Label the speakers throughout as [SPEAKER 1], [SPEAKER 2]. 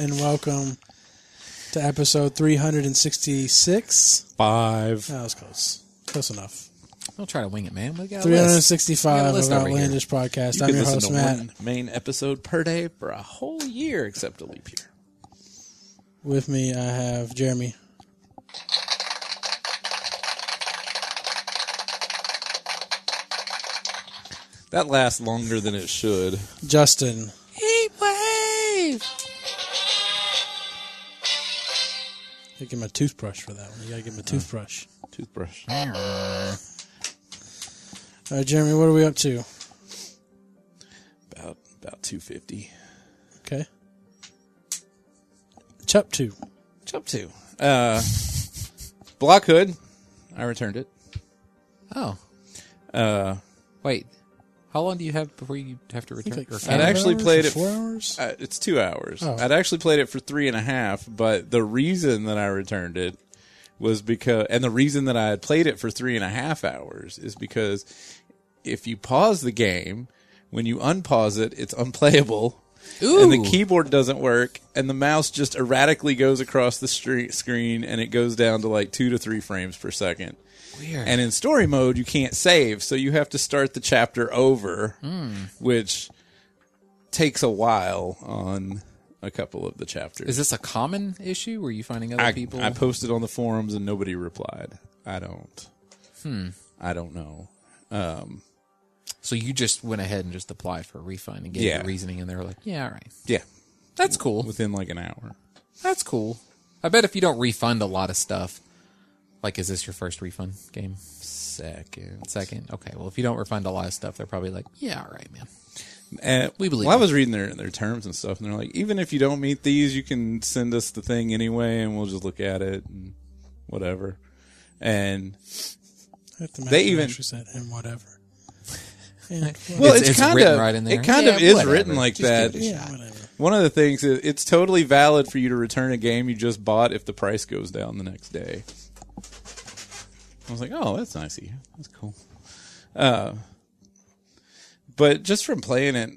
[SPEAKER 1] welcome to episode 366.
[SPEAKER 2] Five.
[SPEAKER 1] That was close. Close enough.
[SPEAKER 3] Don't try to wing it, man. We got a list.
[SPEAKER 1] 365
[SPEAKER 3] We got a list
[SPEAKER 1] of
[SPEAKER 3] over here.
[SPEAKER 1] Outlandish Podcast. I'm your host, Matt.
[SPEAKER 2] one main episode per day for a whole year, except a leap year.
[SPEAKER 1] With me, I have Jeremy.
[SPEAKER 2] That lasts longer than it should.
[SPEAKER 1] Justin.
[SPEAKER 2] Heat wave.
[SPEAKER 1] I give him a toothbrush for that one. You gotta give him a toothbrush.
[SPEAKER 2] Toothbrush.
[SPEAKER 1] All right, Jeremy, what are we up to?
[SPEAKER 2] About about two fifty.
[SPEAKER 1] Okay. Chup 2.
[SPEAKER 2] Jump to. Uh, block hood. I returned it.
[SPEAKER 3] Oh,
[SPEAKER 2] Uh,
[SPEAKER 3] wait. How long do you have before you have to return?
[SPEAKER 1] Like
[SPEAKER 3] or
[SPEAKER 1] five
[SPEAKER 2] I'd
[SPEAKER 3] count?
[SPEAKER 2] actually
[SPEAKER 1] hours
[SPEAKER 2] played
[SPEAKER 1] or
[SPEAKER 2] it- Uh,
[SPEAKER 1] Four hours?
[SPEAKER 2] I- it's two hours.
[SPEAKER 1] Oh.
[SPEAKER 2] I'd actually played it for three and a half, but the reason that I returned it was because, and the reason that I had played it for three and a half hours is because if you pause the game, when you unpause it, it's unplayable. And the
[SPEAKER 3] Ooh.
[SPEAKER 2] keyboard doesn't work, and the mouse just erratically goes across the street screen, and it goes down to like two to three frames per second.
[SPEAKER 3] Weird.
[SPEAKER 2] And in story mode, you can't save, so you have to start the chapter over,
[SPEAKER 3] Hmm.
[SPEAKER 2] which takes a while on a couple of the chapters.
[SPEAKER 3] Is this a common issue? Were you finding other
[SPEAKER 2] I,
[SPEAKER 3] people?
[SPEAKER 2] I posted on the forums and nobody replied. I don't.
[SPEAKER 3] Hmm.
[SPEAKER 2] I don't know.
[SPEAKER 3] so you just went ahead and just applied for a refund and gave
[SPEAKER 2] Yeah.
[SPEAKER 3] your reasoning, and they were like, "Yeah, all right,
[SPEAKER 2] Yeah,
[SPEAKER 3] that's cool.
[SPEAKER 2] within like an hour.
[SPEAKER 3] That's cool." I bet if you don't refund a lot of stuff, like is this your first refund game?
[SPEAKER 2] Second.
[SPEAKER 3] Second, okay. Well, if you don't refund a lot of stuff, they're probably like, "Yeah, all right, man."
[SPEAKER 2] And,
[SPEAKER 3] We believe
[SPEAKER 2] Well, I
[SPEAKER 3] you.
[SPEAKER 2] was reading their their terms and stuff, and they're like, even if you don't meet these, you can send us the thing anyway, and we'll just look at it and whatever. And
[SPEAKER 1] At the
[SPEAKER 2] They even-
[SPEAKER 1] match, she said, and whatever. And
[SPEAKER 2] well,
[SPEAKER 3] It's-
[SPEAKER 2] it's,
[SPEAKER 3] it's
[SPEAKER 2] kind
[SPEAKER 3] written
[SPEAKER 2] of
[SPEAKER 3] right in there.
[SPEAKER 2] It kind
[SPEAKER 3] Yeah,
[SPEAKER 2] of is
[SPEAKER 3] whatever.
[SPEAKER 2] written like
[SPEAKER 3] Just
[SPEAKER 2] that.
[SPEAKER 3] give it a
[SPEAKER 1] yeah, whatever.
[SPEAKER 2] One of the things is it's totally valid for you to return a game you just bought if the price goes down the next day. I was like, oh, that's nice of you. That's cool. Uh, but just from playing it,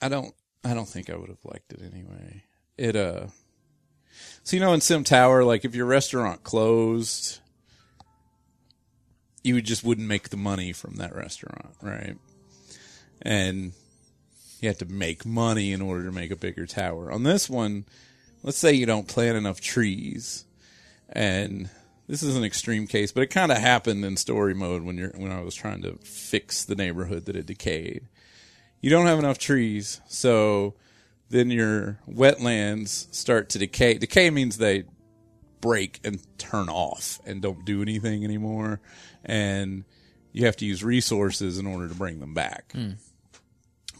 [SPEAKER 2] I don't, I don't think I would have liked it anyway. It, uh, so you know, in Sim Tower, like if your restaurant closed, you would- just wouldn't make the money from that restaurant, right? And you have to make money in order to make a bigger tower. On this one, let's say you don't plant enough trees, and this is an extreme case, but it kind of happened in story mode when you're when I was trying to fix the neighborhood that had decayed. You don't have enough trees, so then your wetlands start to decay. Decay means they break and turn off and don't do anything anymore, and you have to use resources in order to bring them back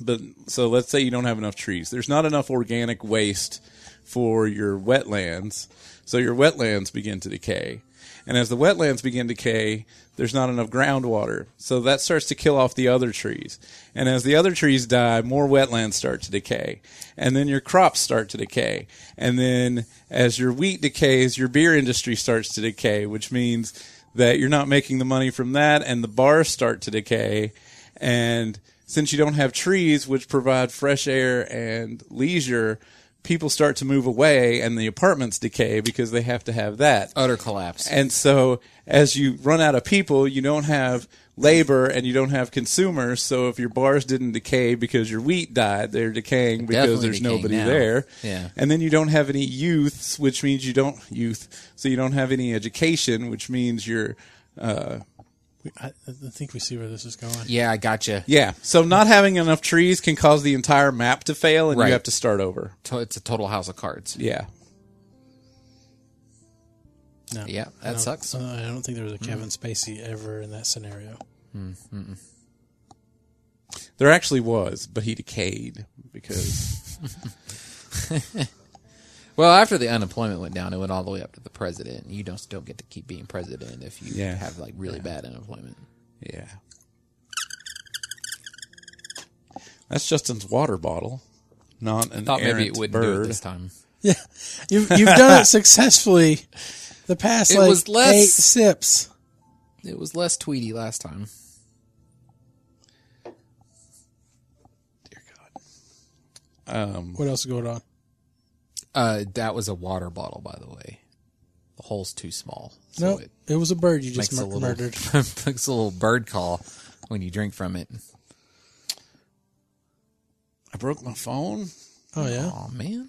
[SPEAKER 2] but so let's say you don't have enough trees. There's not enough organic waste for your wetlands. So your wetlands begin to decay. And as the wetlands begin to decay, there's not enough groundwater. So that starts to kill off the other trees. And as the other trees die, more wetlands start to decay. And then your crops start to decay. And then as your wheat decays, your beer industry starts to decay, which means that you're not making the money from that and the bars start to decay. And since you don't have trees, which provide fresh air and leisure, people start to move away and the apartments decay because they have to have that.
[SPEAKER 3] Utter collapse.
[SPEAKER 2] And so as you run out of people, you don't have labor and you don't have consumers. So if your bars didn't decay because your wheat died, they're decaying because
[SPEAKER 3] Definitely
[SPEAKER 2] there's
[SPEAKER 3] decaying
[SPEAKER 2] nobody
[SPEAKER 3] now.
[SPEAKER 2] there.
[SPEAKER 3] Yeah.
[SPEAKER 2] And then you don't have any youths, which means you don't youth. So you don't have any education, which means you're uh,
[SPEAKER 1] We, I, I think we see where this is going.
[SPEAKER 3] yeah, I gotcha.
[SPEAKER 2] yeah. So not having enough trees can cause the entire map to fail and
[SPEAKER 3] Right.
[SPEAKER 2] you have to start over.
[SPEAKER 3] To- It's a total house of cards.
[SPEAKER 2] Yeah.
[SPEAKER 1] No.
[SPEAKER 3] Yeah, that
[SPEAKER 1] I don't-
[SPEAKER 3] sucks.
[SPEAKER 1] uh, I don't think there was a Kevin Spacey ever in that scenario.
[SPEAKER 2] There actually was, but he decayed because
[SPEAKER 3] Well, after the unemployment went down, it went all the way up to the president. You don't still get to keep being president if you
[SPEAKER 2] Yeah.
[SPEAKER 3] have like really bad unemployment.
[SPEAKER 2] yeah. That's Justin's water bottle, not an
[SPEAKER 3] Thought maybe it
[SPEAKER 2] errant
[SPEAKER 3] wouldn't do
[SPEAKER 2] bird.
[SPEAKER 3] it this time.
[SPEAKER 1] Yeah, you've you've done it successfully. The past
[SPEAKER 3] It
[SPEAKER 1] like
[SPEAKER 3] was less-
[SPEAKER 1] eight sips.
[SPEAKER 3] It was less Tweety last time.
[SPEAKER 2] Dear God. Um,
[SPEAKER 1] What else is going on?
[SPEAKER 3] Uh, that was a water bottle, by the way. The hole's too small, so
[SPEAKER 1] No,
[SPEAKER 3] it
[SPEAKER 1] it was a bird you just
[SPEAKER 3] makes a
[SPEAKER 1] mur-
[SPEAKER 3] little
[SPEAKER 1] murdered.
[SPEAKER 3] makes a little bird call when you drink from it.
[SPEAKER 2] I broke my phone.
[SPEAKER 1] Oh yeah.
[SPEAKER 3] Oh man,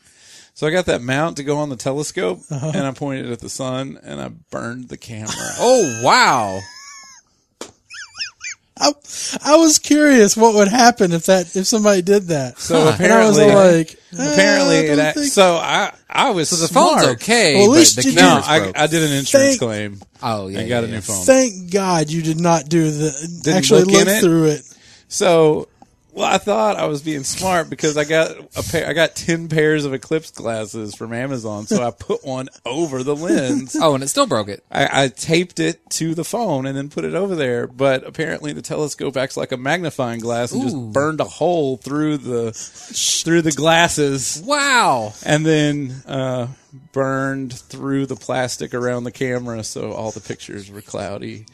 [SPEAKER 2] So I got that mount to go on the telescope,
[SPEAKER 3] Uh-huh.
[SPEAKER 2] and I pointed at the sun, and I burned the camera.
[SPEAKER 3] oh wow,
[SPEAKER 1] I, I was curious what would happen if that if somebody did that.
[SPEAKER 2] So
[SPEAKER 1] and I was
[SPEAKER 2] apparently-
[SPEAKER 1] like, "Uh,
[SPEAKER 2] Apparently,
[SPEAKER 1] I
[SPEAKER 2] it,
[SPEAKER 1] don't
[SPEAKER 2] act-
[SPEAKER 1] think-
[SPEAKER 2] so I I was
[SPEAKER 3] the
[SPEAKER 2] smart.
[SPEAKER 3] phone's okay,
[SPEAKER 1] Well, at
[SPEAKER 3] but
[SPEAKER 1] least
[SPEAKER 3] the
[SPEAKER 1] you-
[SPEAKER 2] No,
[SPEAKER 3] camera's
[SPEAKER 2] I,
[SPEAKER 3] broke.
[SPEAKER 2] I did an insurance
[SPEAKER 1] Thank-
[SPEAKER 2] claim.
[SPEAKER 3] oh yeah,
[SPEAKER 2] I got
[SPEAKER 3] yeah,
[SPEAKER 2] a
[SPEAKER 3] yeah.
[SPEAKER 2] new phone.
[SPEAKER 1] thank God you did not do the actually
[SPEAKER 2] look
[SPEAKER 1] look,
[SPEAKER 2] in it?
[SPEAKER 1] through it.
[SPEAKER 2] So, well, I thought I was being smart because I got a pair. I got ten pairs of eclipse glasses from Amazon, so I put one over the lens.
[SPEAKER 3] Oh, and it still broke it.
[SPEAKER 2] I, I taped it to the phone and then put it over there. But apparently, the telescope acts like a magnifying glass and
[SPEAKER 3] Ooh.
[SPEAKER 2] just burned a hole through the through the glasses,
[SPEAKER 3] Wow.
[SPEAKER 2] and then uh, burned through the plastic around the camera, so all the pictures were cloudy.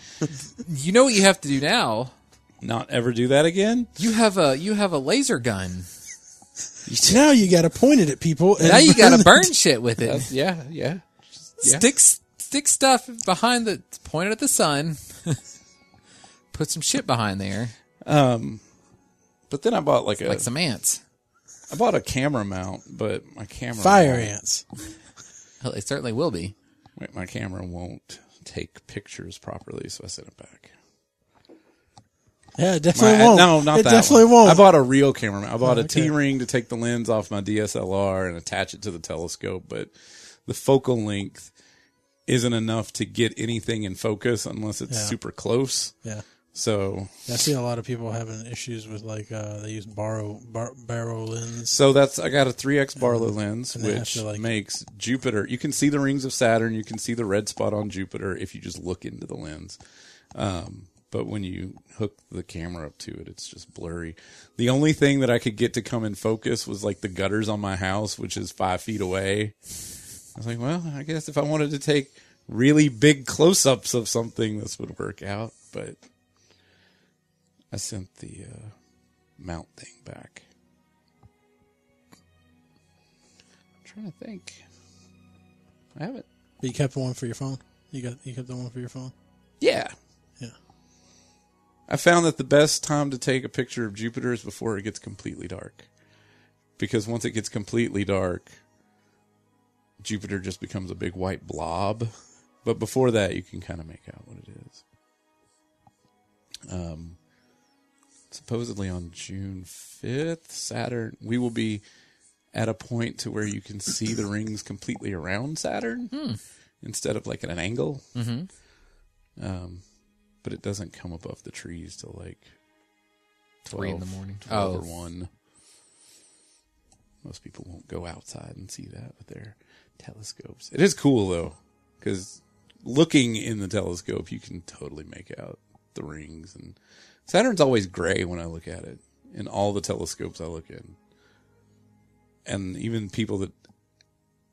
[SPEAKER 3] You know what you have to do now?
[SPEAKER 2] Not ever do that again.
[SPEAKER 3] You have a you have a laser gun.
[SPEAKER 1] Now you got to point it at people. And
[SPEAKER 3] Now you got to
[SPEAKER 1] the-
[SPEAKER 3] burn shit with it.
[SPEAKER 2] Yeah, yeah. yeah.
[SPEAKER 3] Stick stick stuff behind the point it at the sun. Put some shit behind there,
[SPEAKER 2] But then I bought like a I
[SPEAKER 3] like some ants.
[SPEAKER 2] bought a camera mount, but my camera
[SPEAKER 1] fire
[SPEAKER 2] won't-
[SPEAKER 1] ants.
[SPEAKER 3] Well, It certainly will be.
[SPEAKER 2] wait, my camera won't take pictures properly, so I sent it back.
[SPEAKER 1] Yeah, it
[SPEAKER 2] My-
[SPEAKER 1] definitely won't.
[SPEAKER 2] No, not
[SPEAKER 1] it
[SPEAKER 2] that.
[SPEAKER 1] definitely
[SPEAKER 2] one.
[SPEAKER 1] won't.
[SPEAKER 2] I bought a real camera. mount. I bought a
[SPEAKER 1] okay.
[SPEAKER 2] T ring to take the lens off my DSLR and attach it to the telescope, but the focal length isn't enough to get anything in focus unless it's
[SPEAKER 1] Yeah.
[SPEAKER 2] super close.
[SPEAKER 1] yeah,
[SPEAKER 2] So,
[SPEAKER 1] I see a lot of people having issues with like uh, they use borrow bar, barrow lens.
[SPEAKER 2] so that's I got a 3x Barlow lens,
[SPEAKER 1] they Mm. have
[SPEAKER 2] which
[SPEAKER 1] to, like-
[SPEAKER 2] makes Jupiter. You can see the rings of Saturn. You can see the red spot on Jupiter if you just look into the lens. Um, but when you hook the camera up to it, it's just blurry. The only thing that I could get to come in focus was like the gutters on my house, which is five feet away. I was like, well, I guess if I wanted to take really big close ups of something, this would work out. But I sent the uh, mount thing back. I'm trying to think. I haven't.
[SPEAKER 1] But you kept the one for your phone. You got you kept the one for your phone.
[SPEAKER 2] Yeah.
[SPEAKER 1] Yeah.
[SPEAKER 2] I found that the best time to take a picture of Jupiter is before it gets completely dark. Because once it gets completely dark, Jupiter just becomes a big white blob. But before that, you can kind of make out what it is. Um, supposedly on June 5th, Saturn, we will be at a point to where you can see the rings completely around Saturn
[SPEAKER 3] Hmm.
[SPEAKER 2] instead of like at an angle
[SPEAKER 3] Mm-hmm.
[SPEAKER 2] Um, but it doesn't come above the trees till like 12,
[SPEAKER 3] Three in the morning.
[SPEAKER 2] 12 or
[SPEAKER 3] Oh.
[SPEAKER 2] 1 most people won't go outside and see that with their telescopes it is cool though because looking in the telescope you can totally make out the rings and saturn's always gray when i look at it in all the telescopes i look in and even people that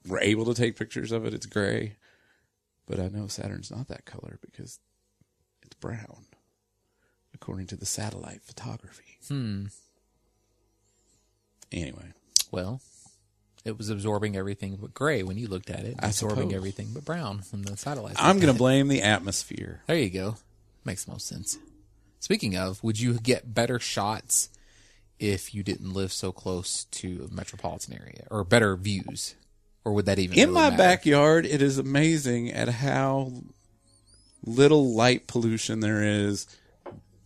[SPEAKER 2] were able to take pictures of it it's gray but i know saturn's not that color because it's brown, according to the satellite photography.
[SPEAKER 3] Hmm.
[SPEAKER 2] Anyway,
[SPEAKER 3] Well, it was absorbing everything but gray when you looked at it.
[SPEAKER 2] I
[SPEAKER 3] absorbing
[SPEAKER 2] suppose.
[SPEAKER 3] everything but brown from the satellite.
[SPEAKER 2] I'm going to blame the atmosphere.
[SPEAKER 3] There you go. Makes the most sense. Speaking of, would you get better shots if you didn't live so close to a metropolitan area, or better views, or would that even
[SPEAKER 2] In
[SPEAKER 3] really
[SPEAKER 2] my
[SPEAKER 3] matter?
[SPEAKER 2] backyard, it is amazing at how little light pollution there is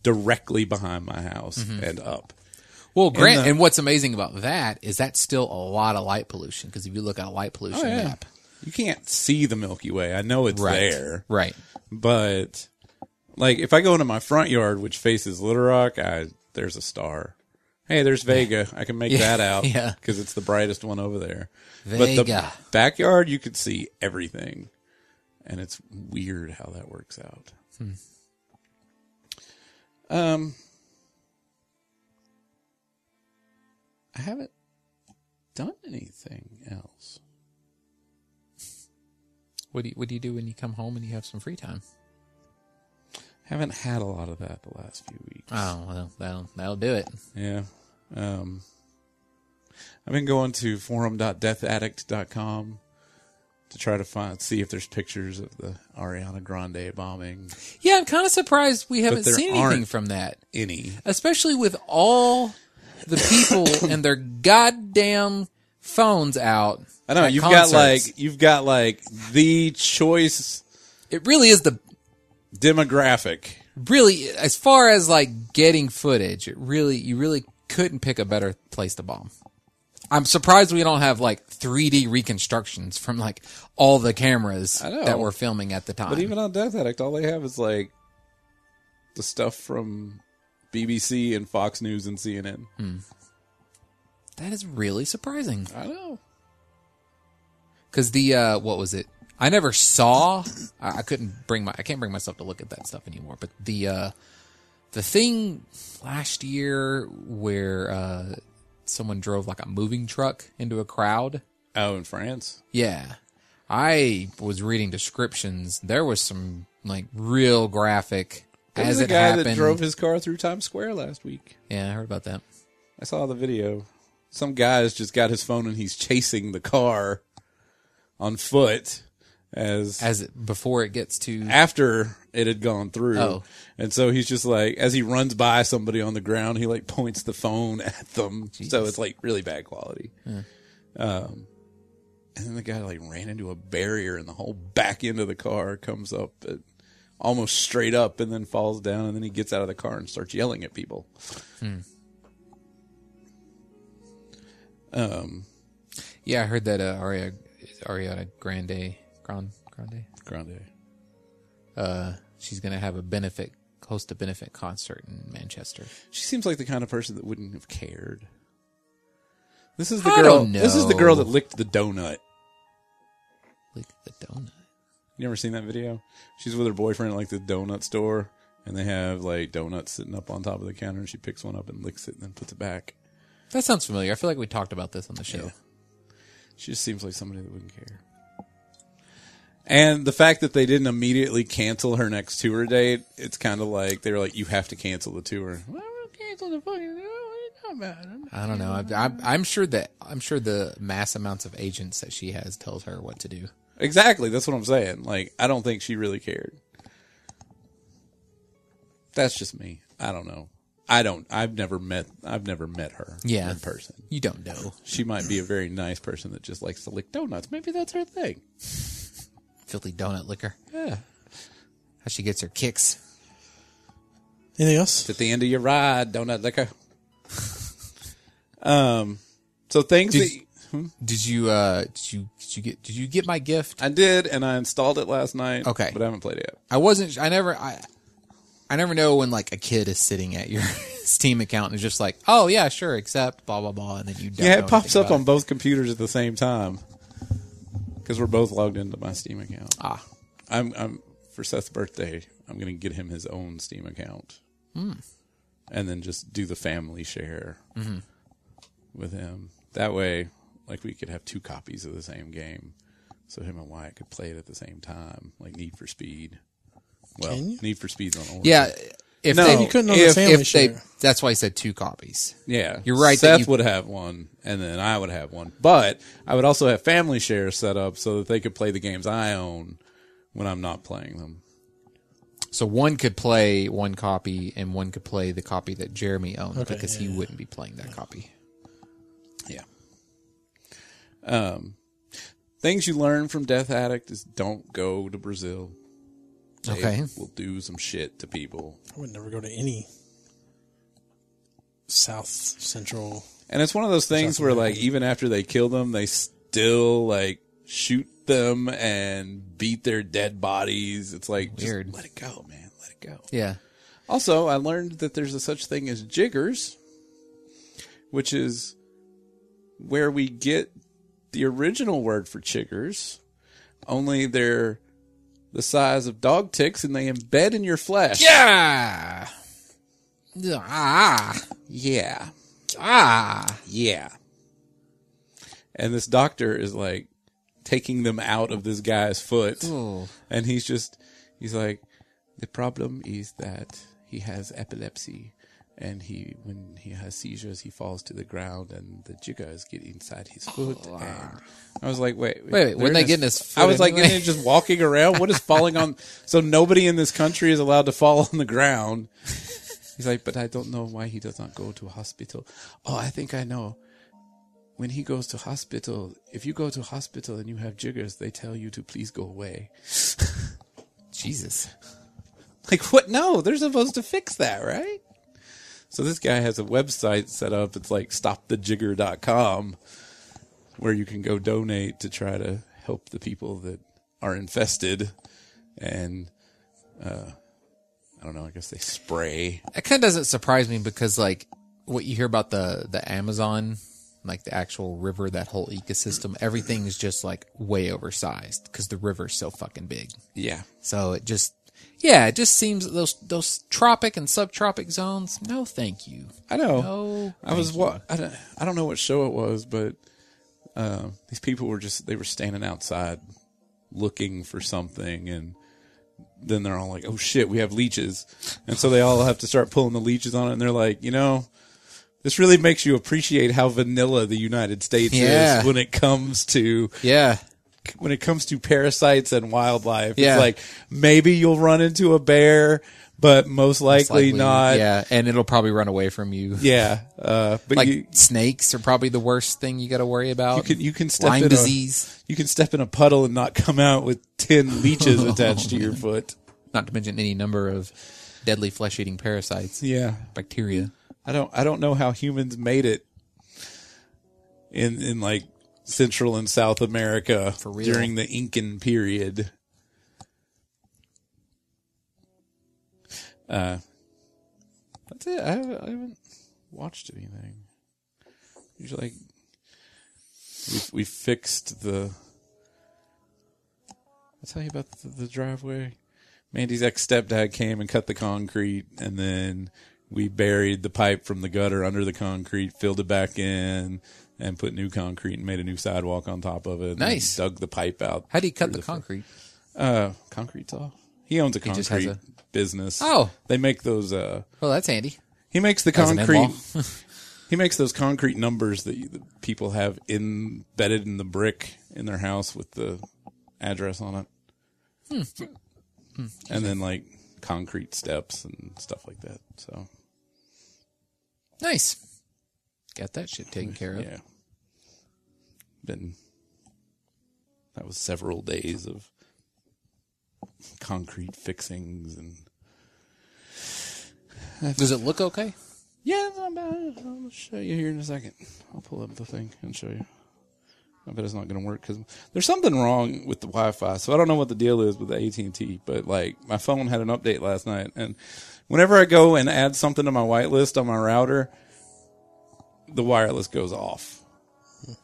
[SPEAKER 2] directly behind my house
[SPEAKER 3] Mm-hmm.
[SPEAKER 2] and up.
[SPEAKER 3] Well, Grant,
[SPEAKER 2] the-
[SPEAKER 3] and what's amazing about that is that's still a lot of light pollution because if you look at a light
[SPEAKER 2] Oh,
[SPEAKER 3] pollution map,
[SPEAKER 2] You can't see the Milky Way. I know it's
[SPEAKER 3] right
[SPEAKER 2] there.
[SPEAKER 3] right,
[SPEAKER 2] but like if I go into my front yard, which faces Little Rock, I there's a star. Hey, there's Vega. I can make that out
[SPEAKER 3] yeah.
[SPEAKER 2] because it's the brightest one over there. But the
[SPEAKER 3] Vega.
[SPEAKER 2] backyard, you could see everything, and it's weird how that works out.
[SPEAKER 3] Hmm.
[SPEAKER 2] Um, I haven't done anything else.
[SPEAKER 3] What do you, what do you do when you come home and you have some free time?
[SPEAKER 2] Haven't had a lot of that the last few weeks.
[SPEAKER 3] Oh well, that'll that'll do it.
[SPEAKER 2] Yeah. Um, I've been going to forum.deathaddict.com to try to find see if there's pictures of the Ariana Grande bombing.
[SPEAKER 3] Yeah, I'm kind of surprised we haven't
[SPEAKER 2] there
[SPEAKER 3] seen anything
[SPEAKER 2] aren't.
[SPEAKER 3] from that,
[SPEAKER 2] Any
[SPEAKER 3] especially with all the people and their goddamn phones out.
[SPEAKER 2] I know
[SPEAKER 3] at
[SPEAKER 2] you've
[SPEAKER 3] concerts.
[SPEAKER 2] got like you've got like the choice
[SPEAKER 3] it really is the
[SPEAKER 2] demographic.
[SPEAKER 3] really as far as like getting footage. It really you really couldn't pick a better place to bomb. I'm surprised we don't have like 3D reconstructions from like all the cameras
[SPEAKER 2] I know.
[SPEAKER 3] that were filming at the time.
[SPEAKER 2] But even on Death Addict, all they have is like the stuff from BBC and Fox News and CNN.
[SPEAKER 3] that is really surprising.
[SPEAKER 2] I know.
[SPEAKER 3] Because the uh, what was it? I never saw. I, I couldn't bring my. I can't bring myself to look at that stuff anymore. But the uh, the thing last year where uh, someone drove like a moving truck into a crowd.
[SPEAKER 2] Oh, in France,
[SPEAKER 3] Yeah, I was reading descriptions. There was some like real graphic
[SPEAKER 2] There was
[SPEAKER 3] as
[SPEAKER 2] a
[SPEAKER 3] it
[SPEAKER 2] guy
[SPEAKER 3] happened.
[SPEAKER 2] that drove his car through Times Square last week.
[SPEAKER 3] yeah, I heard about that.
[SPEAKER 2] I saw the video. Some guy's just got his phone and he's chasing the car on foot as
[SPEAKER 3] As it, before it gets to
[SPEAKER 2] after it had gone through.
[SPEAKER 3] Oh.
[SPEAKER 2] And so he's just like, as he runs by somebody on the ground, he like points the phone at them. So it's like really bad quality. Um, and then the guy like ran into a barrier and the whole back end of the car comes up at, almost straight up and then falls down. And then he gets out of the car and starts yelling at people. Um,
[SPEAKER 3] yeah, I heard that uh, Aria Ariana Grande Grand Grande.
[SPEAKER 2] Grande.
[SPEAKER 3] uh, she's going to have a benefit, host a benefit concert in Manchester.
[SPEAKER 2] She seems like the kind of person that wouldn't have cared. This is the
[SPEAKER 3] I
[SPEAKER 2] girl.
[SPEAKER 3] don't
[SPEAKER 2] This is the girl
[SPEAKER 3] know.
[SPEAKER 2] that licked the donut.
[SPEAKER 3] Lick the donut.
[SPEAKER 2] You ever seen that video? She's with her boyfriend at like the donut store, and they have like donuts sitting up on top of the counter, and she picks one up and licks it, and then puts it back.
[SPEAKER 3] That sounds familiar. I feel like we talked about this on the show.
[SPEAKER 2] She just seems like somebody that wouldn't care. And the fact that they didn't immediately cancel her next tour date, it's kind of like they were like, "You have to cancel the tour." Well, we'll cancel the fucking tour. What are you talking about? I'm-
[SPEAKER 3] I don't know. I, I, I'm sure that I'm sure the mass amounts of agents that she has tells her what to do.
[SPEAKER 2] Exactly. That's what I'm saying. Like, I don't think she really cared. That's just me. I don't know. I don't. I've never met. I've never met her.
[SPEAKER 3] Yeah.
[SPEAKER 2] In person,
[SPEAKER 3] You don't know.
[SPEAKER 2] she might be a very nice person that just likes to lick donuts. Maybe that's her thing.
[SPEAKER 3] Filthy donut liquor. Yeah. How she gets her kicks.
[SPEAKER 1] Anything else?
[SPEAKER 2] It's at the end of your ride, donut liquor. um. So things
[SPEAKER 3] Did-
[SPEAKER 2] that
[SPEAKER 3] Did you uh did you did you get did you get my gift?
[SPEAKER 2] I did, and I installed it last night.
[SPEAKER 3] Okay.
[SPEAKER 2] but I haven't played it yet.
[SPEAKER 3] I wasn't I never I I never know when like a kid is sitting at your Steam account and is just like, "Oh yeah, sure, accept blah blah blah," and then you don't
[SPEAKER 2] Yeah,
[SPEAKER 3] know
[SPEAKER 2] it pops
[SPEAKER 3] anything
[SPEAKER 2] up
[SPEAKER 3] about
[SPEAKER 2] on both computers at the same time because we're both logged into my Steam account.
[SPEAKER 3] Ah.
[SPEAKER 2] I'm, I'm for Seth's birthday. I'm going to get him his own Steam account,
[SPEAKER 3] Hmm.
[SPEAKER 2] and then just do the family share
[SPEAKER 3] Mm-hmm.
[SPEAKER 2] with him. That way, like we could have two copies of the same game, so him and Wyatt could play it at the same time, like Need for Speed. Well,
[SPEAKER 1] Can you?
[SPEAKER 2] Need for Speed's on order.
[SPEAKER 3] Yeah, if
[SPEAKER 2] No,
[SPEAKER 3] they
[SPEAKER 2] you
[SPEAKER 1] couldn't on the
[SPEAKER 3] if,
[SPEAKER 1] family
[SPEAKER 3] if they
[SPEAKER 1] share.
[SPEAKER 3] that's why I said two copies.
[SPEAKER 2] Yeah,
[SPEAKER 3] You're right that
[SPEAKER 2] Seth
[SPEAKER 3] you-
[SPEAKER 2] would have one, and then I would have one. But I would also have family share set up so that they could play the games I own when I'm not playing them.
[SPEAKER 3] So one could play one copy, and one could play the copy that Jeremy owned
[SPEAKER 1] Okay,
[SPEAKER 3] because
[SPEAKER 1] yeah,
[SPEAKER 3] he
[SPEAKER 1] yeah.
[SPEAKER 3] wouldn't be playing that copy.
[SPEAKER 2] Yeah. Um, things you learn from Death Addict is don't go to Brazil. They
[SPEAKER 3] Okay.
[SPEAKER 2] will do some shit to people,
[SPEAKER 1] I would never go to any South Central.
[SPEAKER 2] and it's one of those things where like even after they kill them, they still like shoot them and beat their dead bodies. It's like just
[SPEAKER 3] Weird.
[SPEAKER 2] let it go, man. Let it go.
[SPEAKER 3] Yeah.
[SPEAKER 2] Also, I learned that there's a such thing as jiggers, which is where we get the original word for chiggers, only they're the size of dog ticks and they embed in your flesh.
[SPEAKER 3] Yeah. Ah.
[SPEAKER 2] Yeah.
[SPEAKER 3] Ah.
[SPEAKER 2] Yeah. And this doctor is like taking them out of this guy's foot.
[SPEAKER 3] Oh.
[SPEAKER 2] And he's just, he's like, the problem is that he has epilepsy and he when he has seizures, he falls to the ground, and the jiggers get inside his foot. and I was like, wait,
[SPEAKER 3] Oh, Wait, wait,
[SPEAKER 2] they're
[SPEAKER 3] weren't they getting his
[SPEAKER 2] I was
[SPEAKER 3] foot
[SPEAKER 2] like,
[SPEAKER 3] anyway?
[SPEAKER 2] they're just walking around. What is falling on? So nobody in this country is allowed to fall on the ground. He's like, but I don't know why he does not go to hospital. Oh, I think I know. When he goes to hospital, if you go to hospital and you have jiggers, they tell you to please go away.
[SPEAKER 3] Jesus.
[SPEAKER 2] Like, what? No, they're supposed to fix that, right? So this guy has a website set up. It's like stopthejigger.com where you can go donate to try to help the people that are infested. And, uh, I don't know. I guess they spray.
[SPEAKER 3] That kind of doesn't surprise me because like what you hear about the the Amazon, like the actual river, that whole ecosystem, everything's just like way oversized because the river's so fucking big.
[SPEAKER 2] Yeah.
[SPEAKER 3] So it just yeah, it just seems that those those tropic and subtropic zones. No, thank you.
[SPEAKER 2] I know.
[SPEAKER 3] No,
[SPEAKER 2] I was what I don't, I don't know what show it was, but uh, these people were just they were standing outside looking for something, and then they're all like, "Oh shit, we have leeches," and so they all have to start pulling the leeches on it, and they're like, you know. This really makes you appreciate how vanilla the United States
[SPEAKER 3] Yeah.
[SPEAKER 2] is when it comes to
[SPEAKER 3] Yeah,
[SPEAKER 2] when it comes to parasites and wildlife.
[SPEAKER 3] Yeah.
[SPEAKER 2] It's like maybe you'll run into a bear, but most likely,
[SPEAKER 3] it's likely-
[SPEAKER 2] not. Yeah,
[SPEAKER 3] Yeah, and it'll probably run away from you.
[SPEAKER 2] Uh, but
[SPEAKER 3] like
[SPEAKER 2] you,
[SPEAKER 3] snakes are probably the worst thing you got to worry about.
[SPEAKER 2] You can you can step
[SPEAKER 3] Lyme
[SPEAKER 2] in
[SPEAKER 3] disease.
[SPEAKER 2] A, you can step in a puddle and not come out with ten leeches attached to your foot.
[SPEAKER 3] Not to mention any number of deadly flesh eating parasites,
[SPEAKER 2] Yeah,
[SPEAKER 3] bacteria.
[SPEAKER 2] I don't I don't know how humans made it in in like Central and South America
[SPEAKER 3] For real.
[SPEAKER 2] during the Incan period. Uh, that's it. I haven't, I haven't watched anything. Usually, like, we we fixed the. I tell you about the, the driveway. Mandy's ex stepdad came and cut the concrete, and then we buried the pipe from the gutter under the concrete, filled it back in, and put new concrete and made a new sidewalk on top of it. and then
[SPEAKER 3] Nice.
[SPEAKER 2] Dug the pipe out.
[SPEAKER 3] How do you cut
[SPEAKER 2] through
[SPEAKER 3] the concrete?
[SPEAKER 2] Uh, concrete saw. He owns a concrete
[SPEAKER 3] just has a-
[SPEAKER 2] business.
[SPEAKER 3] Oh.
[SPEAKER 2] they make those. Uh,
[SPEAKER 3] Well, that's handy.
[SPEAKER 2] he makes the
[SPEAKER 3] As an
[SPEAKER 2] concrete.
[SPEAKER 3] in-law.
[SPEAKER 2] he makes those concrete numbers that, you, that people have embedded in the brick in their house with the address on it,
[SPEAKER 3] Hmm.
[SPEAKER 2] Hmm. and then like concrete steps and stuff like that. So
[SPEAKER 3] nice. Got that shit taken care of.
[SPEAKER 2] yeah, been that was several days of concrete fixings and
[SPEAKER 3] Does it look okay?
[SPEAKER 2] Yeah, it's not bad. I'll show you here in a second. I'll pull up the thing and show you. I bet it's not going to work because there's something wrong with the Wi-Fi. So I don't know what the deal is with the AT&T, but like my phone had an update last night, and whenever I go and add something to my whitelist on my router, the wireless goes off.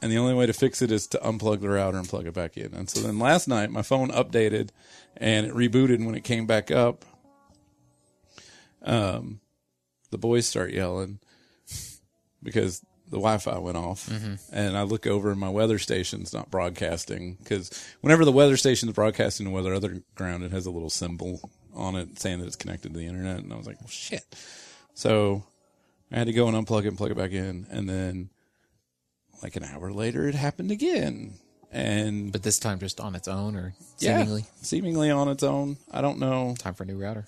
[SPEAKER 2] And the only way to fix it is to unplug the router and plug it back in. And so then last night my phone updated and it rebooted. And when it came back up, the boys start yelling because the Wi-Fi went off,
[SPEAKER 3] Mm-hmm.
[SPEAKER 2] and I look over and my weather station's not broadcasting because whenever the weather station's broadcasting to weather other ground, it has a little symbol on it saying that it's connected to the internet, and I was like, well, shit. So I had to go and unplug it and plug it back in, and then like an hour later, it happened again, and
[SPEAKER 3] But this time just on its own or
[SPEAKER 2] yeah,
[SPEAKER 3] seemingly.
[SPEAKER 2] seemingly on its own. I don't know.
[SPEAKER 3] Time for a new router.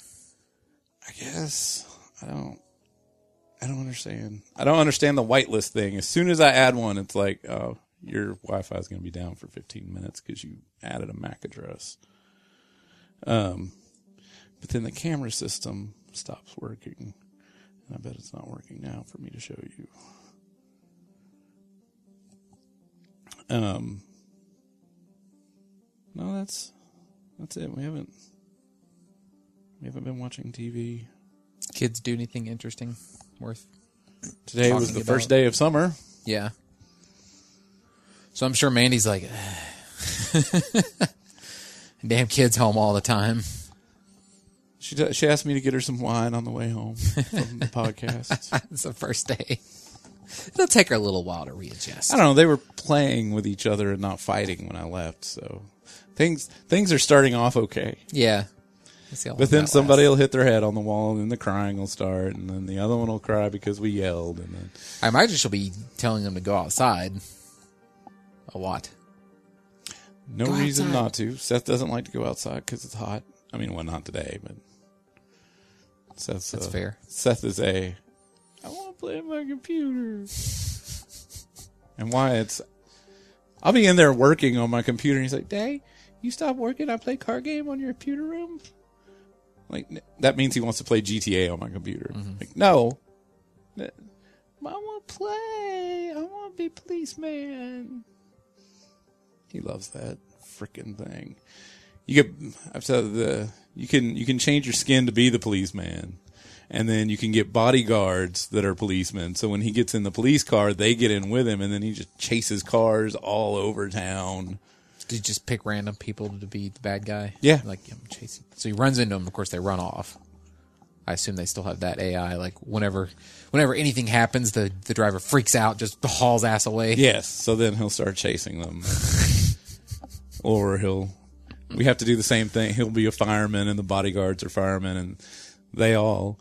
[SPEAKER 2] I guess I don't. I don't understand. I don't understand the whitelist thing. As soon as I add one, it's like, oh, your Wi-Fi is going to be down for 15 minutes because you added a MAC address. Um, but then the camera system stops working, and I bet it's not working now for me to show you. Um, no, that's that's it. We haven't we haven't been watching TV.
[SPEAKER 3] Kids do anything interesting worth?
[SPEAKER 2] Today was
[SPEAKER 3] talking
[SPEAKER 2] the
[SPEAKER 3] about.
[SPEAKER 2] first day of summer.
[SPEAKER 3] Yeah. So I'm sure Mandy's like, damn kids home all the time.
[SPEAKER 2] She t- she asked me to get her some wine on the way home from the podcast.
[SPEAKER 3] It's the first day. It'll take her a little while to readjust.
[SPEAKER 2] I don't know. They were playing with each other and not fighting when I left, so things things are starting off okay.
[SPEAKER 3] Yeah. Let's see how long
[SPEAKER 2] But then
[SPEAKER 3] that
[SPEAKER 2] somebody
[SPEAKER 3] lasts.
[SPEAKER 2] will hit their head on the wall, and then the crying will start, and then the other one will cry because we yelled, and then
[SPEAKER 3] I imagine she'll be telling them to go outside a lot.
[SPEAKER 2] no
[SPEAKER 3] Go
[SPEAKER 2] reason
[SPEAKER 3] outside.
[SPEAKER 2] not to. Seth doesn't like to go outside because it's hot. I mean, well, not today, but Seth's
[SPEAKER 3] That's
[SPEAKER 2] uh,
[SPEAKER 3] fair.
[SPEAKER 2] Seth is a. I want to play on my computer. and Wyatt's. I'll be in there working on my computer. And he's like, "Day, you stop working. I play card game on your computer room." Like n- that means he wants to play GTA on my computer. Like no, N- I want to play. I want to be policeman. He loves that freaking thing. You get I've said the you can you can change your skin to be the policeman, and then you can get bodyguards that are policemen. So when he gets in the police car, they get in with him, and then he just chases cars all over town.
[SPEAKER 3] Did you just pick random people to be the bad guy?
[SPEAKER 2] Yeah.
[SPEAKER 3] Like I'm chasing. So he runs into them. Of course, they run off. I assume they still have that AI. Like whenever, whenever anything happens, the the driver freaks out, just hauls ass away.
[SPEAKER 2] Yes. So then he'll start chasing them, or he'll. We have to do the same thing. He'll be a fireman, and the bodyguards are firemen, and they all.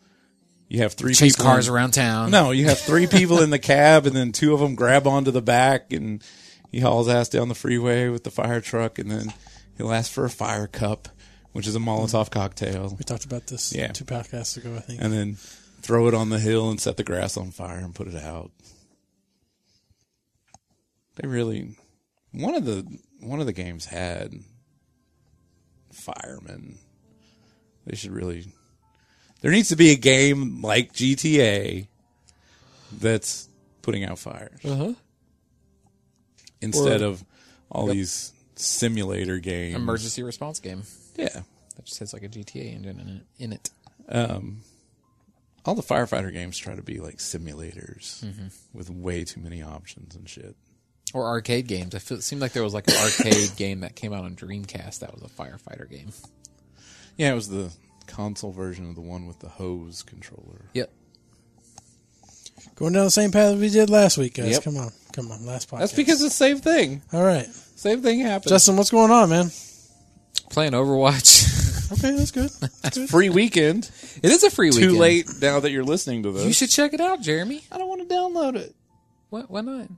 [SPEAKER 2] You have three
[SPEAKER 3] Chase
[SPEAKER 2] people
[SPEAKER 3] cars
[SPEAKER 2] in-
[SPEAKER 3] around town.
[SPEAKER 2] No, you have three people in the cab, and then two of them grab onto the back, and he hauls ass down the freeway with the fire truck, and then he'll ask for a fire cup, which is a Molotov cocktail,
[SPEAKER 1] We talked about this
[SPEAKER 2] Yeah.
[SPEAKER 1] two podcasts ago, I think.
[SPEAKER 2] and then throw it on the hill and set the grass on fire and put it out. They really one of the one of the games had firemen. They should really. There needs to be a game like GTA that's putting out fires
[SPEAKER 3] Uh-huh.
[SPEAKER 2] instead of all these simulator games.
[SPEAKER 3] Emergency response game
[SPEAKER 2] yeah,
[SPEAKER 3] that just has like a GTA engine in it. In it.
[SPEAKER 2] all the firefighter games try to be like simulators with way too many options and shit.
[SPEAKER 3] Or arcade games. I feel it seemed like there was like an arcade game that came out on Dreamcast that was a firefighter game.
[SPEAKER 2] Yeah, it was the console version of the one with the hose controller.
[SPEAKER 3] Yep.
[SPEAKER 1] Going down the same path we did last week, guys.
[SPEAKER 2] Yep.
[SPEAKER 1] Come on. Come on. Last podcast.
[SPEAKER 2] That's because it's the same thing.
[SPEAKER 1] All right.
[SPEAKER 2] Same thing happens.
[SPEAKER 1] Justin, what's going on, man?
[SPEAKER 3] Playing Overwatch.
[SPEAKER 1] Okay, that's good. That's good.
[SPEAKER 2] free weekend.
[SPEAKER 3] it is a free
[SPEAKER 2] Too
[SPEAKER 3] weekend.
[SPEAKER 2] late now that you're listening to this.
[SPEAKER 3] You should check it out, Jeremy.
[SPEAKER 2] I don't want to download it.
[SPEAKER 3] Why, why not?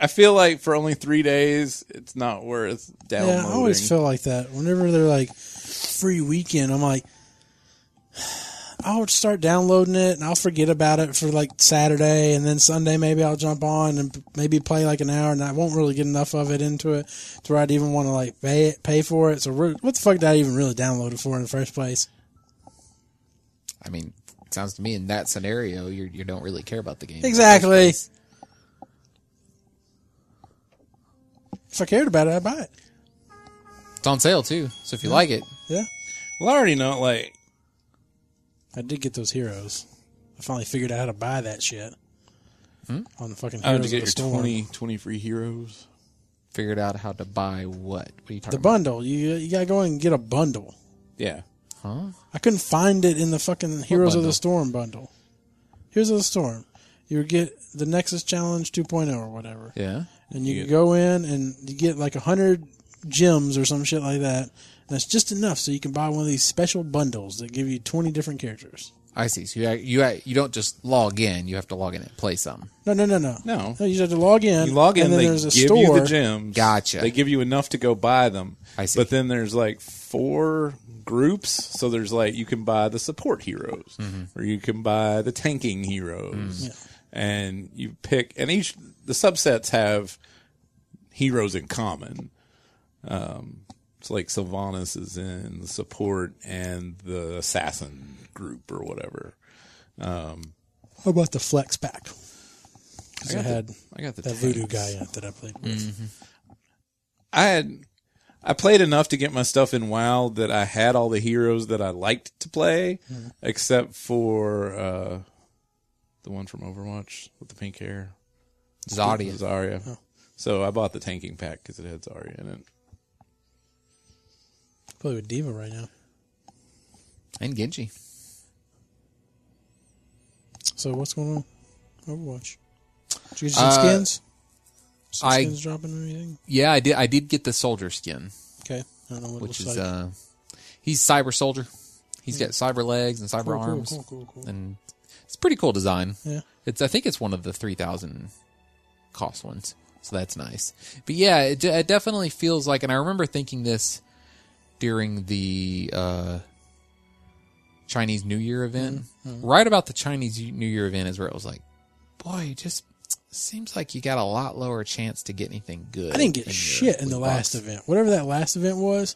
[SPEAKER 2] I feel like for only three days, it's not worth downloading.
[SPEAKER 1] Yeah, I always feel like that. Whenever they're like free weekend, I'm like, I'll start downloading it and I'll forget about it for like Saturday and then Sunday maybe I'll jump on and maybe play like an hour and I won't really get enough of it into it to where I'd even want to like pay it, pay for it. So re- what the fuck did I even really download it for in the first place?
[SPEAKER 3] I mean, it sounds to me in that scenario, you you don't really care about the game.
[SPEAKER 1] Exactly. If I cared about it, I'd buy it.
[SPEAKER 3] It's on sale too, so if you like it,
[SPEAKER 1] Yeah,
[SPEAKER 2] well, I already know. Like,
[SPEAKER 1] I did get those heroes. I finally figured out how to buy that shit on the fucking.
[SPEAKER 2] I
[SPEAKER 1] Heroes
[SPEAKER 2] had Hmm? Oh,
[SPEAKER 1] of
[SPEAKER 2] to get
[SPEAKER 1] the
[SPEAKER 2] your
[SPEAKER 1] Storm.
[SPEAKER 2] 20, 20 free heroes.
[SPEAKER 3] figured out how to buy what. What are you talking
[SPEAKER 1] The bundle. You you gotta go and get a bundle.
[SPEAKER 2] Yeah,
[SPEAKER 3] about? Huh?
[SPEAKER 1] I couldn't find it in the fucking Heroes of
[SPEAKER 3] bundle?
[SPEAKER 1] the Storm bundle. Heroes of the Storm. You would get the Nexus Challenge 2.0 or whatever,
[SPEAKER 3] Yeah.
[SPEAKER 1] and you could
[SPEAKER 2] Yeah.
[SPEAKER 1] go in and you get like a hundred gems or some shit like that. And that's just enough so you can buy one of these special bundles that give you twenty different characters.
[SPEAKER 3] I see. So you you you don't just log in; you have to log in and play some.
[SPEAKER 1] No, no, no, no,
[SPEAKER 2] No.
[SPEAKER 1] You just have to log in.
[SPEAKER 2] you log in.
[SPEAKER 1] and then
[SPEAKER 2] they
[SPEAKER 1] there's a
[SPEAKER 2] give
[SPEAKER 1] store.
[SPEAKER 2] you the gems.
[SPEAKER 3] Gotcha.
[SPEAKER 2] They give you enough to go buy them.
[SPEAKER 3] I see.
[SPEAKER 2] But then there's like four groups. So there's like you can buy the support heroes, or you can buy the tanking
[SPEAKER 1] Mm.
[SPEAKER 2] heroes, and you pick. And each the subsets have heroes in common. Um, it's like Sylvanas is in the support and the assassin group or whatever.
[SPEAKER 1] How about the Flex Pack? 'Cause
[SPEAKER 2] I
[SPEAKER 1] I
[SPEAKER 2] got the- Mm.
[SPEAKER 1] had
[SPEAKER 2] I got the
[SPEAKER 1] that voodoo
[SPEAKER 2] tanks.
[SPEAKER 1] guy in it that I played with.
[SPEAKER 2] I had I played enough to get my stuff in WoW that I had all the heroes that I liked to play,
[SPEAKER 3] Mm-hmm.
[SPEAKER 2] except for uh, the one from Overwatch with the pink hair,
[SPEAKER 3] Zodiac.
[SPEAKER 2] Zarya.
[SPEAKER 3] Oh.
[SPEAKER 2] So I bought the tanking pack because it had Zarya in it.
[SPEAKER 1] Play with Diva right now.
[SPEAKER 3] and Genji.
[SPEAKER 1] So what's going on? Overwatch. Did you get some
[SPEAKER 3] Uh,
[SPEAKER 1] skins? Some
[SPEAKER 3] I-
[SPEAKER 1] skins dropping or anything?
[SPEAKER 3] Yeah, I did. I did get the soldier skin,
[SPEAKER 1] Okay. I don't know what
[SPEAKER 3] which
[SPEAKER 1] it
[SPEAKER 3] is
[SPEAKER 1] looks like.
[SPEAKER 3] uh, He's cyber soldier. He's got cyber legs and cyber
[SPEAKER 1] Cool, cool,
[SPEAKER 3] arms,
[SPEAKER 1] cool, cool, cool.
[SPEAKER 3] and it's a pretty cool design.
[SPEAKER 1] Yeah.
[SPEAKER 3] It's I think it's one of the three thousand cost ones, so that's nice. But yeah, it, de- it definitely feels like, and I remember thinking this during the uh, Chinese New Year event.
[SPEAKER 1] Mm-hmm.
[SPEAKER 3] Right about the Chinese New Year event is where it was like, boy, it just seems like you got a lot lower chance to get anything good.
[SPEAKER 1] I didn't get
[SPEAKER 3] your
[SPEAKER 1] shit in the
[SPEAKER 3] loot
[SPEAKER 1] last
[SPEAKER 3] box.
[SPEAKER 1] event. Whatever that last event was,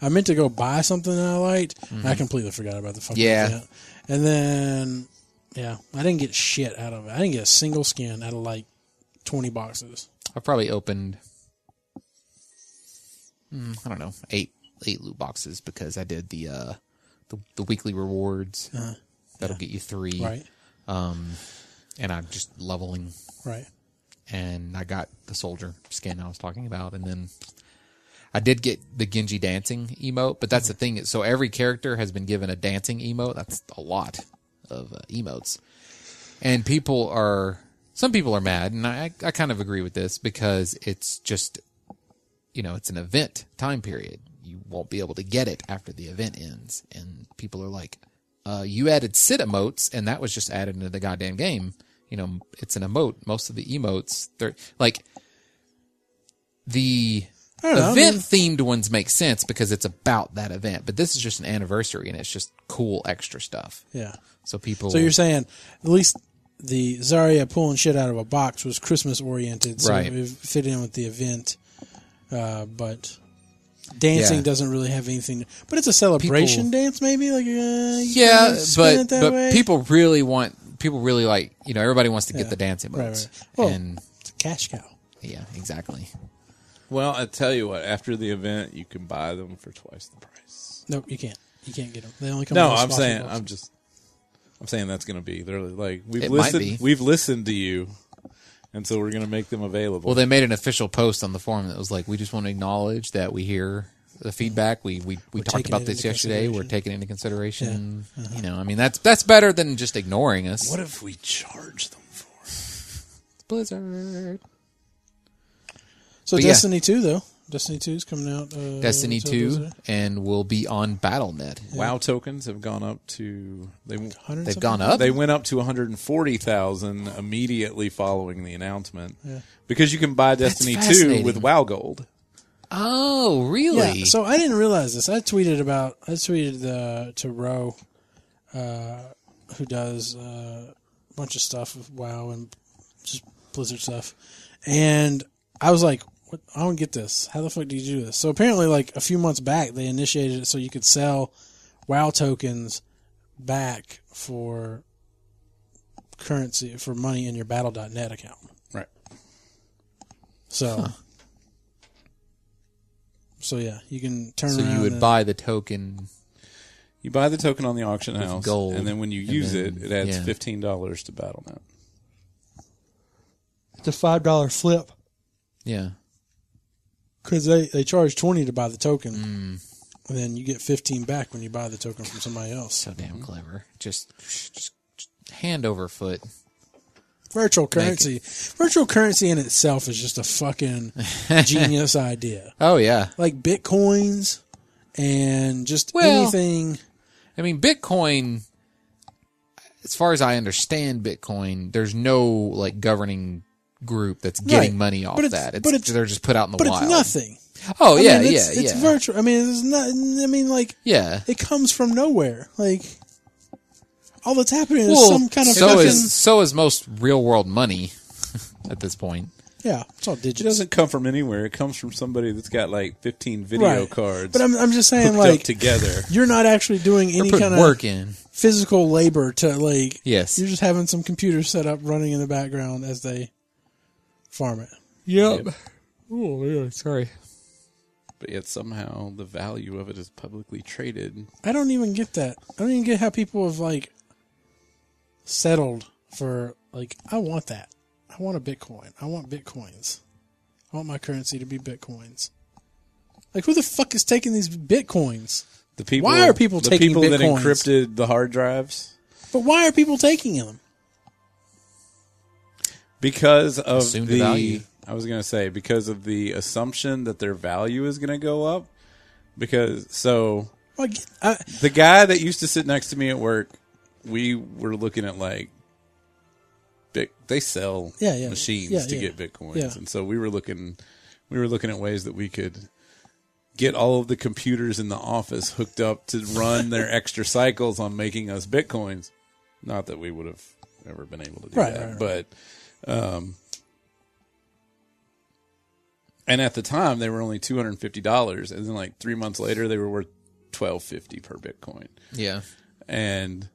[SPEAKER 1] I meant to go buy something that I liked. And I completely forgot about the fucking
[SPEAKER 3] Mm-hmm. Yeah.
[SPEAKER 1] event. And then, yeah, I didn't get shit out of it. I didn't get a single skin out of like 20 boxes.
[SPEAKER 3] I probably opened, mm, I don't know, eight eight loot boxes because I did the uh, the, the weekly rewards. That'll get you three,
[SPEAKER 1] Right.
[SPEAKER 3] Um, and I'm just leveling,
[SPEAKER 1] Right.
[SPEAKER 3] and I got the soldier skin I was talking about, and then I did get the Genji dancing emote. But that's the thing. So every character has been given a dancing emote. That's a lot of uh, emotes and people are some people are mad and I, I kind of agree with this because it's just you know it's an event time period you won't be able to get it after the event ends and people are like uh, you added sit emotes and that was just added into the goddamn game you know it's an emote most of the emotes they're like the
[SPEAKER 1] I don't know. I
[SPEAKER 3] event
[SPEAKER 1] mean-
[SPEAKER 3] themed ones make sense because it's about that event but this is just an anniversary and it's just cool extra stuff
[SPEAKER 1] Yeah.
[SPEAKER 3] so people
[SPEAKER 1] So you're saying at least the Zarya pulling shit out of a box was Christmas oriented, so
[SPEAKER 3] Right.
[SPEAKER 1] it fit in with the event. Uh, but dancing
[SPEAKER 3] Yeah.
[SPEAKER 1] doesn't really have anything. To, but it's a celebration
[SPEAKER 3] People-
[SPEAKER 1] dance, maybe. Like uh, you
[SPEAKER 3] Yeah,
[SPEAKER 1] kinda spin
[SPEAKER 3] but
[SPEAKER 1] it that
[SPEAKER 3] but
[SPEAKER 1] way.
[SPEAKER 3] people really want people really like you know everybody wants to get the dance emotes
[SPEAKER 1] Right, right. Well-
[SPEAKER 3] and
[SPEAKER 1] It's a cash cow.
[SPEAKER 3] yeah exactly
[SPEAKER 2] Well, I tell you what. After the event, you can buy them for twice the price.
[SPEAKER 1] Nope, you can't. You can't get them. They only come.
[SPEAKER 2] No,
[SPEAKER 1] in
[SPEAKER 2] I'm
[SPEAKER 1] smaller
[SPEAKER 2] saying
[SPEAKER 1] box.
[SPEAKER 2] I'm just. I'm saying that's going to be. They're like we've
[SPEAKER 3] It might
[SPEAKER 2] listened.
[SPEAKER 3] be.
[SPEAKER 2] We've listened to you, and so we're going to make them available.
[SPEAKER 3] well they made an official post on the forum that was like we just want to acknowledge that we hear the feedback we we, we talked
[SPEAKER 1] taking
[SPEAKER 3] about
[SPEAKER 1] it
[SPEAKER 3] this
[SPEAKER 1] into
[SPEAKER 3] yesterday
[SPEAKER 1] consideration.
[SPEAKER 3] we're
[SPEAKER 1] Uh-huh.
[SPEAKER 3] taking it into consideration you know I mean that's that's better than just ignoring us
[SPEAKER 2] what if we charge them for? it?
[SPEAKER 3] Blizzard
[SPEAKER 1] so
[SPEAKER 3] but yeah.
[SPEAKER 1] Destiny two though. Destiny two is coming out. Uh,
[SPEAKER 3] Destiny
[SPEAKER 1] so
[SPEAKER 3] two
[SPEAKER 1] Blizzard.
[SPEAKER 3] and we'll be on BattleNet
[SPEAKER 2] Wow tokens have gone up to they
[SPEAKER 1] 100
[SPEAKER 3] they've
[SPEAKER 1] something?
[SPEAKER 3] gone up
[SPEAKER 2] they went up to 140,000 immediately following the announcement because you can buy Destiny 2
[SPEAKER 3] fascinating.
[SPEAKER 2] with WoW gold.
[SPEAKER 3] oh really
[SPEAKER 1] Yeah, so I didn't realize this. I tweeted about I tweeted the to Roe, uh, who does uh, a bunch of stuff with WoW and just Blizzard stuff, and I was like, "What? I don't get this. How the fuck do you do this?" So apparently, like a few months back, they initiated it so you could sell WoW tokens back for currency for money in your Battle.net account.
[SPEAKER 2] Right.
[SPEAKER 1] So. So yeah, you can turn.
[SPEAKER 3] so you
[SPEAKER 1] around
[SPEAKER 3] would
[SPEAKER 1] and-
[SPEAKER 3] buy the token
[SPEAKER 2] You buy the token on the auction house
[SPEAKER 3] gold,
[SPEAKER 2] and then when you
[SPEAKER 3] and
[SPEAKER 2] use
[SPEAKER 3] then-
[SPEAKER 2] it it adds
[SPEAKER 3] yeah.
[SPEAKER 2] $15 to BattleNet.
[SPEAKER 1] It's a five dollar flip
[SPEAKER 3] yeah
[SPEAKER 1] because they they charge twenty to buy the token,
[SPEAKER 3] Mm.
[SPEAKER 1] and then you get fifteen back when you buy the token from somebody else.
[SPEAKER 3] So damn clever. Just, just, just hand over foot.
[SPEAKER 1] Virtual currency, virtual currency in itself is just a fucking genius idea.
[SPEAKER 3] Oh yeah.
[SPEAKER 1] Like bitcoins and just
[SPEAKER 3] Well-
[SPEAKER 1] anything.
[SPEAKER 3] I mean, Bitcoin. As far as I understand Bitcoin, there's no like governing group that's getting
[SPEAKER 1] Right.
[SPEAKER 3] money off
[SPEAKER 1] But it's-
[SPEAKER 3] that. It's,
[SPEAKER 1] but it's-
[SPEAKER 3] they're just put out in the
[SPEAKER 1] But
[SPEAKER 3] wild.
[SPEAKER 1] it's nothing.
[SPEAKER 3] Oh
[SPEAKER 1] I
[SPEAKER 3] yeah,
[SPEAKER 1] mean,
[SPEAKER 3] yeah,
[SPEAKER 1] it's, It's
[SPEAKER 3] yeah,
[SPEAKER 1] virtual. I mean, it's not. I mean, like
[SPEAKER 3] yeah.
[SPEAKER 1] it comes from nowhere. Like all that's happening is
[SPEAKER 3] Well,
[SPEAKER 1] some kind of
[SPEAKER 3] so
[SPEAKER 1] fucking
[SPEAKER 3] is so is most real world money at this point.
[SPEAKER 1] yeah. It's all
[SPEAKER 2] It
[SPEAKER 1] digital.
[SPEAKER 2] doesn't come from anywhere. It comes from somebody that's got like 15 video cards
[SPEAKER 1] But I'm, I'm just saying,
[SPEAKER 2] hooked
[SPEAKER 1] like,
[SPEAKER 2] up together.
[SPEAKER 1] you're not actually doing any
[SPEAKER 3] Put
[SPEAKER 1] kind of
[SPEAKER 3] work in.
[SPEAKER 1] physical labor to, like,
[SPEAKER 3] Yes.
[SPEAKER 1] you're just having some computer set up running in the background as they farm it.
[SPEAKER 3] Yep. Oh yeah. Sorry.
[SPEAKER 2] But yet somehow the value of it is publicly traded.
[SPEAKER 1] I don't even get that. I don't even get how people have, like, settled for, like, I want that. I want a Bitcoin. I want Bitcoins. I want my currency to be Bitcoins. Like, who the fuck is taking these Bitcoins?
[SPEAKER 2] The people
[SPEAKER 1] Why are people
[SPEAKER 2] the
[SPEAKER 1] taking
[SPEAKER 2] people that
[SPEAKER 1] Bitcoins?
[SPEAKER 2] encrypted the hard drives
[SPEAKER 1] But why are people taking them?
[SPEAKER 2] because of
[SPEAKER 3] Assumed
[SPEAKER 2] the
[SPEAKER 3] value.
[SPEAKER 2] I was going to say because of the assumption that their value is going to go up because so
[SPEAKER 1] Like, I,
[SPEAKER 2] The guy that used to sit next to me at work, we were looking at like, Bic- they sell
[SPEAKER 1] Yeah, yeah.
[SPEAKER 2] machines
[SPEAKER 1] Yeah,
[SPEAKER 2] to
[SPEAKER 1] yeah.
[SPEAKER 2] get bitcoins,
[SPEAKER 1] Yeah.
[SPEAKER 2] and so we were looking, we were looking at ways that we could get all of the computers in the office hooked up to run their extra cycles on making us bitcoins. Not that we would have ever been able to do
[SPEAKER 1] Right,
[SPEAKER 2] that,
[SPEAKER 1] right,
[SPEAKER 2] but. Um, and at the time, they were only two hundred and fifty dollars, and then like three months later, they were worth twelve fifty per bitcoin.
[SPEAKER 3] Yeah.
[SPEAKER 2] And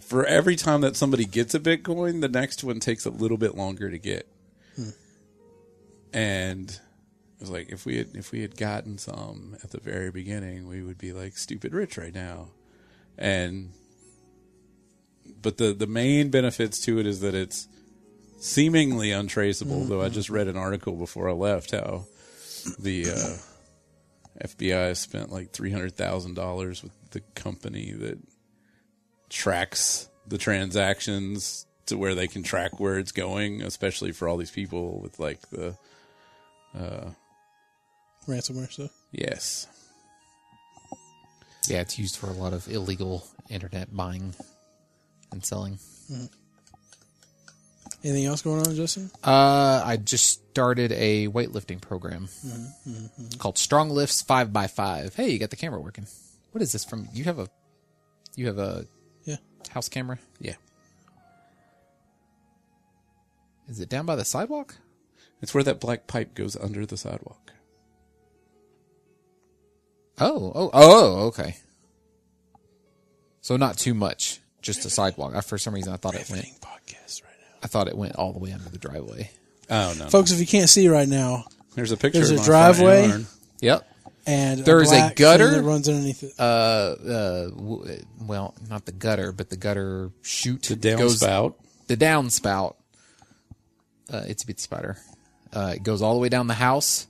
[SPEAKER 2] for every time that somebody gets a bitcoin, the next one takes a little bit longer to get. And it was like if we had if we had gotten some at the very beginning, we would be like stupid rich right now. And but the the main benefits to it is that it's seemingly untraceable. Though I just read an article before I left how the uh, FBI spent like three hundred thousand dollars with the company that tracks the transactions to where they can track where it's going, especially for all these people with like the
[SPEAKER 1] ransomware stuff.
[SPEAKER 2] yes.
[SPEAKER 3] Yeah, it's used for a lot of illegal internet buying and selling.
[SPEAKER 1] Anything else going on, Justin?
[SPEAKER 3] Uh, I just started a weightlifting program called Strong Lifts Five by Five. Hey, you got the camera working. What is this from? You have a, you have a
[SPEAKER 1] Yeah.
[SPEAKER 3] house camera.
[SPEAKER 2] Yeah.
[SPEAKER 3] Is it down by the sidewalk?
[SPEAKER 2] It's where that black pipe goes under the sidewalk.
[SPEAKER 3] Oh, oh, oh, okay. So not too much, just a sidewalk. I, for some reason, I thought it went.
[SPEAKER 1] Riveting podcast right now.
[SPEAKER 3] I thought it went all the way under the driveway.
[SPEAKER 2] Oh no.
[SPEAKER 1] Folks, if you can't see right now,
[SPEAKER 2] There's a picture
[SPEAKER 1] there's a
[SPEAKER 2] of my front
[SPEAKER 1] driveway.
[SPEAKER 2] yard.
[SPEAKER 3] Yep.
[SPEAKER 1] and
[SPEAKER 3] There is a
[SPEAKER 1] black thing
[SPEAKER 3] gutter?
[SPEAKER 1] that runs underneath it.
[SPEAKER 3] uh, w- well, not the gutter, but the gutter chute.
[SPEAKER 2] The
[SPEAKER 3] goes-
[SPEAKER 2] downspout.
[SPEAKER 3] the downspout. Uh, it's a bit spider. Uh, it goes all the way down the house,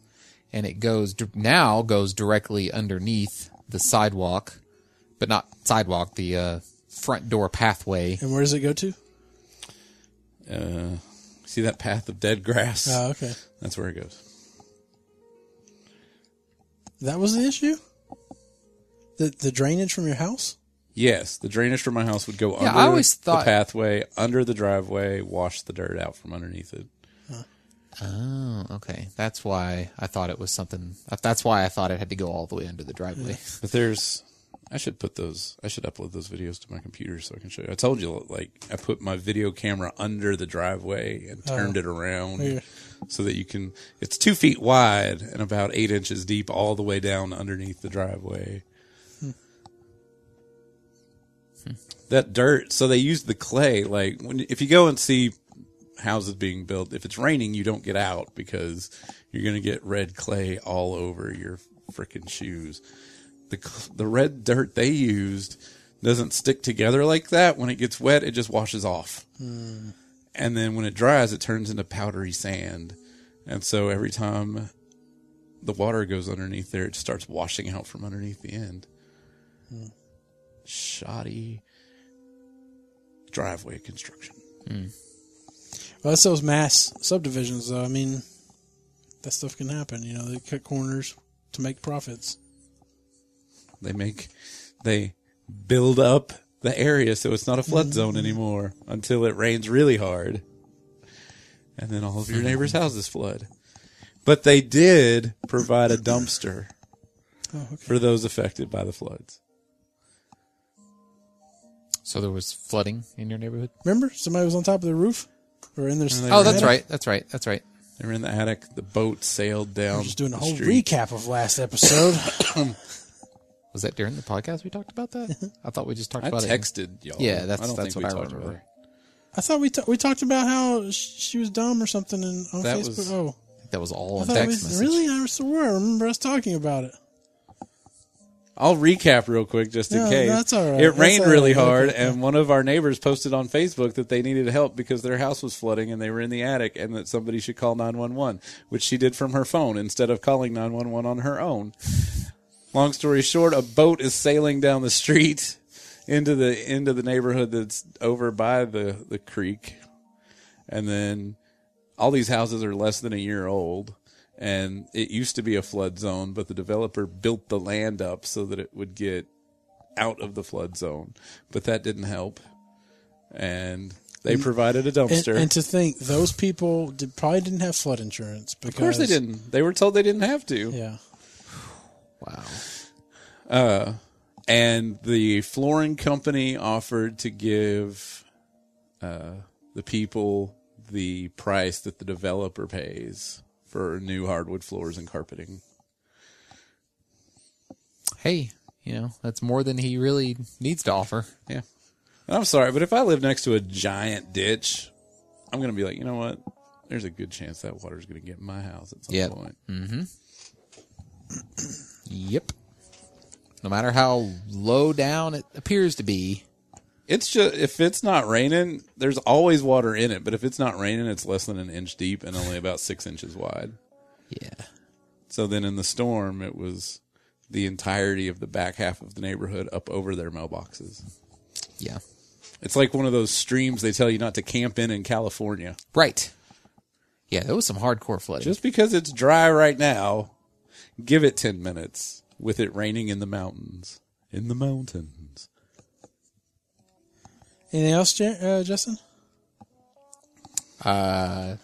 [SPEAKER 3] and it goes di- now goes directly underneath the sidewalk, but not sidewalk. The uh, front door pathway.
[SPEAKER 1] and where does it go to?
[SPEAKER 2] Uh, see that path of dead grass?
[SPEAKER 3] Uh,
[SPEAKER 1] Oh, okay.
[SPEAKER 2] That's where it goes.
[SPEAKER 1] That was the issue. The the drainage from your house.
[SPEAKER 2] Yes, the drainage from my house would go
[SPEAKER 3] Yeah,
[SPEAKER 2] under
[SPEAKER 3] I always
[SPEAKER 2] the
[SPEAKER 3] thought-
[SPEAKER 2] pathway, under the driveway, wash the dirt out from underneath it.
[SPEAKER 3] Oh, okay. That's why I thought it was something. uh, That's why I thought it had to go all the way under the driveway.
[SPEAKER 2] But there's, I should put those, I should upload those videos to my computer so I can show you. I told you, like, I put my video camera under the driveway and turned it around
[SPEAKER 1] Weird.
[SPEAKER 2] so that you can, it's two feet wide and about eight inches deep all the way down underneath the driveway. That dirt, so they used the clay. Like, when, if you go and see houses being built, if it's raining, you don't get out because you're going to get red clay all over your freaking shoes the cl- the red dirt they used doesn't stick together like that. When it gets wet, it just washes off, and then when it dries, it turns into powdery sand. And so every time the water goes underneath there, it starts washing out from underneath the end. Shoddy driveway construction.
[SPEAKER 1] Well, that's those mass subdivisions, though. I mean, that stuff can happen. You know, they cut corners to make profits.
[SPEAKER 2] They make they build up the area so it's not a flood
[SPEAKER 1] Mm-hmm.
[SPEAKER 2] zone anymore until it rains really hard. And then all of your neighbors' houses flood. But they did provide a dumpster
[SPEAKER 1] Oh, okay.
[SPEAKER 2] for those affected by the floods.
[SPEAKER 3] so there was flooding in your neighborhood.
[SPEAKER 1] Remember, somebody was on top of the roof or in their.
[SPEAKER 2] they
[SPEAKER 3] Oh,
[SPEAKER 2] were
[SPEAKER 3] that's
[SPEAKER 2] Yeah.
[SPEAKER 3] right. That's right. That's right.
[SPEAKER 2] They were in the attic. The boat sailed down.
[SPEAKER 1] Just doing a
[SPEAKER 2] the
[SPEAKER 1] whole
[SPEAKER 2] street.
[SPEAKER 1] recap of last episode.
[SPEAKER 3] Was that during the podcast we talked about that? I thought we just talked
[SPEAKER 2] I
[SPEAKER 3] about it.
[SPEAKER 2] texted y'all.
[SPEAKER 3] Yeah, that's
[SPEAKER 2] I don't
[SPEAKER 3] that's
[SPEAKER 2] think
[SPEAKER 3] what
[SPEAKER 2] we
[SPEAKER 3] I
[SPEAKER 2] talked about
[SPEAKER 3] remember.
[SPEAKER 1] I thought we ta- we talked about how sh- she was dumb or something and on
[SPEAKER 2] That
[SPEAKER 1] Facebook.
[SPEAKER 2] was-
[SPEAKER 1] oh,
[SPEAKER 3] That was all
[SPEAKER 1] I
[SPEAKER 3] on
[SPEAKER 1] thought it
[SPEAKER 3] text
[SPEAKER 1] was,
[SPEAKER 3] message.
[SPEAKER 1] really. I swear, I remember us talking about it.
[SPEAKER 2] I'll recap real quick just in
[SPEAKER 1] No,
[SPEAKER 2] case.
[SPEAKER 1] that's all right.
[SPEAKER 2] It
[SPEAKER 1] That's
[SPEAKER 2] rained
[SPEAKER 1] all right.
[SPEAKER 2] really
[SPEAKER 1] Okay,
[SPEAKER 2] hard,
[SPEAKER 1] okay.
[SPEAKER 2] and one of our neighbors posted on Facebook that they needed help because their house was flooding and they were in the attic and that somebody should call 911, which she did from her phone instead of calling 911 on her own. Long story short, a boat is sailing down the street into the into the neighborhood that's over by the, the creek. And then all these houses are less than a year old and it used to be a flood zone, but the developer built the land up so that it would get out of the flood zone, but that didn't help, and they provided a
[SPEAKER 1] Mm. And,
[SPEAKER 2] dumpster.
[SPEAKER 1] and to think those people did, probably didn't have flood insurance. Because,
[SPEAKER 2] of course, they didn't. They were told they didn't have to.
[SPEAKER 1] Yeah.
[SPEAKER 3] Wow.
[SPEAKER 2] and the flooring company offered to give uh, the people the price that the developer pays for new hardwood floors and carpeting.
[SPEAKER 3] Hey, you know, that's more than he really needs to offer.
[SPEAKER 2] Yeah. And I'm sorry, but if I live next to a giant ditch, I'm going to be like, you know what? There's a good chance that water's going to get in my house at some
[SPEAKER 3] Yep.
[SPEAKER 2] point.
[SPEAKER 3] Yep. No matter how low down it appears to be.
[SPEAKER 2] It's just if it's not raining, there's always water in it. But if it's not raining, it's less than an inch deep and only about six inches wide.
[SPEAKER 3] Yeah.
[SPEAKER 2] So then in the storm, it was the entirety of the back half of the neighborhood up over their mailboxes.
[SPEAKER 3] Yeah.
[SPEAKER 2] It's like one of those streams they tell you not to camp in in California.
[SPEAKER 3] Right. Yeah, that was some hardcore flooding.
[SPEAKER 2] Just because it's dry right now, give it 10 minutes with it raining in the mountains. In the mountains.
[SPEAKER 1] Anything else, Jer- uh, Justin?
[SPEAKER 3] uh,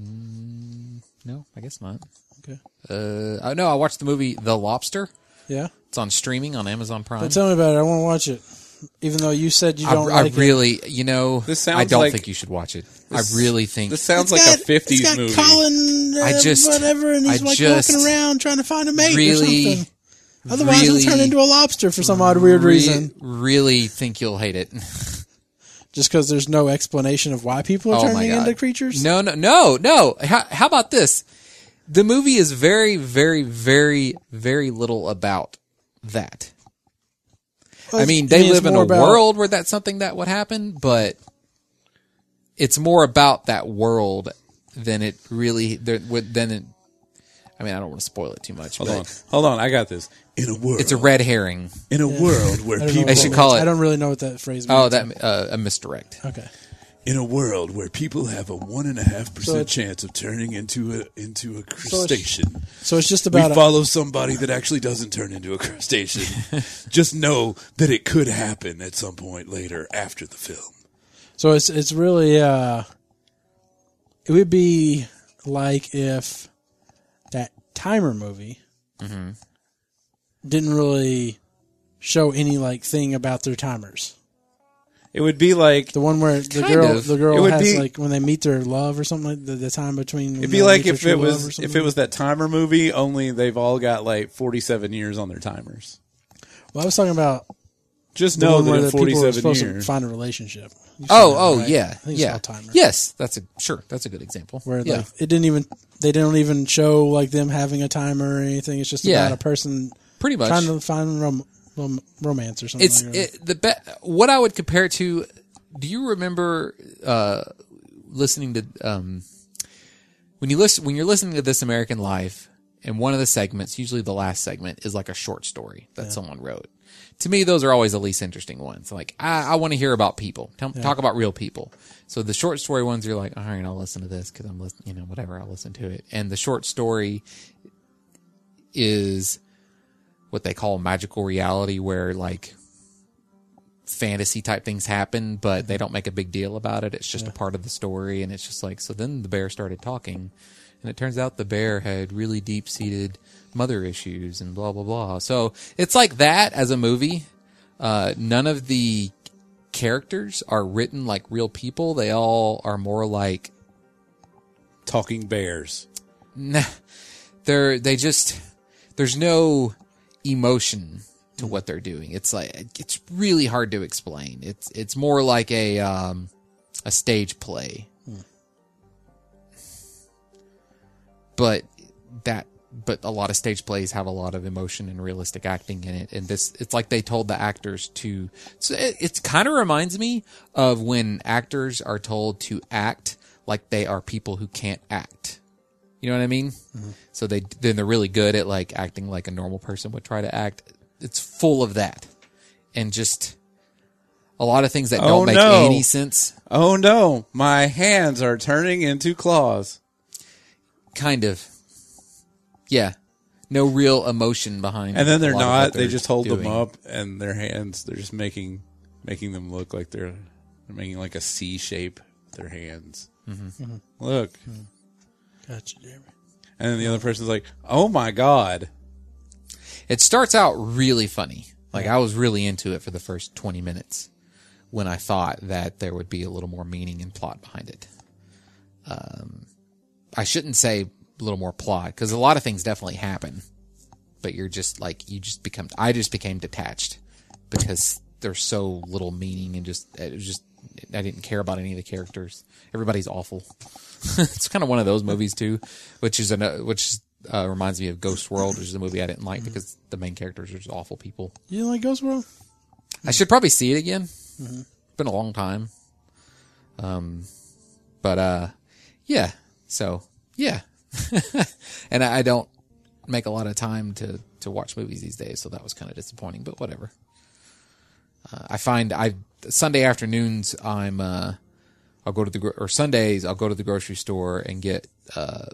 [SPEAKER 3] mm, no, I guess not.
[SPEAKER 1] Okay.
[SPEAKER 3] Uh, oh, no, I watched the movie The Lobster.
[SPEAKER 1] Yeah.
[SPEAKER 3] It's on streaming on Amazon Prime.
[SPEAKER 1] But tell me about it. I want to watch it. Even though you said you
[SPEAKER 3] I,
[SPEAKER 1] don't
[SPEAKER 3] I
[SPEAKER 1] like it.
[SPEAKER 3] really, you know,
[SPEAKER 2] This sounds
[SPEAKER 3] I don't
[SPEAKER 2] like-
[SPEAKER 3] think you should watch it. I really think
[SPEAKER 2] This sounds like
[SPEAKER 1] It's
[SPEAKER 2] a
[SPEAKER 1] got-
[SPEAKER 2] 50s
[SPEAKER 1] it's got
[SPEAKER 2] movie.
[SPEAKER 1] Colin, uh,
[SPEAKER 3] I just-
[SPEAKER 1] whatever, and he's
[SPEAKER 3] I
[SPEAKER 1] like
[SPEAKER 3] just
[SPEAKER 1] walking around trying to find a mate or
[SPEAKER 3] really,
[SPEAKER 1] something. Otherwise,
[SPEAKER 3] really-
[SPEAKER 1] he'll turn into a lobster for some odd weird
[SPEAKER 3] re-
[SPEAKER 1] reason.
[SPEAKER 3] really think you'll hate it.
[SPEAKER 1] Just because there's no explanation of why people are
[SPEAKER 3] Oh my
[SPEAKER 1] turning
[SPEAKER 3] god!
[SPEAKER 1] into creatures.
[SPEAKER 3] No, no, no, no. How, how about this? The movie is very, very, very, very little about that. I mean, they
[SPEAKER 1] it's
[SPEAKER 3] live in
[SPEAKER 1] more
[SPEAKER 3] a
[SPEAKER 1] about-
[SPEAKER 3] world where that's something that would happen, but it's more about that world than it really there would- than it. I mean, I don't want to spoil it too much,
[SPEAKER 2] Hold
[SPEAKER 3] but
[SPEAKER 2] on. Hold on. I got this. In a world.
[SPEAKER 3] it's a red herring.
[SPEAKER 2] in a world where
[SPEAKER 1] I don't know
[SPEAKER 2] people
[SPEAKER 1] what
[SPEAKER 3] should call it-
[SPEAKER 1] I don't really know what that phrase means.
[SPEAKER 3] Oh, that uh, a misdirect.
[SPEAKER 1] Okay.
[SPEAKER 2] in a world where people have a one and a half
[SPEAKER 1] So
[SPEAKER 2] percent
[SPEAKER 1] it's-
[SPEAKER 2] chance of turning into a into a crustacean.
[SPEAKER 1] So it's just
[SPEAKER 2] we
[SPEAKER 1] about. A,
[SPEAKER 2] follow somebody that actually doesn't turn into a crustacean. Just know that it could happen at some point later after the film.
[SPEAKER 1] so it's it's really. Uh, it would be like if that timer movie
[SPEAKER 3] Mm-hmm.
[SPEAKER 1] didn't really show any like thing about their timers.
[SPEAKER 2] It would be like
[SPEAKER 1] The one where the
[SPEAKER 3] Kind
[SPEAKER 1] girl,
[SPEAKER 3] of.
[SPEAKER 1] the
[SPEAKER 2] It
[SPEAKER 1] girl
[SPEAKER 2] would
[SPEAKER 1] has
[SPEAKER 2] be-
[SPEAKER 1] like when they meet their love or something like the, the time between.
[SPEAKER 2] it'd be like if it was if it was that timer movie. Only they've all got like forty seven years on their timers.
[SPEAKER 1] Well, I was talking about
[SPEAKER 2] Just
[SPEAKER 1] the
[SPEAKER 2] know
[SPEAKER 1] one where
[SPEAKER 2] that in
[SPEAKER 1] the
[SPEAKER 2] forty
[SPEAKER 1] people were
[SPEAKER 2] seven
[SPEAKER 1] supposed
[SPEAKER 2] years.
[SPEAKER 1] to find a relationship. You've seen
[SPEAKER 3] Oh,
[SPEAKER 1] that
[SPEAKER 3] oh
[SPEAKER 1] one, right?
[SPEAKER 3] yeah,
[SPEAKER 1] I think it's
[SPEAKER 3] yeah.
[SPEAKER 1] called timer.
[SPEAKER 3] Yes, that's a sure. That's a good example.
[SPEAKER 1] where
[SPEAKER 3] yeah.
[SPEAKER 1] like it didn't even they don't even show like them having a timer or anything. It's just
[SPEAKER 3] Yeah.
[SPEAKER 1] about a person
[SPEAKER 3] pretty much.
[SPEAKER 1] trying to find rom- rom- romance or something.
[SPEAKER 3] it's
[SPEAKER 1] like that.
[SPEAKER 3] it, the be- what I would compare it to. Do you remember uh, listening to um, when you listen when you're listening to This American Life, and one of the segments, usually the last segment, is like a short story that someone wrote. To me, those are always the least interesting ones. Like I, I want to hear about people, Tell, talk about real people. So the short story ones, you're like, all right, I'll listen to this because I'm listening, you know, whatever, I'll listen to it. And the short story is what they call magical reality where like fantasy type things happen but they don't make a big deal about it it's just a part of the story and it's just like so then the bear started talking and it turns out the bear had really deep seated mother issues and blah blah blah so it's like that as a movie uh, none of the characters are written like real people they all are more like
[SPEAKER 2] Talking bears.
[SPEAKER 3] nah, they're they just there's no emotion to what they're doing. It's like it's really hard to explain. It's it's more like a um, a stage play, but that but a lot of stage plays have a lot of emotion and realistic acting in it. And this it's like they told the actors to. So it, it kind of reminds me of when actors are told to act like they are people who can't act. You know what I mean?
[SPEAKER 2] Mm-hmm.
[SPEAKER 3] So they then they're really good at like acting like a normal person would try to act. It's full of that, and just a lot of things that
[SPEAKER 2] Oh,
[SPEAKER 3] don't make
[SPEAKER 2] no.
[SPEAKER 3] any sense.
[SPEAKER 2] Oh no, my hands are turning into claws.
[SPEAKER 3] Kind of. Yeah. No real emotion behind
[SPEAKER 2] And then they're
[SPEAKER 3] a lot of
[SPEAKER 2] not.
[SPEAKER 3] what
[SPEAKER 2] They
[SPEAKER 3] they're
[SPEAKER 2] just hold them
[SPEAKER 3] doing.
[SPEAKER 2] up, and their hands. They're just making making them look like they're they're making like a C shape. with Their hands.
[SPEAKER 1] Mm-hmm.
[SPEAKER 2] Look,
[SPEAKER 1] Gotcha, Jeremy.
[SPEAKER 2] and then the other person's like, "Oh my god!"
[SPEAKER 3] It starts out really funny. Like I was really into it for the first 20 minutes when I thought that there would be a little more meaning and plot behind it. Um, I shouldn't say a little more plot because a lot of things definitely happen, but you're just like, you just become, I just became detached because there's so little meaning and just, it was just, I didn't care about any of the characters. Everybody's awful. it's kind of one of those movies too, which is an, which uh, reminds me of Ghost World, which is a movie I didn't like because the main characters are just awful people.
[SPEAKER 1] You didn't like Ghost World?
[SPEAKER 3] I should probably see it again. Been a long time. Um, but uh, yeah. So yeah, and I, I don't make a lot of time to to watch movies these days, so that was kind of disappointing. But whatever. Uh, I find I Sunday afternoons I'm uh, I'll go to the gro- or Sundays I'll go to the grocery store and get uh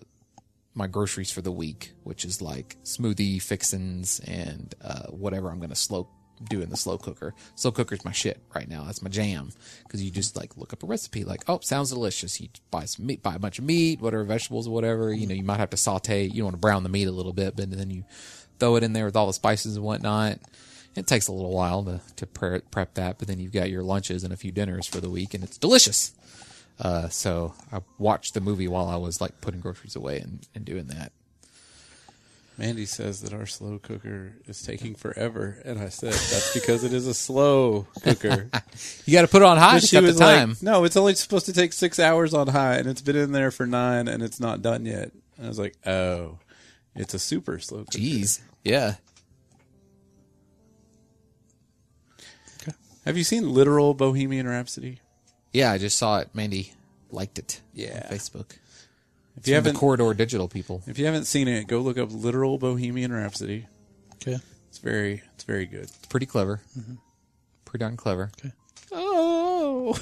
[SPEAKER 3] my groceries for the week, which is like smoothie fixins and uh, whatever I'm gonna slow do in the slow cooker. Slow cooker's my shit right now. That's my jam because you just like look up a recipe, like oh sounds delicious. You buy some meat, buy a bunch of meat, whatever vegetables, whatever. You know you might have to saute. You want to brown the meat a little bit, but then you throw it in there with all the spices and whatnot. It takes a little while to to pre- prep that, but then you've got your lunches and a few dinners for the week, and it's delicious. Uh, so I watched the movie while I was like putting groceries away and, and doing that.
[SPEAKER 2] Mandy says that our slow cooker is taking forever, and I said that's because it is a slow cooker.
[SPEAKER 3] You got to put it on high
[SPEAKER 2] But
[SPEAKER 3] to cut the time.
[SPEAKER 2] like, "No, it's only supposed to take six hours on high, and it's been in there for nine, and it's not done yet." And I was like, "Oh, it's a super slow cooker."
[SPEAKER 3] Jeez. Yeah.
[SPEAKER 2] Have you seen literal Bohemian Rhapsody?
[SPEAKER 3] Yeah. I just saw it. Mandy liked it.
[SPEAKER 2] Yeah.
[SPEAKER 3] On Facebook.
[SPEAKER 2] If
[SPEAKER 3] You
[SPEAKER 2] you
[SPEAKER 3] have the
[SPEAKER 2] haven't,
[SPEAKER 3] corridor digital people.
[SPEAKER 2] if you haven't seen it, go look up literal Bohemian Rhapsody.
[SPEAKER 1] Okay.
[SPEAKER 2] It's very, it's very good.
[SPEAKER 3] It's pretty clever. Pretty darn clever.
[SPEAKER 1] Okay.
[SPEAKER 2] Oh,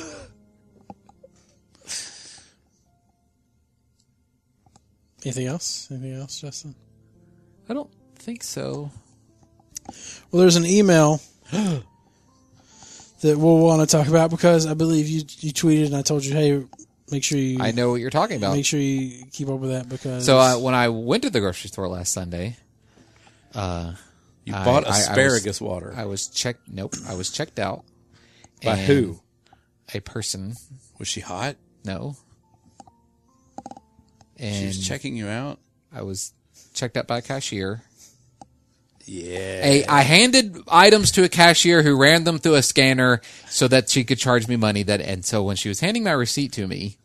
[SPEAKER 1] Anything else? Anything else, Justin?
[SPEAKER 3] I don't think so.
[SPEAKER 1] Well, there's an email that we'll want to talk about because I believe you you tweeted and I told you, hey, make sure you
[SPEAKER 3] I know what you're talking about.
[SPEAKER 1] make sure you keep up with that because
[SPEAKER 3] So uh, when I went to the grocery store last Sunday,
[SPEAKER 2] you
[SPEAKER 3] I-
[SPEAKER 2] bought
[SPEAKER 3] I- I was-
[SPEAKER 2] asparagus water
[SPEAKER 3] I was checked. Nope. I was checked out.
[SPEAKER 2] by
[SPEAKER 3] and
[SPEAKER 2] who?
[SPEAKER 3] A person.
[SPEAKER 2] Was she hot?
[SPEAKER 3] No.
[SPEAKER 2] She
[SPEAKER 3] And
[SPEAKER 2] was checking you out.
[SPEAKER 3] I was checked out by a cashier.
[SPEAKER 2] Yeah.
[SPEAKER 3] A, I handed items to a cashier who ran them through a scanner so that she could charge me money. That and so when she was handing my receipt to me,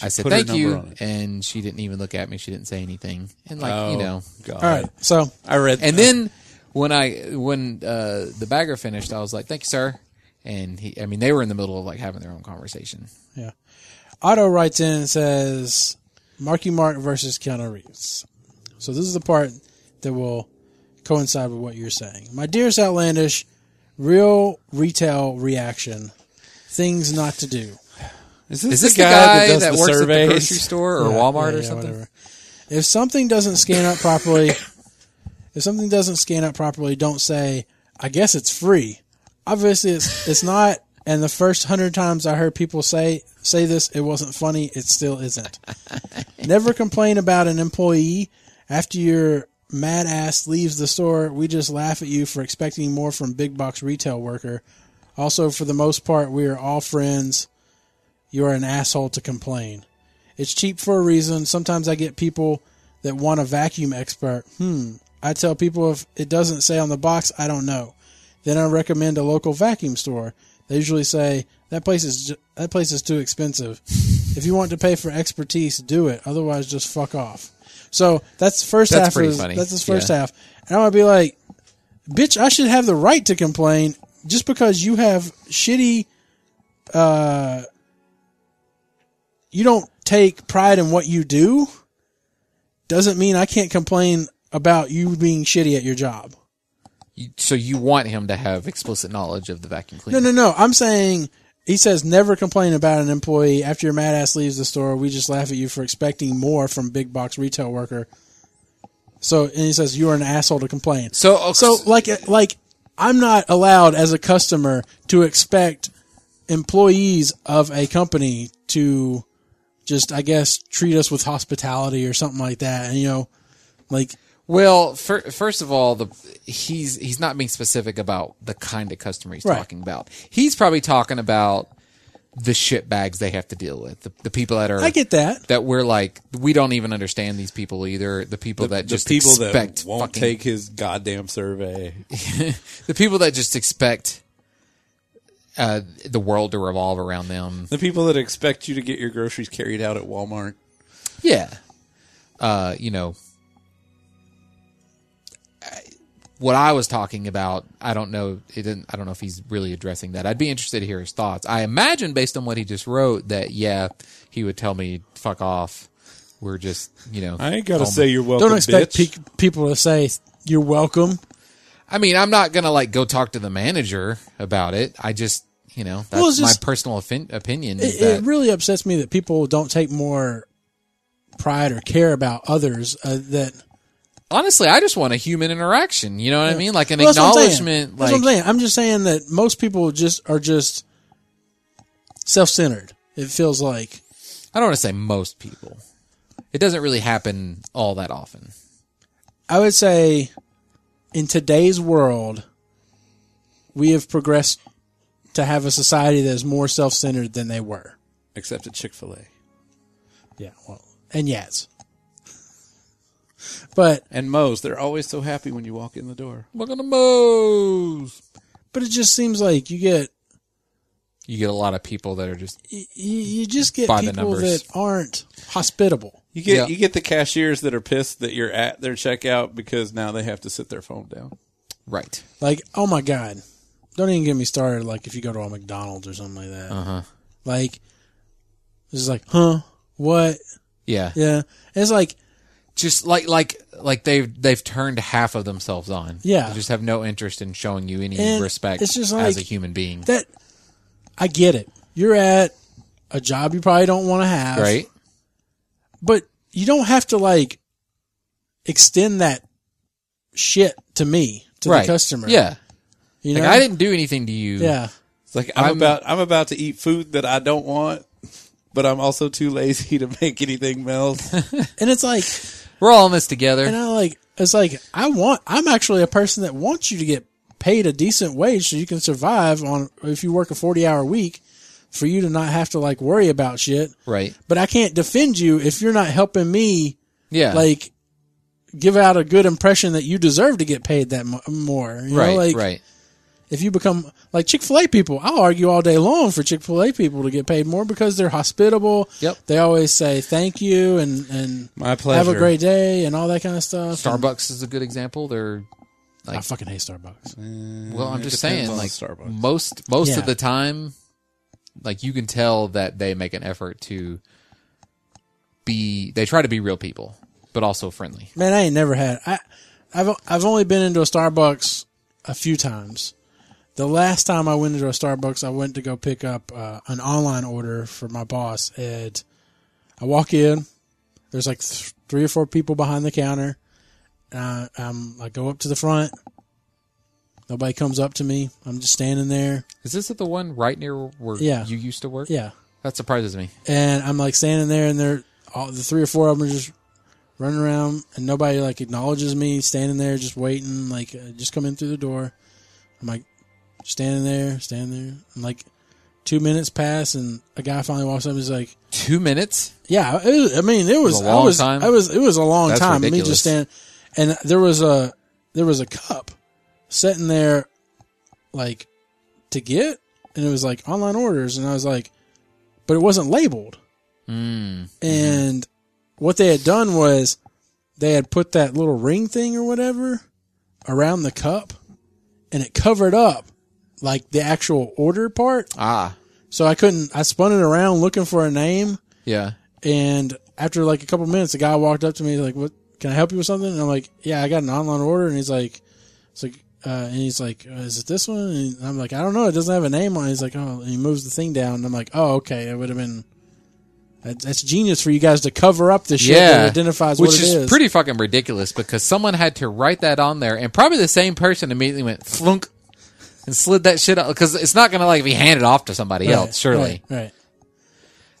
[SPEAKER 3] I said
[SPEAKER 2] put her
[SPEAKER 3] thank
[SPEAKER 2] number
[SPEAKER 3] you,
[SPEAKER 2] on it.
[SPEAKER 3] and she didn't even look at me. She didn't say anything, and like you know.
[SPEAKER 2] Oh, God.
[SPEAKER 1] all right. So
[SPEAKER 2] I read.
[SPEAKER 3] And then when I when uh, the bagger finished, I was like, "Thank you, sir." And he, I mean, they were in the middle of like having their own conversation.
[SPEAKER 1] yeah, Otto writes in and says Marky Mark versus Keanu Reeves. So this is the part that will coincide with what you're saying. My dearest outlandish, real retail reaction. Things not to do.
[SPEAKER 3] Is this the guy, that, works at the grocery store or
[SPEAKER 1] Yeah,
[SPEAKER 3] Walmart
[SPEAKER 1] yeah,
[SPEAKER 3] or
[SPEAKER 1] yeah,
[SPEAKER 3] something?
[SPEAKER 1] whatever. If something doesn't scan up properly, if something doesn't scan up properly, don't say, "I guess it's free." Obviously, it's it's not. And the first hundred times I heard people say say this, it wasn't funny. It still isn't. Never complain about an employee after your mad ass leaves the store. We just laugh at you for expecting more from big box retail worker. Also, for the most part, we are all friends. You are an asshole to complain. It's cheap for a reason. Sometimes I get people that want a vacuum expert. Hmm. I tell people if it doesn't say on the box, I don't know. Then I recommend a local vacuum store. They usually say that place is ju- that place is too expensive. If you want to pay for expertise, do it. Otherwise, just fuck off. So that's the first
[SPEAKER 3] That's
[SPEAKER 1] half. of
[SPEAKER 3] pretty
[SPEAKER 1] his-
[SPEAKER 3] funny.
[SPEAKER 1] That's his first
[SPEAKER 3] Yeah.
[SPEAKER 1] half, and I'm gonna be like, "Bitch, I should have the right to complain just because you have shitty." you don't take pride in what you do doesn't mean I can't complain about you being shitty at your job.
[SPEAKER 3] You- so you want him to have explicit knowledge of the vacuum cleaner?
[SPEAKER 1] No, no, no. I'm saying he says never complain about an employee after your mad ass leaves the store. We just laugh at you for expecting more from big box retail worker. So and he says you are an asshole to complain.
[SPEAKER 3] So, oh,
[SPEAKER 1] so like like I'm not allowed as a customer to expect employees of a company to just I guess treat us with hospitality or something like that. And you know, like
[SPEAKER 3] Well, fir- first of all, the he's he's not being specific about the kind of customer he's
[SPEAKER 1] Right.
[SPEAKER 3] talking about. He's probably talking about the shit bags they have to deal with. The, the people that are
[SPEAKER 1] I get that.
[SPEAKER 3] that we're like we don't even understand these people either. The people that just
[SPEAKER 2] the people
[SPEAKER 3] expect
[SPEAKER 2] that won't
[SPEAKER 3] fucking,
[SPEAKER 2] take his goddamn survey.
[SPEAKER 3] the people that just expect uh, the world to revolve around them.
[SPEAKER 2] The people that expect you to get your groceries carried out at Walmart.
[SPEAKER 3] Yeah. Uh, you know, I- what I was talking about, I don't know. It didn't, I don't know if he's really addressing that. I'd be interested to hear his thoughts. I imagine, based on what he just wrote, that yeah, he would tell me fuck off. We're just, you know,
[SPEAKER 2] I ain't gotta
[SPEAKER 3] home-
[SPEAKER 2] say you're welcome.
[SPEAKER 1] Don't expect
[SPEAKER 2] bitch.
[SPEAKER 1] pe- people to say you're welcome.
[SPEAKER 3] I mean, I'm not gonna like go talk to the manager about it. I just, you know, that's
[SPEAKER 1] Well, it's just-
[SPEAKER 3] my personal offin- opinion. is
[SPEAKER 1] It,
[SPEAKER 3] that,
[SPEAKER 1] it really upsets me that people don't take more pride or care about others uh, that
[SPEAKER 3] honestly, I just want a human interaction. You know what I mean? Like an
[SPEAKER 1] Well, that's what I'm saying.
[SPEAKER 3] acknowledgement.
[SPEAKER 1] That's
[SPEAKER 3] Like
[SPEAKER 1] what I'm saying. I'm just saying that most people just are just self-centered. It feels like
[SPEAKER 3] I don't want to say most people. It doesn't really happen all that often.
[SPEAKER 1] I would say in today's world we have progressed to have a society that is more self-centered than they were.
[SPEAKER 2] Except at Chick Fil A
[SPEAKER 1] Yeah, well, and yes. But
[SPEAKER 2] and Moe's. They're always so happy when you walk in the door.
[SPEAKER 3] Welcome to Moe's.
[SPEAKER 1] but it just seems like you get
[SPEAKER 3] You get a lot of people that are just
[SPEAKER 1] you, you just get
[SPEAKER 3] By the
[SPEAKER 1] people
[SPEAKER 3] numbers.
[SPEAKER 1] that aren't hospitable.
[SPEAKER 2] You get
[SPEAKER 3] Yeah.
[SPEAKER 2] you get the cashiers that are pissed that you're at their checkout because now they have to sit their phone down.
[SPEAKER 3] right.
[SPEAKER 1] Like, oh my god, don't even get me started. Like, if you go to a McDonald's or something like that, uh-huh. like it's just like, huh, what?
[SPEAKER 3] Yeah.
[SPEAKER 1] Yeah, And it's like
[SPEAKER 3] Just like like like they've they've turned half of themselves on.
[SPEAKER 1] Yeah.
[SPEAKER 3] They just have no interest in showing you any
[SPEAKER 1] And
[SPEAKER 3] respect
[SPEAKER 1] it's just like-
[SPEAKER 3] as a human being.
[SPEAKER 1] that. I get it. You're at a job you probably don't want to have,
[SPEAKER 3] right?
[SPEAKER 1] But you don't have to like extend that shit to me to
[SPEAKER 3] right.
[SPEAKER 1] the customer.
[SPEAKER 3] Yeah.
[SPEAKER 1] you know,
[SPEAKER 3] Like I didn't do anything to you.
[SPEAKER 1] Yeah,
[SPEAKER 2] It's like I'm,
[SPEAKER 3] I'm-
[SPEAKER 2] about I'm about to eat food that I don't want, but I'm also too lazy to make anything else.
[SPEAKER 1] and it's like.
[SPEAKER 3] We're all in this together.
[SPEAKER 1] And I like it's like I want I'm actually a person that wants you to get paid a decent wage so you can survive on if you work a 40 hour week for you to not have to like worry about shit.
[SPEAKER 3] right.
[SPEAKER 1] But I can't defend you if you're not helping me
[SPEAKER 3] Yeah.
[SPEAKER 1] like give out a good impression that you deserve to get paid that mu more. You
[SPEAKER 3] right.
[SPEAKER 1] know, like
[SPEAKER 3] right.
[SPEAKER 1] if you become like Chick-fil-A people, I'll argue all day long for Chick-fil-A people to get paid more because they're hospitable.
[SPEAKER 3] Yep.
[SPEAKER 1] They always say thank you and and
[SPEAKER 2] My pleasure.
[SPEAKER 1] have a great day and all that kind of stuff.
[SPEAKER 3] Starbucks is a good example. They're
[SPEAKER 1] I fucking hate Starbucks.
[SPEAKER 3] Well, I'm
[SPEAKER 2] It
[SPEAKER 3] just
[SPEAKER 2] depends
[SPEAKER 3] saying,
[SPEAKER 2] on
[SPEAKER 3] like
[SPEAKER 2] Starbucks.
[SPEAKER 3] most most
[SPEAKER 1] Yeah.
[SPEAKER 3] of the time, like you can tell that they make an effort to be. They try to be real people, but also friendly.
[SPEAKER 1] Man, I ain't never had. I, I've I've only been into a Starbucks a few times. The last time I went into a Starbucks, I went to go pick up uh, an online order for my boss, and I walk in. There's like th- three or four people behind the counter. And I, I'm I go up to the front. Nobody comes up to me. I'm just standing there.
[SPEAKER 3] Is this at the one right near where
[SPEAKER 1] Yeah.
[SPEAKER 3] you used to work?
[SPEAKER 1] Yeah.
[SPEAKER 3] that surprises me.
[SPEAKER 1] and I'm like standing there, and they're all the three or four of them are just running around, and nobody like acknowledges me. Standing there, just waiting, like uh, just come in through the door. I'm like standing there, standing there, and like two minutes pass, and a guy finally walks up. and He's like,
[SPEAKER 3] Two minutes.
[SPEAKER 1] "Yeah, it was, I mean, it was,
[SPEAKER 3] a
[SPEAKER 1] I
[SPEAKER 3] long
[SPEAKER 1] was,
[SPEAKER 3] time?
[SPEAKER 1] I was, it was a long
[SPEAKER 3] That's
[SPEAKER 1] time. Me
[SPEAKER 3] ridiculous.
[SPEAKER 1] just standing, and there was a there was a cup sitting there, like to get, and it was like online orders, and I was like, but it wasn't labeled."
[SPEAKER 3] Mm.
[SPEAKER 1] and what they had done was they had put that little ring thing or whatever around the cup and it covered up like the actual order part
[SPEAKER 3] Ah,
[SPEAKER 1] so i couldn't i spun it around looking for a name
[SPEAKER 3] yeah.
[SPEAKER 1] and after like a couple minutes the guy walked up to me he's like what can i help you with something and i'm like yeah i got an online order and he's like it's like uh, and he's like uh, is it this one and i'm like i don't know it doesn't have a name on it he's like oh and he moves the thing down and i'm like oh okay it would have been That- That's genius for you guys to cover up the shit that identifies
[SPEAKER 3] which
[SPEAKER 1] what it
[SPEAKER 3] is
[SPEAKER 1] is.
[SPEAKER 3] pretty fucking ridiculous because someone had to write that on there, and probably the same person immediately went flunk and slid that shit out because it's not gonna like be handed off to somebody
[SPEAKER 1] Right,
[SPEAKER 3] else. Surely
[SPEAKER 1] Right. right.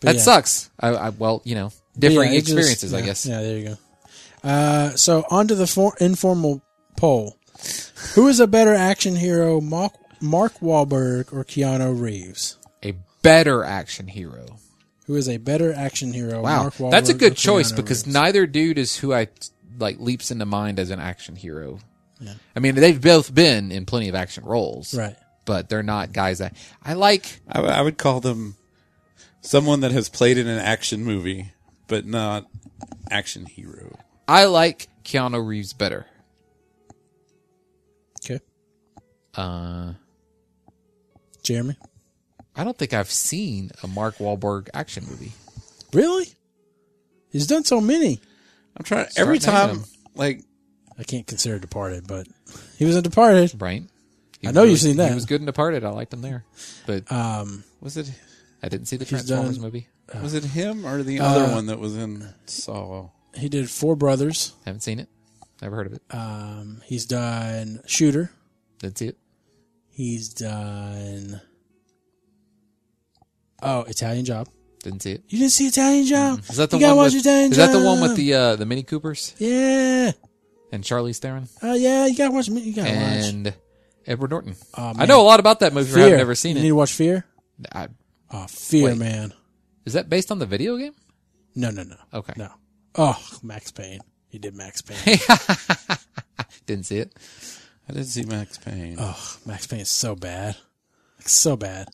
[SPEAKER 1] But
[SPEAKER 3] that
[SPEAKER 1] yeah.
[SPEAKER 3] sucks. I, I well, you know,
[SPEAKER 1] But yeah,
[SPEAKER 3] differing
[SPEAKER 1] it just-
[SPEAKER 3] experiences, I
[SPEAKER 1] yeah,
[SPEAKER 3] guess.
[SPEAKER 1] Yeah, there you go. Uh, so on to the for- informal poll. Who is a better action hero, Mark, Mark Wahlberg or Keanu Reeves?
[SPEAKER 3] A better action hero.
[SPEAKER 1] Who is a better action hero?
[SPEAKER 3] Wow,
[SPEAKER 1] Mark Wahlberg
[SPEAKER 3] that's a
[SPEAKER 1] or
[SPEAKER 3] good choice
[SPEAKER 1] Keanu
[SPEAKER 3] because
[SPEAKER 1] Reeves?
[SPEAKER 3] neither dude is who I like leaps into mind as an action hero. I mean, they've both been in plenty of action roles,
[SPEAKER 1] right.
[SPEAKER 3] But they're not guys that I like.
[SPEAKER 2] I, I would call them someone that has played in an action movie, but not action hero.
[SPEAKER 3] I like Keanu Reeves better.
[SPEAKER 1] Okay,
[SPEAKER 3] Uh,
[SPEAKER 1] Jeremy.
[SPEAKER 3] I don't think I've seen a Mark Wahlberg action movie.
[SPEAKER 1] Really? He's done so many.
[SPEAKER 2] I'm trying every
[SPEAKER 3] naming
[SPEAKER 2] time,
[SPEAKER 3] them.
[SPEAKER 2] like
[SPEAKER 1] I can't consider Departed, but he was in Departed.
[SPEAKER 3] Right? He
[SPEAKER 1] I know
[SPEAKER 3] was-
[SPEAKER 1] you've seen that.
[SPEAKER 3] He was good in Departed. I liked him there, but
[SPEAKER 1] Um,
[SPEAKER 2] was it
[SPEAKER 3] I didn't see the
[SPEAKER 1] he's
[SPEAKER 3] Transformers
[SPEAKER 1] done-
[SPEAKER 3] movie.
[SPEAKER 2] was it him or the other one that was in Saw?
[SPEAKER 1] he did Four Brothers.
[SPEAKER 3] Haven't seen it. Never heard of it.
[SPEAKER 1] Um, he's done Shooter.
[SPEAKER 3] Didn't see it.
[SPEAKER 1] He's done. Oh, Italian Job.
[SPEAKER 3] Didn't see it.
[SPEAKER 1] You didn't see Italian Job?
[SPEAKER 3] Mm-hmm. Is that the
[SPEAKER 1] you gotta
[SPEAKER 3] one?
[SPEAKER 1] watch
[SPEAKER 3] With,
[SPEAKER 1] Italian
[SPEAKER 3] is that the one
[SPEAKER 1] Job.
[SPEAKER 3] with the uh, the Mini Coopers
[SPEAKER 1] Yeah.
[SPEAKER 3] and Charlize Theron
[SPEAKER 1] Oh yeah, you gotta watch. You gotta watch.
[SPEAKER 3] and Edward Norton?
[SPEAKER 1] Oh,
[SPEAKER 3] I
[SPEAKER 1] man.
[SPEAKER 3] know a lot about that movie. but
[SPEAKER 1] Fear.
[SPEAKER 3] I've never seen
[SPEAKER 1] you Need
[SPEAKER 3] it.
[SPEAKER 1] to watch Fear.
[SPEAKER 3] I,
[SPEAKER 1] Oh, Fear,
[SPEAKER 3] Wait.
[SPEAKER 1] man.
[SPEAKER 3] is that based on the video game?
[SPEAKER 1] No, no, no,
[SPEAKER 3] Okay.
[SPEAKER 1] no. Oh, Max Payne. He did Max Payne.
[SPEAKER 3] Didn't see it.
[SPEAKER 2] I did see Max Payne.
[SPEAKER 1] Oh, Max Payne is so bad. Like, so bad.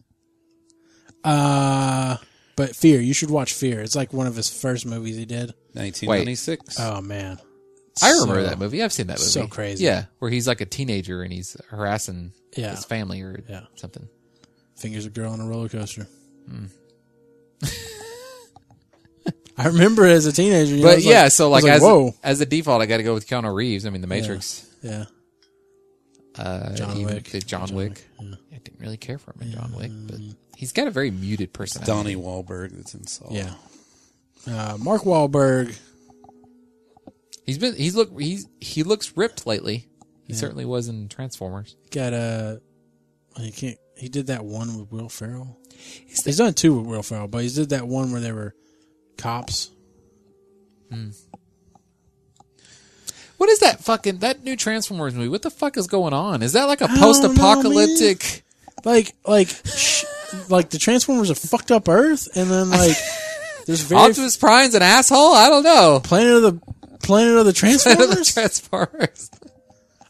[SPEAKER 1] Uh but Fear, you should watch Fear. It's like one of his first movies he did.
[SPEAKER 2] 1996.
[SPEAKER 1] Oh man.
[SPEAKER 3] I remember
[SPEAKER 1] So-
[SPEAKER 3] that movie. I've seen that movie.
[SPEAKER 1] so crazy.
[SPEAKER 3] Yeah, where he's like a teenager and he's harassing
[SPEAKER 1] Yeah.
[SPEAKER 3] his family or
[SPEAKER 1] Yeah.
[SPEAKER 3] something.
[SPEAKER 1] Fingers a girl on a roller coaster. Hmm. I remember as a teenager. you know, I
[SPEAKER 3] But
[SPEAKER 1] was
[SPEAKER 3] yeah, so
[SPEAKER 1] I
[SPEAKER 3] like,
[SPEAKER 1] was
[SPEAKER 3] as
[SPEAKER 1] whoa,
[SPEAKER 3] as a default, I got to go with Keanu Reeves. I mean, The Matrix,
[SPEAKER 1] yeah,
[SPEAKER 3] uh,
[SPEAKER 1] John
[SPEAKER 3] even
[SPEAKER 1] Wick. Mm.
[SPEAKER 3] the John, Wick. I didn't really care for him in John Wick, but he's got a very muted personality.
[SPEAKER 2] Donnie Wahlberg that's in Saw.
[SPEAKER 1] yeah. Uh, Mark Wahlberg,
[SPEAKER 3] He's been he's look he's he looks ripped lately. He certainly was in Transformers.
[SPEAKER 1] got a he can't he did that one with Will Ferrell. he's done two with Will Ferrell, but he did that one where they were cops.
[SPEAKER 3] What is that fucking that new Transformers movie? What the fuck is going on? Is that like a post apocalyptic?
[SPEAKER 1] Like like sh- like the Transformers are fucked up Earth, and then like there's very
[SPEAKER 3] Optimus Prime's an asshole. I don't know.
[SPEAKER 1] planet of the planet of the
[SPEAKER 3] the
[SPEAKER 1] Transformers.
[SPEAKER 3] Transformers.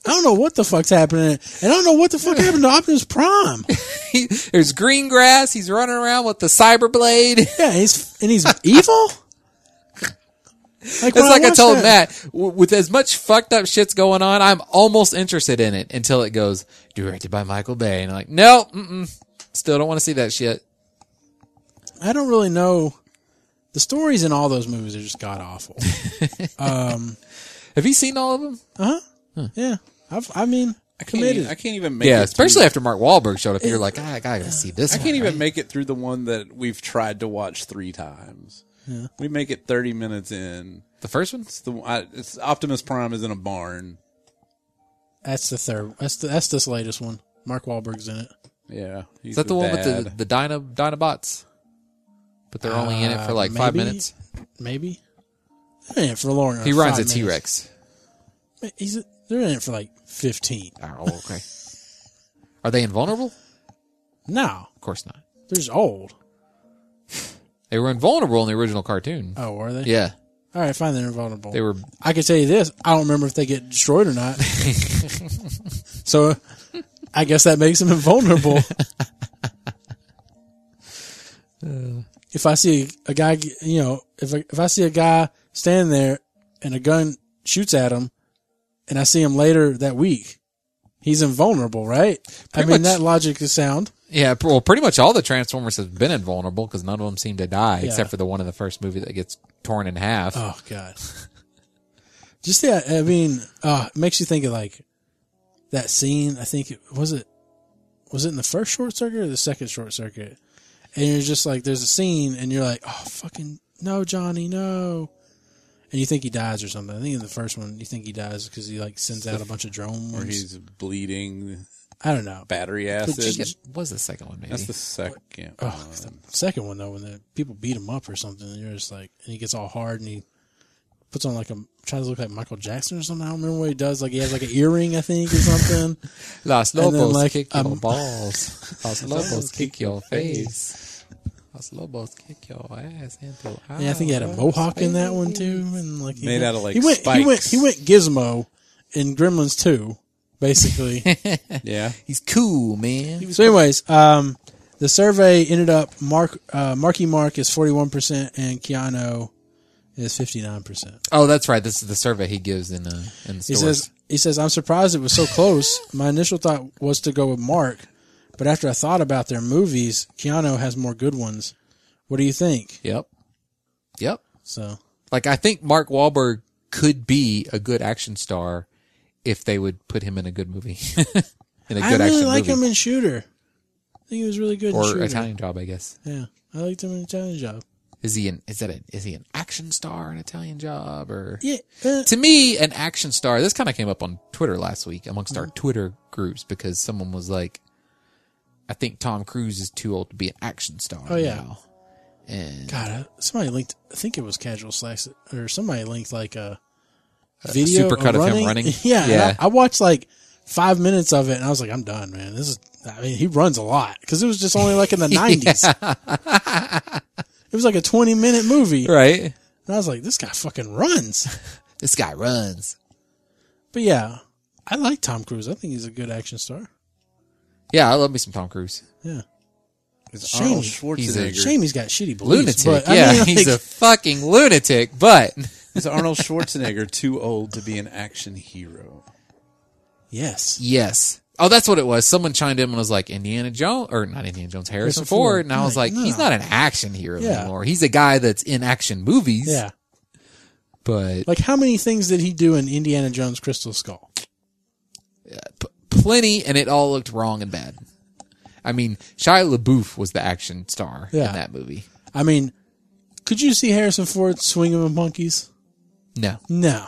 [SPEAKER 1] I don't know what the fuck's happening, and I don't know what the fuck happened to Optimus Prime.
[SPEAKER 3] He, there's green grass. He's running around with the cyber blade.
[SPEAKER 1] Yeah, he's and he's evil. Like when
[SPEAKER 3] It's like I,
[SPEAKER 1] watched
[SPEAKER 3] told
[SPEAKER 1] that-
[SPEAKER 3] Matt, w- with as much fucked up shit's going on, I'm almost interested in it until it goes directed by Michael Bay, and I'm like, no, mm-mm, still don't want to see that shit.
[SPEAKER 1] I don't really know. The stories in all those movies are just god awful.
[SPEAKER 3] Have you seen all of them?
[SPEAKER 1] yeah, I've, I mean,
[SPEAKER 2] I can't,
[SPEAKER 1] committed.
[SPEAKER 2] even, I can't even make
[SPEAKER 3] Yeah,
[SPEAKER 2] it
[SPEAKER 3] especially after Mark Wahlberg showed up. You're like, ah, I gotta see this.
[SPEAKER 2] I
[SPEAKER 3] one,
[SPEAKER 2] can't
[SPEAKER 3] right?
[SPEAKER 2] even make it through the one that we've tried to watch three times. We make it 30 minutes in.
[SPEAKER 3] the first one.
[SPEAKER 2] It's the I, it's Optimus Prime is in a barn.
[SPEAKER 1] that's the third. That's the, that's this latest one. Mark Wahlberg's in it.
[SPEAKER 2] Yeah, he's
[SPEAKER 3] Is that the, one with the
[SPEAKER 2] dad.
[SPEAKER 3] the Dyna, Dinobots? But they're only in it for
[SPEAKER 1] Uh,
[SPEAKER 3] like five
[SPEAKER 1] maybe?
[SPEAKER 3] minutes.
[SPEAKER 1] Maybe they're in it for longer.
[SPEAKER 3] He
[SPEAKER 1] than
[SPEAKER 3] runs a
[SPEAKER 1] five
[SPEAKER 3] T Rex.
[SPEAKER 1] minutes. He's they're in it for like fifteen.
[SPEAKER 3] Oh, okay. Are they invulnerable?
[SPEAKER 1] No,
[SPEAKER 3] Of course not.
[SPEAKER 1] they're just old.
[SPEAKER 3] They were invulnerable in the original cartoon.
[SPEAKER 1] Oh, are they?
[SPEAKER 3] Yeah,
[SPEAKER 1] All right, fine. They're invulnerable.
[SPEAKER 3] they were
[SPEAKER 1] I can tell you this. I don't remember if they get destroyed or not. so I guess that makes them invulnerable.
[SPEAKER 3] Uh.
[SPEAKER 1] if I see a guy, get- you know, if I, if I see a guy standing there and a gun shoots at him, and I see him later that week, he's invulnerable, right? I
[SPEAKER 3] Pretty
[SPEAKER 1] mean,
[SPEAKER 3] much.
[SPEAKER 1] that logic is sound.
[SPEAKER 3] Yeah, pr- well, pretty much all the Transformers have been invulnerable because none of them seem to die
[SPEAKER 1] Yeah.
[SPEAKER 3] except for the one in the first movie that gets torn in half.
[SPEAKER 1] Oh God. Just that. I mean, uh, it makes you think of like that scene. I think it was it was it in the first short circuit or the second short circuit. And you're just like, there's a scene, and you're like, oh fucking no, Johnny, no. And you think he dies or something. I think in the first one, you think he dies because he like sends out a bunch of drone
[SPEAKER 2] where
[SPEAKER 1] ones.
[SPEAKER 2] he's bleeding
[SPEAKER 1] I don't know.
[SPEAKER 2] battery
[SPEAKER 3] Shit,
[SPEAKER 2] acid.
[SPEAKER 3] was the second one maybe?
[SPEAKER 2] That's the second.
[SPEAKER 1] Oh,
[SPEAKER 2] one.
[SPEAKER 1] the second one though, when the people beat him up or something, and you're just like, and he gets all hard and he puts on like a tries to look like Michael Jackson or something. I don't remember what he does. Like he has like an earring, I think, or something.
[SPEAKER 3] Los
[SPEAKER 1] And then,
[SPEAKER 3] Lobos
[SPEAKER 1] like,
[SPEAKER 3] kick
[SPEAKER 1] um,
[SPEAKER 3] your balls. Los Lobos kick your face. Los Lobos kick your ass into
[SPEAKER 1] Yeah, I think he had a
[SPEAKER 3] outer
[SPEAKER 1] mohawk in that one
[SPEAKER 3] space.
[SPEAKER 1] too, and like he
[SPEAKER 2] Made
[SPEAKER 1] went-
[SPEAKER 2] out of, like,
[SPEAKER 1] he went he went
[SPEAKER 2] spikes.
[SPEAKER 1] he went Gizmo in Gremlins two, basically.
[SPEAKER 2] yeah.
[SPEAKER 3] He's cool, man.
[SPEAKER 1] so, anyways, um, the survey ended up Mark uh, Marky Mark is forty one percent and Keanu is fifty nine percent.
[SPEAKER 3] Oh, that's right. This is the survey he gives in uh, in the
[SPEAKER 1] He
[SPEAKER 3] stores.
[SPEAKER 1] says he says I'm surprised it was so close. My initial thought was to go with Mark, but after I thought about their movies, Keanu has more good ones. What do you think?
[SPEAKER 3] "Yep, yep."
[SPEAKER 1] So
[SPEAKER 3] Like I think Mark Wahlberg could be a good action star if they would put him in a good movie, in a
[SPEAKER 1] I
[SPEAKER 3] good
[SPEAKER 1] really
[SPEAKER 3] action
[SPEAKER 1] like
[SPEAKER 3] movie
[SPEAKER 1] him in Shooter. I think he was really good in
[SPEAKER 3] or
[SPEAKER 1] Shooter.
[SPEAKER 3] Italian Job. I guess
[SPEAKER 1] Yeah, I liked him in Italian Job.
[SPEAKER 3] is he an is that an is he an action star in Italian Job or
[SPEAKER 1] Yeah, uh,
[SPEAKER 3] to me, an action star, this kind of came up on Twitter last week amongst
[SPEAKER 1] Mm-hmm.
[SPEAKER 3] our Twitter groups because someone was like, I think Tom Cruise is too old to be an action star.
[SPEAKER 1] Oh, yeah.
[SPEAKER 3] now." And
[SPEAKER 1] God, uh, somebody linked. I think it was Casual Slacks, or somebody linked like a
[SPEAKER 3] a
[SPEAKER 1] video
[SPEAKER 3] supercut of him
[SPEAKER 1] running.
[SPEAKER 3] running?
[SPEAKER 1] Yeah, and
[SPEAKER 3] Yeah.
[SPEAKER 1] I, I watched like five minutes of it, and I was like, I'm done, man. This is. I mean, he runs a lot because it was just only like in the nineties. It was like a twenty minute movie, and
[SPEAKER 3] right.
[SPEAKER 1] I was like, this guy fucking runs.
[SPEAKER 3] This guy runs.
[SPEAKER 1] But yeah, I like Tom Cruise. I think he's a good action star.
[SPEAKER 3] Yeah, I love me some Tom Cruise.
[SPEAKER 1] Yeah, it's
[SPEAKER 2] Arnold
[SPEAKER 1] shame.
[SPEAKER 2] Schwarzenegger.
[SPEAKER 3] He's a
[SPEAKER 1] Shame he's got shitty beliefs.
[SPEAKER 3] Lunatic.
[SPEAKER 1] But, I
[SPEAKER 3] yeah,
[SPEAKER 1] mean, like,
[SPEAKER 3] he's a fucking lunatic, but
[SPEAKER 2] Is Arnold Schwarzenegger too old to be an action hero?
[SPEAKER 1] yes.
[SPEAKER 3] yes. Oh, that's what it was. Someone chimed in and was like, Indiana Jones, or not Indiana Jones, Harrison
[SPEAKER 1] Harrison
[SPEAKER 3] Ford.
[SPEAKER 1] Ford.
[SPEAKER 3] And I was like,
[SPEAKER 1] Like,
[SPEAKER 3] he's
[SPEAKER 1] no.
[SPEAKER 3] not an action hero
[SPEAKER 1] Yeah.
[SPEAKER 3] anymore. He's a guy that's in action movies.
[SPEAKER 1] Yeah.
[SPEAKER 3] But
[SPEAKER 1] Like how many things did he do in Indiana Jones Crystal Skull?
[SPEAKER 3] p- plenty, and it all looked wrong and bad. I mean, Shia LaBeouf was the action star
[SPEAKER 1] Yeah.
[SPEAKER 3] in that movie.
[SPEAKER 1] I mean, could you see Harrison Ford swinging with monkeys?
[SPEAKER 3] No,
[SPEAKER 1] No,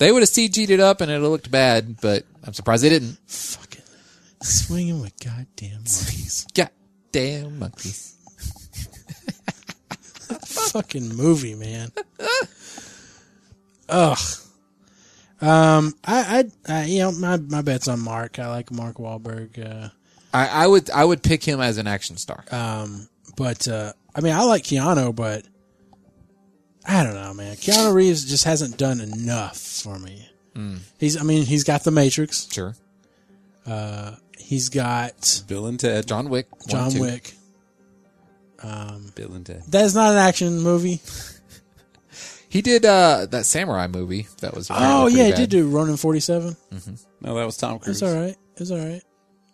[SPEAKER 3] they would have CG'd it up and it looked bad, but I'm surprised they didn't.
[SPEAKER 1] fucking swinging with goddamn monkeys.
[SPEAKER 3] God damn monkeys!
[SPEAKER 1] fucking movie, man. Ugh. Um, I, I, I, you know, my my bet's on Mark. I like Mark Wahlberg.
[SPEAKER 3] I, I would I would pick him as an action star.
[SPEAKER 1] Uh, um, but uh, I mean, I like Keanu, but I don't know, man. Keanu Reeves just hasn't done enough for me.
[SPEAKER 3] Hmm.
[SPEAKER 1] He's, I mean, he's got The Matrix.
[SPEAKER 3] sure,
[SPEAKER 1] He's got
[SPEAKER 2] Bill and Ted.
[SPEAKER 3] John Wick. one and
[SPEAKER 1] John
[SPEAKER 3] two.
[SPEAKER 1] Wick.
[SPEAKER 2] Bill and Ted.
[SPEAKER 1] That is not an action movie.
[SPEAKER 3] He did uh, that samurai movie that was.
[SPEAKER 1] Oh
[SPEAKER 3] apparently
[SPEAKER 1] yeah, he
[SPEAKER 3] pretty
[SPEAKER 1] did do
[SPEAKER 3] bad.
[SPEAKER 1] Ronin forty seven.
[SPEAKER 2] No, that was Tom
[SPEAKER 1] It's
[SPEAKER 2] Cruise.
[SPEAKER 1] all right. It's all right.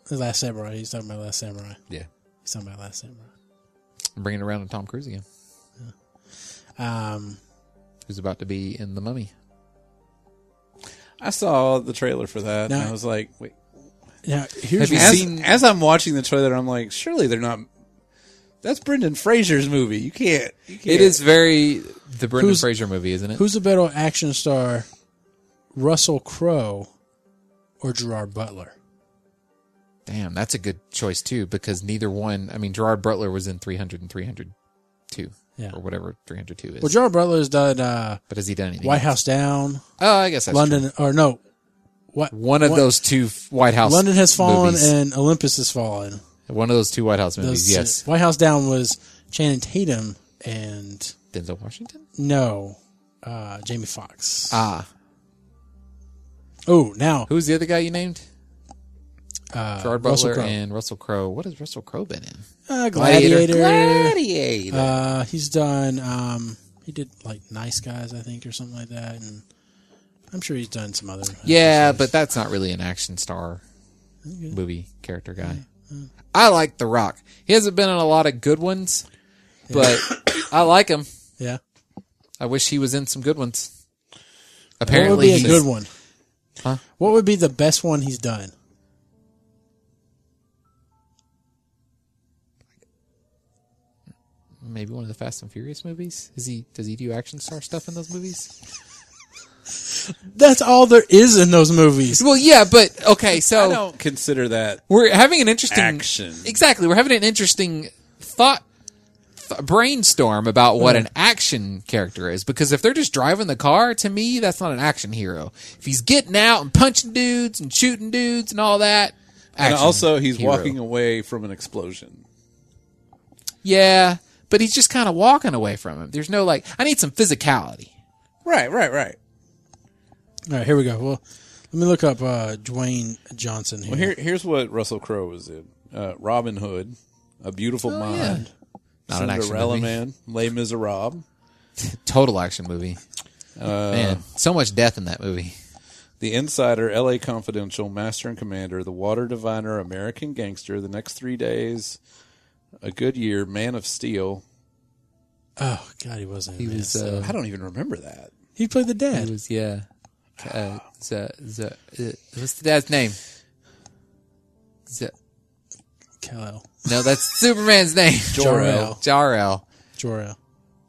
[SPEAKER 1] The Last Samurai. He's talking about Last Samurai.
[SPEAKER 2] Yeah.
[SPEAKER 1] He's talking about Last Samurai.
[SPEAKER 3] I'm bringing around to Tom Cruise again,
[SPEAKER 1] Um,
[SPEAKER 3] who's about to be in the Mummy.
[SPEAKER 2] I saw the trailer for that, and
[SPEAKER 1] Now-
[SPEAKER 2] I was like, wait.
[SPEAKER 1] now here's
[SPEAKER 3] Have you
[SPEAKER 1] what-
[SPEAKER 2] As,
[SPEAKER 3] seen-
[SPEAKER 2] as I'm watching the trailer, I'm like, surely they're not. That's Brendan Fraser's movie. You can't. You can't.
[SPEAKER 3] It is very the Brendan
[SPEAKER 1] Who's-
[SPEAKER 3] Fraser movie, isn't it?
[SPEAKER 1] who's a better action star, Russell Crowe or Gerard Butler?
[SPEAKER 3] Damn, that's a good choice too, because neither one. I mean, Gerard Butler was in 300 and 302,
[SPEAKER 1] Yeah.
[SPEAKER 3] or whatever 302 is.
[SPEAKER 1] Well, Gerard Butler has done uh,
[SPEAKER 3] but has he done anything?
[SPEAKER 1] White House Down,
[SPEAKER 3] Oh, I guess that's
[SPEAKER 1] London, or no, what?
[SPEAKER 3] true. One of
[SPEAKER 1] what-
[SPEAKER 3] those two f- White House.
[SPEAKER 1] London has fallen
[SPEAKER 3] movies.
[SPEAKER 1] and Olympus has fallen.
[SPEAKER 3] one of those two White House movies.
[SPEAKER 1] Those-
[SPEAKER 3] yes,
[SPEAKER 1] White House Down was Channing Tatum and
[SPEAKER 3] Denzel Washington.
[SPEAKER 1] no, uh, Jamie Foxx.
[SPEAKER 3] Ah,
[SPEAKER 1] oh, now
[SPEAKER 3] who's the other guy you named?
[SPEAKER 1] uh,
[SPEAKER 3] Gerard
[SPEAKER 1] Russell
[SPEAKER 3] Butler
[SPEAKER 1] Crowe.
[SPEAKER 3] and Russell Crowe. What has Russell Crowe been in?
[SPEAKER 1] Uh, Gladiator.
[SPEAKER 3] Gladiator.
[SPEAKER 1] Uh, he's done. Um, he did like Nice Guys, I think, or something like that, and I'm sure he's done some other.
[SPEAKER 3] yeah, but that's not really an action star movie character guy. I like The Rock. He hasn't been in a lot of good ones, but I like him.
[SPEAKER 1] yeah.
[SPEAKER 3] I wish he was in some good ones.
[SPEAKER 1] What would
[SPEAKER 3] Apparently,
[SPEAKER 1] be a
[SPEAKER 3] he's-
[SPEAKER 1] good one?
[SPEAKER 3] Huh?
[SPEAKER 1] What would be the best one he's done?
[SPEAKER 3] maybe one of the Fast and Furious movies. Is he? Does he do action star stuff in those movies?
[SPEAKER 1] That's all there is in those movies.
[SPEAKER 3] Well, yeah, but okay.
[SPEAKER 2] I
[SPEAKER 3] So
[SPEAKER 2] don't consider that
[SPEAKER 3] we're having an interesting
[SPEAKER 2] Action.
[SPEAKER 3] Exactly, we're having an interesting thought th- brainstorm about what
[SPEAKER 2] Mm-hmm.
[SPEAKER 3] an action character is because if they're just driving the car, to me, that's not an action hero. If he's getting out and punching dudes and shooting dudes and all that,
[SPEAKER 2] And
[SPEAKER 3] action
[SPEAKER 2] also, he's
[SPEAKER 3] hero.
[SPEAKER 2] walking away from an explosion.
[SPEAKER 3] Yeah, but he's just kind of walking away from him. There's no like, I need some physicality.
[SPEAKER 2] Right, right, right.
[SPEAKER 1] All right, here we go. Well, let me look up uh, Dwayne Johnson here.
[SPEAKER 2] Well,
[SPEAKER 3] Oh.
[SPEAKER 2] here, here's what Russell Crowe was in: uh, Robin Hood, A Beautiful Mind,
[SPEAKER 3] Oh, Not an action
[SPEAKER 2] Cinderella
[SPEAKER 3] movie.
[SPEAKER 2] Man, Les Miserables,
[SPEAKER 3] Total action movie.
[SPEAKER 2] Uh,
[SPEAKER 3] Man, so much death in that movie.
[SPEAKER 2] The Insider, L.A. Confidential, Master and Commander, The Water Diviner, American Gangster, The Next Three Days, A Good Year, Man of Steel.
[SPEAKER 1] Oh God, he wasn't.
[SPEAKER 3] He
[SPEAKER 1] in
[SPEAKER 3] was,
[SPEAKER 1] this.
[SPEAKER 3] uh,
[SPEAKER 2] I don't even remember that.
[SPEAKER 1] he played the
[SPEAKER 3] he
[SPEAKER 1] dad.
[SPEAKER 3] was, yeah. Uh, Z- Z- uh, what's the dad's name? Z-
[SPEAKER 1] Kal-El,
[SPEAKER 3] no, that's Superman's name.
[SPEAKER 1] Jor-El.
[SPEAKER 3] Jor-El.
[SPEAKER 1] Jor-El.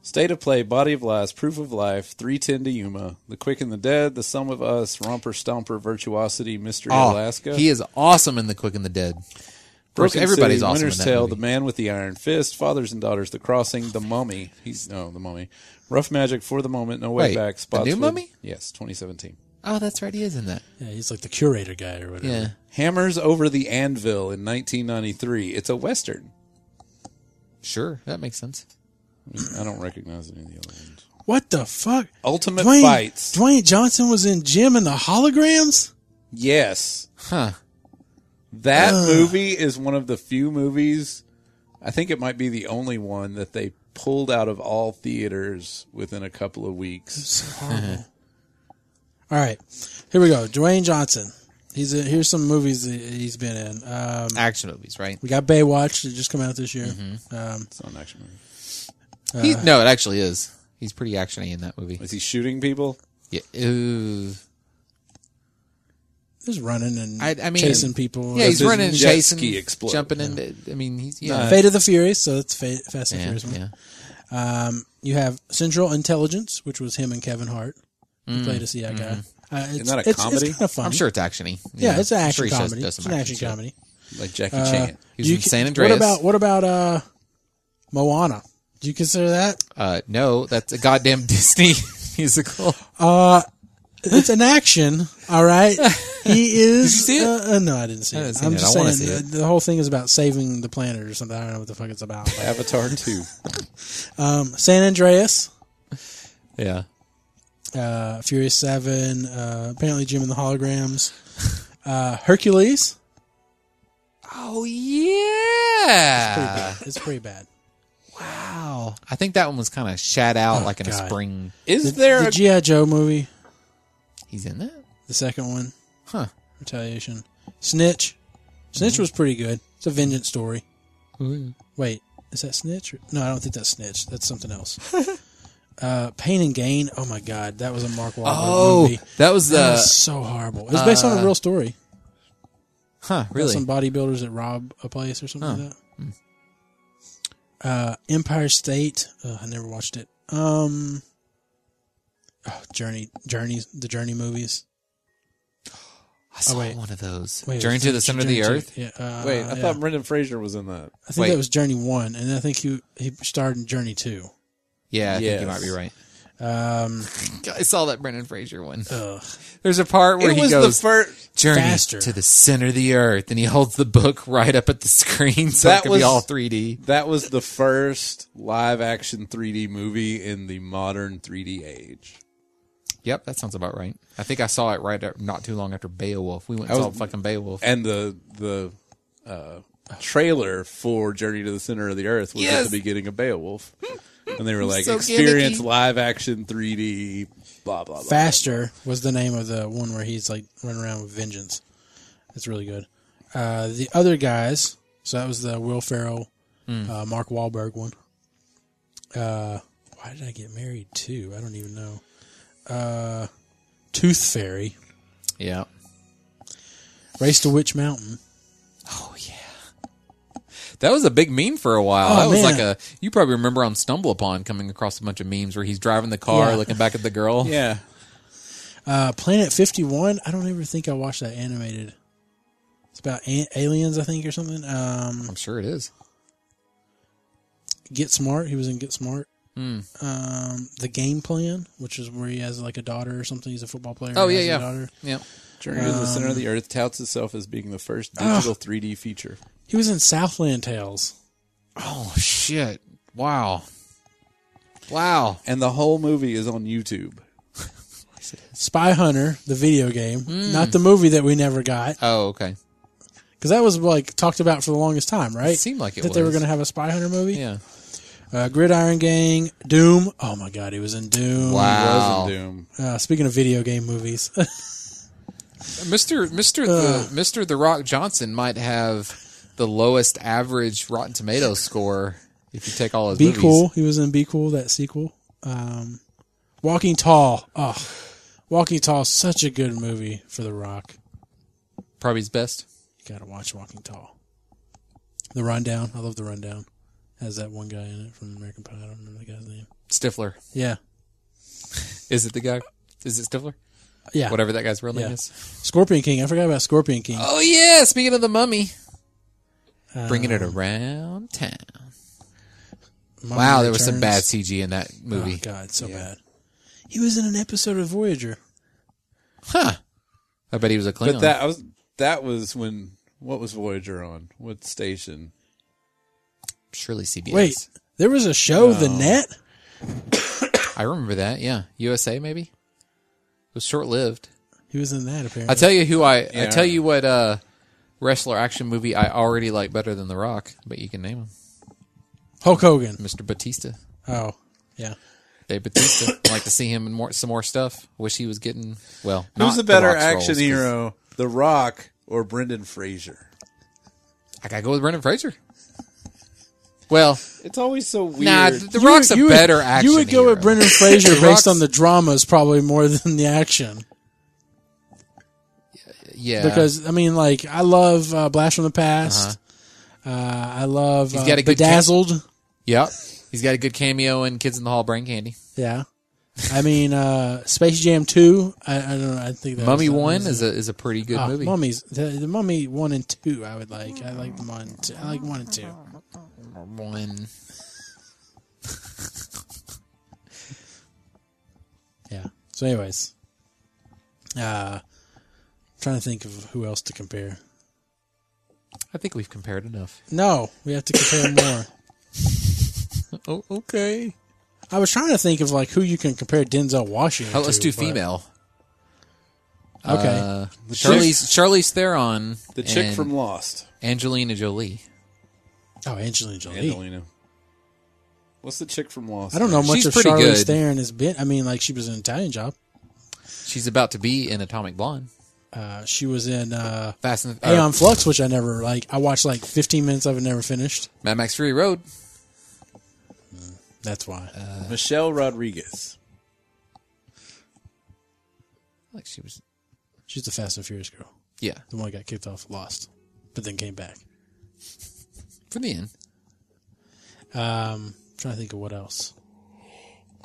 [SPEAKER 2] State of Play, Body of Lies, Proof of Life, 310 to Yuma, The Quick and the Dead, The Sum of Us, Romper Stomper, Virtuosity, Mystery
[SPEAKER 3] Oh,
[SPEAKER 2] Alaska.
[SPEAKER 3] He is awesome in The Quick and the Dead. Brooke,
[SPEAKER 2] Broken
[SPEAKER 3] everybody's
[SPEAKER 2] City,
[SPEAKER 3] awesome
[SPEAKER 2] Winter's
[SPEAKER 3] in that
[SPEAKER 2] Tale,
[SPEAKER 3] movie.
[SPEAKER 2] The Man with the Iron Fist, Fathers and Daughters, The Crossing, The Mummy. He's no the Mummy. Rough Magic for the Moment, No Way
[SPEAKER 3] Wait,
[SPEAKER 2] Back.
[SPEAKER 3] the new
[SPEAKER 2] Spotswood-
[SPEAKER 3] Mummy?
[SPEAKER 2] Yes, 2017.
[SPEAKER 3] Oh, that's right. He is in that.
[SPEAKER 1] Yeah, he's like the curator guy or whatever.
[SPEAKER 3] Yeah.
[SPEAKER 2] Hammers over the Anvil in 1993. It's a western.
[SPEAKER 3] Sure. That makes sense.
[SPEAKER 2] I don't recognize any of the other ones.
[SPEAKER 1] What the fuck?
[SPEAKER 2] Ultimate
[SPEAKER 1] Dwayne,
[SPEAKER 2] Fights.
[SPEAKER 1] Dwayne Johnson was in Jim and the Holograms.
[SPEAKER 2] Yes,
[SPEAKER 3] Huh.
[SPEAKER 2] that movie is one of the few movies. I think it might be the only one that they pulled out of all theaters within a couple of weeks.
[SPEAKER 1] So horrible. All right, here we go. Dwayne Johnson. He's in, here's some movies that he's been in. Um,
[SPEAKER 3] Action movies, right?
[SPEAKER 1] we got Baywatch that just come out this year.
[SPEAKER 3] Mm-hmm.
[SPEAKER 1] Um,
[SPEAKER 2] It's not an action movie.
[SPEAKER 3] He- no, it actually is. He's pretty actiony in that movie.
[SPEAKER 2] Is he shooting people?
[SPEAKER 3] Yeah. Ooh.
[SPEAKER 1] there's running and
[SPEAKER 3] I- I mean-
[SPEAKER 1] chasing people.
[SPEAKER 3] Yeah, he's
[SPEAKER 2] his
[SPEAKER 3] running, and
[SPEAKER 2] jet
[SPEAKER 3] chasing,
[SPEAKER 2] ski explode.
[SPEAKER 3] jumping into. I mean, he's yeah,
[SPEAKER 1] Fate of the Furious. So that's Fate, Fast and
[SPEAKER 3] yeah,
[SPEAKER 1] Furious. One.
[SPEAKER 3] yeah.
[SPEAKER 1] You have Central Intelligence, which was him and Kevin Hart. He played a CI guy. Uh, it's,
[SPEAKER 2] that a
[SPEAKER 1] it's,
[SPEAKER 2] comedy?
[SPEAKER 1] It's kind of fun.
[SPEAKER 3] Mm, mm-hmm. I'm sure it's actiony.
[SPEAKER 1] Yeah, it's an
[SPEAKER 3] I'm
[SPEAKER 1] action
[SPEAKER 3] sure he does-
[SPEAKER 1] comedy.
[SPEAKER 3] does
[SPEAKER 1] It's
[SPEAKER 3] some
[SPEAKER 1] an action
[SPEAKER 3] shit.
[SPEAKER 1] comedy.
[SPEAKER 2] Like Jackie
[SPEAKER 3] Uh,
[SPEAKER 2] Chan.
[SPEAKER 3] He was
[SPEAKER 1] Do
[SPEAKER 3] in
[SPEAKER 1] ca-
[SPEAKER 3] San Andreas.
[SPEAKER 1] What about what about uh, Moana? Do you consider that?
[SPEAKER 3] Uh, no, that's a goddamn Disney musical.
[SPEAKER 1] It's an action, all right. He is.
[SPEAKER 3] see it?
[SPEAKER 1] Uh, uh, no, I didn't see
[SPEAKER 3] I
[SPEAKER 1] it.
[SPEAKER 3] haven't seen
[SPEAKER 1] I'm
[SPEAKER 3] it.
[SPEAKER 1] just
[SPEAKER 3] I wanna
[SPEAKER 1] saying
[SPEAKER 3] see
[SPEAKER 1] uh,
[SPEAKER 3] it.
[SPEAKER 1] the whole thing is about saving the planet or something. I don't know what the fuck it's about. but,
[SPEAKER 2] Avatar two.
[SPEAKER 1] um, San Andreas,
[SPEAKER 3] Yeah,
[SPEAKER 1] uh, Furious Seven, uh, apparently Jim and the Holograms, uh, Hercules.
[SPEAKER 3] Oh yeah.
[SPEAKER 1] It's pretty bad.
[SPEAKER 3] Wow. I think that one was kind of shat out like in a
[SPEAKER 1] Oh, God.
[SPEAKER 3] spring.
[SPEAKER 2] Is there
[SPEAKER 1] The
[SPEAKER 2] a
[SPEAKER 1] GI Joe movie,
[SPEAKER 3] He's in that.
[SPEAKER 1] the second one,
[SPEAKER 3] Huh.
[SPEAKER 1] Retaliation, Snitch. Snitch
[SPEAKER 3] Mm-hmm.
[SPEAKER 1] was pretty good. It's a vengeance story. Wait, is that Snitch? Or- no, I don't think that's Snitch. That's something else. uh, Pain and Gain. Oh my God, that was a Mark Wahlberg
[SPEAKER 3] Oh,
[SPEAKER 1] movie.
[SPEAKER 3] that was the
[SPEAKER 1] That was so horrible. It was based on a real story.
[SPEAKER 3] huh.
[SPEAKER 1] About
[SPEAKER 3] Really? Hmm.
[SPEAKER 1] Some bodybuilders that rob a place or something like that. Uh, Empire State. Ugh, I never watched it. Um, oh, Journey, Journeys, the Journey movies.
[SPEAKER 3] I saw
[SPEAKER 1] Oh, wait.
[SPEAKER 3] one of those.
[SPEAKER 1] Wait,
[SPEAKER 3] Journey
[SPEAKER 1] it's
[SPEAKER 3] to the center of the
[SPEAKER 1] Journey
[SPEAKER 3] earth.
[SPEAKER 1] to- Yeah. uh,
[SPEAKER 2] wait?
[SPEAKER 1] yeah.
[SPEAKER 2] I thought Brendan Fraser was in that.
[SPEAKER 1] I think
[SPEAKER 3] wait.
[SPEAKER 1] that was Journey One, and I think he he starred in Journey Two.
[SPEAKER 3] Yeah, I think
[SPEAKER 2] Yes.
[SPEAKER 3] you might be right.
[SPEAKER 1] Um,
[SPEAKER 3] I saw that Brendan Fraser one.
[SPEAKER 1] ugh.
[SPEAKER 3] There's a part where
[SPEAKER 2] it
[SPEAKER 3] he
[SPEAKER 2] was
[SPEAKER 3] goes
[SPEAKER 2] the first.
[SPEAKER 3] journey
[SPEAKER 1] Faster.
[SPEAKER 3] to the center of the earth, and he holds the book right up at the screen, so
[SPEAKER 2] That
[SPEAKER 3] it could
[SPEAKER 2] was-
[SPEAKER 3] be all 3D.
[SPEAKER 2] That was the first live action 3D movie in the modern 3D age.
[SPEAKER 3] Yep, that sounds about right. I think I saw it right up, not too long after Beowulf. We went and
[SPEAKER 2] I
[SPEAKER 3] saw
[SPEAKER 2] was-
[SPEAKER 3] fucking Beowulf.
[SPEAKER 1] eh.
[SPEAKER 2] And the the uh, trailer for Journey to the Center of the Earth was
[SPEAKER 3] Yes.
[SPEAKER 2] at the beginning of Beowulf, and they were like,
[SPEAKER 3] So
[SPEAKER 2] "Experience
[SPEAKER 3] gimmicky.
[SPEAKER 2] live action 3D." Blah blah blah.
[SPEAKER 1] Faster was the name of the one where he's like running around with vengeance. That's really good. Uh, the other guys, so that was the Will Ferrell, uh, Mark Wahlberg one. Uh, why did I get married to? I don't even know. Uh, Tooth Fairy,
[SPEAKER 3] Yeah.
[SPEAKER 1] Race to Witch Mountain.
[SPEAKER 3] Oh yeah. That was a big meme for a while.
[SPEAKER 1] Oh,
[SPEAKER 3] that was
[SPEAKER 1] man.
[SPEAKER 3] like a you probably remember on Stumble Upon coming across a bunch of memes where he's driving the car,
[SPEAKER 1] Yeah.
[SPEAKER 3] looking back at the girl.
[SPEAKER 2] Yeah.
[SPEAKER 1] Uh, Planet 51. I don't ever think I watched that animated. It's about a- aliens, I think, or something. Um,
[SPEAKER 3] I'm sure it is.
[SPEAKER 1] Get Smart. He was in Get Smart.
[SPEAKER 3] Hmm.
[SPEAKER 1] Um, the Game Plan, which is where he has like a daughter or something. He's a football player.
[SPEAKER 3] Oh
[SPEAKER 1] and
[SPEAKER 3] yeah,
[SPEAKER 1] has a
[SPEAKER 3] yeah,
[SPEAKER 1] daughter.
[SPEAKER 3] yeah.
[SPEAKER 2] Journey to the Center of the Earth touts itself as being the first
[SPEAKER 1] Ugh.
[SPEAKER 2] digital 3D feature.
[SPEAKER 1] He was in Southland Tales.
[SPEAKER 3] Oh shit! Wow, wow.
[SPEAKER 2] And the whole movie is on YouTube.
[SPEAKER 1] Spy Hunter, the video game,
[SPEAKER 3] Hmm.
[SPEAKER 1] not the movie that we never got,
[SPEAKER 3] Oh okay.
[SPEAKER 1] because that was like talked about for the longest time, right?
[SPEAKER 3] It seemed like it
[SPEAKER 1] that they were
[SPEAKER 3] was.
[SPEAKER 1] going to have a Spy Hunter movie.
[SPEAKER 3] Yeah.
[SPEAKER 1] Uh, Gridiron Gang, Doom. Oh my God, he was in Doom.
[SPEAKER 2] It
[SPEAKER 3] Wow.
[SPEAKER 2] was in Doom.
[SPEAKER 1] Uh, speaking of video game movies,
[SPEAKER 3] Mr. Mr. the Mr. The Rock Johnson might have the lowest average Rotten Tomatoes score if you take all his
[SPEAKER 1] Be
[SPEAKER 3] movies.
[SPEAKER 1] Cool. He was in Be Cool, that sequel. Um, Walking Tall. Oh, Walking Tall, is such a good movie for The Rock.
[SPEAKER 3] Probably his best.
[SPEAKER 1] You gotta watch Walking Tall. The Rundown. I love The Rundown. Has that one guy in it from American Pie. I don't remember the guy's name.
[SPEAKER 3] Stifler.
[SPEAKER 1] Yeah.
[SPEAKER 3] Is it the guy? Is it Stifler?
[SPEAKER 1] Yeah.
[SPEAKER 3] Whatever that guy's real name
[SPEAKER 1] Yeah.
[SPEAKER 3] is.
[SPEAKER 1] Scorpion King. I forgot about Scorpion King.
[SPEAKER 3] Oh yeah. Speaking of the Mummy, bringing
[SPEAKER 2] Uh,
[SPEAKER 3] it around town.
[SPEAKER 1] Mummy
[SPEAKER 3] Wow, there was some bad
[SPEAKER 1] Returns.
[SPEAKER 3] CG in that
[SPEAKER 1] Oh,
[SPEAKER 3] movie.
[SPEAKER 1] God, so bad. He was in an episode of Voyager.
[SPEAKER 3] huh? I bet he was a Klingon.
[SPEAKER 2] But that I was that was when what was Voyager on? What station?
[SPEAKER 3] surely CBS.
[SPEAKER 1] Wait, there was a show, The Net?
[SPEAKER 3] I remember that. Yeah, USA maybe. It was short lived.
[SPEAKER 1] He was in that, apparently.
[SPEAKER 3] I tell you who I I
[SPEAKER 2] Yeah.
[SPEAKER 3] tell you what uh wrestler action movie I already like better than The Rock, but you can name him
[SPEAKER 1] Hulk Hogan.
[SPEAKER 3] Mr. Batista.
[SPEAKER 1] Oh, yeah.
[SPEAKER 3] Dave Batista. I'd like to see him in more some more stuff. Wish he was getting well. not
[SPEAKER 2] Who's the better
[SPEAKER 3] Rock's
[SPEAKER 2] action
[SPEAKER 3] roles, 'cause
[SPEAKER 2] hero? The Rock or Brendan Fraser?
[SPEAKER 3] I gotta go with Brendan Fraser. Well,
[SPEAKER 2] It's always so weird.
[SPEAKER 3] nah, The, the
[SPEAKER 1] You-
[SPEAKER 3] Rock's a
[SPEAKER 1] you would-
[SPEAKER 3] better action.
[SPEAKER 1] You would go
[SPEAKER 3] hero.
[SPEAKER 1] with Brendan Fraser
[SPEAKER 3] Rock's-
[SPEAKER 1] based on the dramas probably more than the action.
[SPEAKER 3] yeah,
[SPEAKER 1] Because, I mean, like, I love uh, Blast from the Past. uh I love uh,
[SPEAKER 3] Uh-huh. got a good
[SPEAKER 1] Bedazzled.
[SPEAKER 3] yep, he's got a good cameo in Kids in the Hall, Brain Candy.
[SPEAKER 1] yeah. I mean, uh, Space Jam 2. I, I don't know. I think that
[SPEAKER 3] Mummy
[SPEAKER 1] was, that
[SPEAKER 3] One
[SPEAKER 1] was-
[SPEAKER 3] is a is a pretty good
[SPEAKER 1] Ah,
[SPEAKER 3] movie.
[SPEAKER 1] Mummies. The, the Mummy 1 and 2, I would like. I like the 1 and 2. I like 1 and 2.
[SPEAKER 3] One.
[SPEAKER 1] Yeah. So, anyways, uh, trying to think of who else to compare.
[SPEAKER 3] I think we've compared enough.
[SPEAKER 1] No, we have to compare more.
[SPEAKER 3] Oh, okay.
[SPEAKER 1] I was trying to think of like who you can compare Denzel Washington.
[SPEAKER 3] Oh, let's
[SPEAKER 1] to,
[SPEAKER 3] do
[SPEAKER 1] but-
[SPEAKER 3] female.
[SPEAKER 1] Okay,
[SPEAKER 3] Uh,
[SPEAKER 2] chick-
[SPEAKER 3] Charlize Charlize Theron,
[SPEAKER 2] the chick
[SPEAKER 3] and
[SPEAKER 2] from Lost,
[SPEAKER 3] Angelina Jolie.
[SPEAKER 1] oh Angelina Jolie.
[SPEAKER 2] Angelina. What's the chick from Lost?
[SPEAKER 1] I don't know much
[SPEAKER 3] She's
[SPEAKER 1] of
[SPEAKER 3] pretty
[SPEAKER 1] Charlize
[SPEAKER 3] good.
[SPEAKER 1] Theron has been. I mean, like she was in Italian Job.
[SPEAKER 3] She's about to be in Atomic Blonde.
[SPEAKER 1] Uh, she was in uh,
[SPEAKER 3] Fast and uh,
[SPEAKER 1] Aeon Flux, which I never like. I watched like 15 minutes of it, never finished.
[SPEAKER 3] Mad Max Fury Road.
[SPEAKER 1] That's why.
[SPEAKER 3] Uh,
[SPEAKER 2] Michelle Rodriguez.
[SPEAKER 3] Like she was.
[SPEAKER 1] She's the Fast and Furious girl,
[SPEAKER 3] Yeah,
[SPEAKER 1] the one that got kicked off Lost, but then came back.
[SPEAKER 3] for the end.
[SPEAKER 1] Um, trying to think of what else.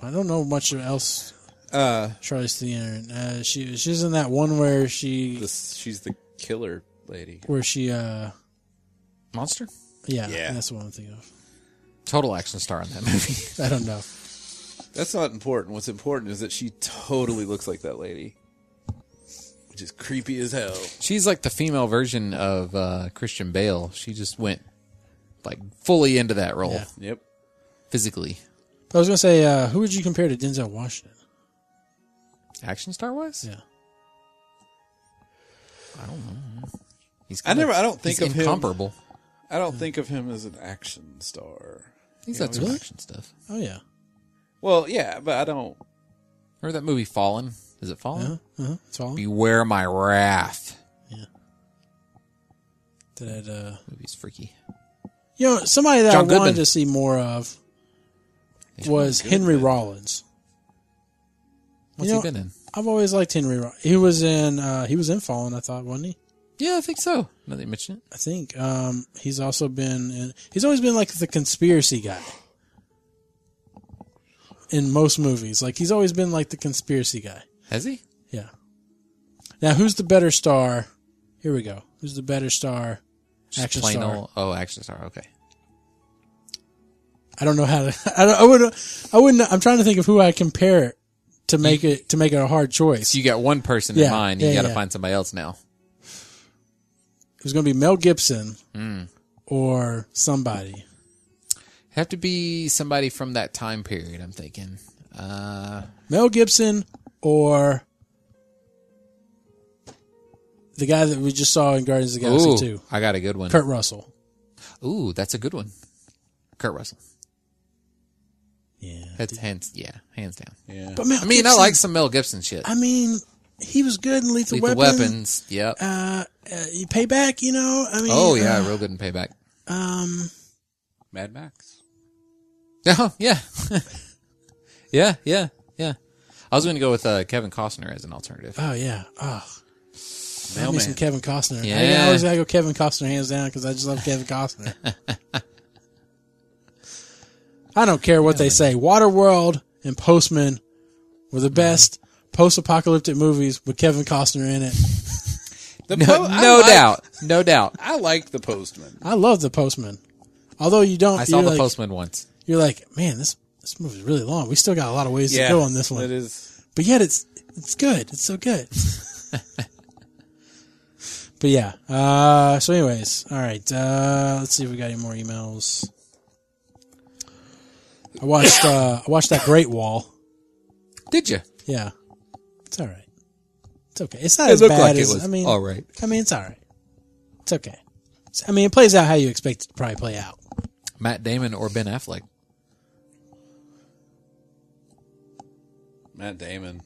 [SPEAKER 1] I don't know much else.
[SPEAKER 2] Uh,
[SPEAKER 1] Charlize Theron. Uh, she she's in that one where she
[SPEAKER 2] this, she's the killer lady.
[SPEAKER 1] where she uh
[SPEAKER 3] Monster.
[SPEAKER 1] yeah,
[SPEAKER 2] Yeah.
[SPEAKER 1] that's what I'm thinking of.
[SPEAKER 3] Total action star in that movie.
[SPEAKER 1] I don't know.
[SPEAKER 2] That's not important. What's important is that she totally looks like that lady, which is creepy as hell.
[SPEAKER 3] She's like the female version of uh, Christian Bale. She just went like fully into that role
[SPEAKER 1] Yeah.
[SPEAKER 2] Yep.
[SPEAKER 3] physically.
[SPEAKER 1] I was gonna say, uh, who would you compare to Denzel Washington?
[SPEAKER 3] Action star wise.
[SPEAKER 1] Yeah,
[SPEAKER 3] He's
[SPEAKER 2] I never- I don't think
[SPEAKER 3] he's
[SPEAKER 2] of him-
[SPEAKER 3] incomparable.
[SPEAKER 2] I don't think of him as an action star.
[SPEAKER 3] He's got some action stuff.
[SPEAKER 1] oh yeah,
[SPEAKER 2] Well, yeah, but I don't.
[SPEAKER 3] Remember that movie Fallen? Is it Fallen?
[SPEAKER 1] uh-huh. Uh-huh. it's all
[SPEAKER 3] Beware my wrath.
[SPEAKER 1] that. had, Uh,
[SPEAKER 3] Movie's freaky.
[SPEAKER 1] you know, somebody that
[SPEAKER 3] John
[SPEAKER 1] I wanted
[SPEAKER 3] Goodman.
[SPEAKER 1] to see more of was Henry Rollins.
[SPEAKER 3] What's
[SPEAKER 1] You
[SPEAKER 3] he
[SPEAKER 1] know-
[SPEAKER 3] been in?
[SPEAKER 1] I've always liked Henry. Roll- He was in. Uh, he was in Fallen. I thought, wasn't he?
[SPEAKER 3] Yeah, I think so. Now that you mention it.
[SPEAKER 1] I think um, he's also been in, he's always been like the conspiracy guy in most movies. Like he's always been like the conspiracy guy.
[SPEAKER 3] Has he?
[SPEAKER 1] Yeah. Now who's the better star? Here we go. Who's the better star?
[SPEAKER 3] Just
[SPEAKER 1] Action
[SPEAKER 3] plain
[SPEAKER 1] star.
[SPEAKER 3] old- oh, action star. Okay.
[SPEAKER 1] I don't know how to. I, don't, I would. I wouldn't. I'm trying to think of who I compare it to make it to make it a hard choice.
[SPEAKER 3] So you got one person in
[SPEAKER 1] Yeah,
[SPEAKER 3] mind.
[SPEAKER 1] yeah,
[SPEAKER 3] you got to
[SPEAKER 1] yeah.
[SPEAKER 3] find somebody else now.
[SPEAKER 1] It was going to be Mel Gibson
[SPEAKER 3] Hmm.
[SPEAKER 1] or somebody.
[SPEAKER 3] Have to be somebody from that time period. I'm thinking. Uh,
[SPEAKER 1] Mel Gibson or the guy that we just saw in Guardians of the Galaxy
[SPEAKER 3] ooh,
[SPEAKER 1] Two,
[SPEAKER 3] I got a good one.
[SPEAKER 1] Kurt Russell.
[SPEAKER 3] Ooh, that's a good one. Kurt Russell.
[SPEAKER 1] Yeah,
[SPEAKER 3] That's hands. Yeah, hands down.
[SPEAKER 2] Yeah.
[SPEAKER 1] but Mel
[SPEAKER 3] I mean, I
[SPEAKER 1] Gibson-
[SPEAKER 3] like some Mel Gibson shit.
[SPEAKER 1] I mean, he was good in Lethal,
[SPEAKER 3] Lethal
[SPEAKER 1] Weapon.
[SPEAKER 3] weapons. Yep.
[SPEAKER 1] Uh, uh, you pay back, you know. I mean,
[SPEAKER 3] oh yeah,
[SPEAKER 1] uh,
[SPEAKER 3] real good in payback.
[SPEAKER 1] um,
[SPEAKER 2] Mad Max.
[SPEAKER 3] Oh yeah, yeah, yeah, yeah. I was going to go with uh, Kevin Costner as an alternative.
[SPEAKER 1] oh yeah, oh. Love me some
[SPEAKER 2] Mailman.
[SPEAKER 1] Kevin Costner. Yeah. I,
[SPEAKER 3] Yeah.
[SPEAKER 1] always gotta go Kevin Costner hands down because I just love Kevin Costner. I don't care what they say. Waterworld and Postman were the best post-apocalyptic movies with Kevin Costner in it.
[SPEAKER 2] The
[SPEAKER 3] No,
[SPEAKER 2] po- I
[SPEAKER 3] no
[SPEAKER 2] like-
[SPEAKER 3] doubt, no doubt.
[SPEAKER 2] I like the Postman.
[SPEAKER 1] I love the Postman. Although you don't,
[SPEAKER 3] I saw
[SPEAKER 1] you're
[SPEAKER 3] the
[SPEAKER 1] like,
[SPEAKER 3] Postman once.
[SPEAKER 1] You're like, man, this this movie's really long. We still got a lot of ways
[SPEAKER 2] yeah,
[SPEAKER 1] to go on this
[SPEAKER 2] It
[SPEAKER 1] one,
[SPEAKER 2] is.
[SPEAKER 1] but yet it's it's good. It's so good. but yeah. Uh, so, anyways, all right. Uh, let's see if we got any more emails. I watched uh, I watched that Great Wall.
[SPEAKER 3] Did you?
[SPEAKER 1] Yeah, it's all right. It's okay. It's not
[SPEAKER 3] It
[SPEAKER 1] as
[SPEAKER 3] looked
[SPEAKER 1] bad
[SPEAKER 3] like it
[SPEAKER 1] as
[SPEAKER 3] was
[SPEAKER 1] I mean.
[SPEAKER 3] all right.
[SPEAKER 1] I mean, it's all right. It's okay. It's- I mean, it plays out how you expect it to probably play out.
[SPEAKER 3] Matt Damon or Ben Affleck?
[SPEAKER 2] Matt Damon.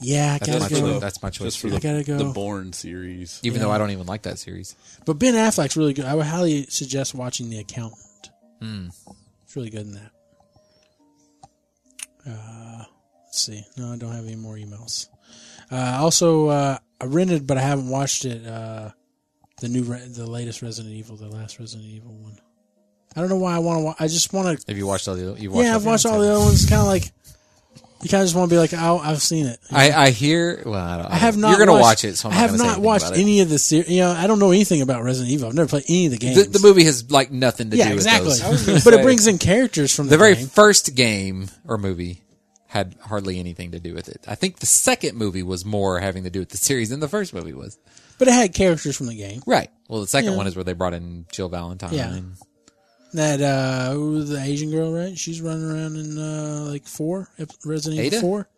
[SPEAKER 1] Yeah, I
[SPEAKER 3] That's my
[SPEAKER 1] gotta go.
[SPEAKER 3] choice. That's my choice.
[SPEAKER 2] Just for
[SPEAKER 3] too.
[SPEAKER 2] the,
[SPEAKER 1] I gotta go.
[SPEAKER 2] the Bourne series.
[SPEAKER 3] Even though I don't even like that series.
[SPEAKER 1] But Ben Affleck's really good. I would highly suggest watching The Accountant.
[SPEAKER 3] Hmm.
[SPEAKER 1] It's really good in that. Uh, let's see. No, I don't have any more emails. Uh, also, uh, I rented, but I haven't watched it. Uh, the new, re- the latest Resident Evil, the last Resident Evil one. I don't know why I want to. Wa- I just want to.
[SPEAKER 3] Have you watched all the? You
[SPEAKER 1] Yeah, I've watched all the other ones. Kind of like you kind of just want to be like, oh, I've seen it.
[SPEAKER 3] I, I hear. Well, I, don't,
[SPEAKER 1] I have not.
[SPEAKER 3] You're gonna
[SPEAKER 1] watched-
[SPEAKER 3] watch it. So I'm
[SPEAKER 1] I have
[SPEAKER 3] gonna say
[SPEAKER 1] not
[SPEAKER 3] anything
[SPEAKER 1] watched
[SPEAKER 3] about it.
[SPEAKER 1] any of the series. You know, I don't know anything about Resident Evil. I've never played any of the games.
[SPEAKER 3] The, the movie has like nothing to
[SPEAKER 1] yeah,
[SPEAKER 3] do with
[SPEAKER 1] exactly.
[SPEAKER 3] those.
[SPEAKER 1] But it brings in characters from the,
[SPEAKER 3] The very
[SPEAKER 1] game.
[SPEAKER 3] first game or movie had hardly anything to do with it. I think the second movie was more having to do with the series than the first movie was.
[SPEAKER 1] But it had characters from the game.
[SPEAKER 3] Right. Well, the second
[SPEAKER 1] Yeah.
[SPEAKER 3] one is where they brought in Jill Valentine.
[SPEAKER 1] Yeah. That uh, who was the Asian girl, right? She's running around in uh, like four Ep- Resident Evil
[SPEAKER 3] Ada?
[SPEAKER 1] four.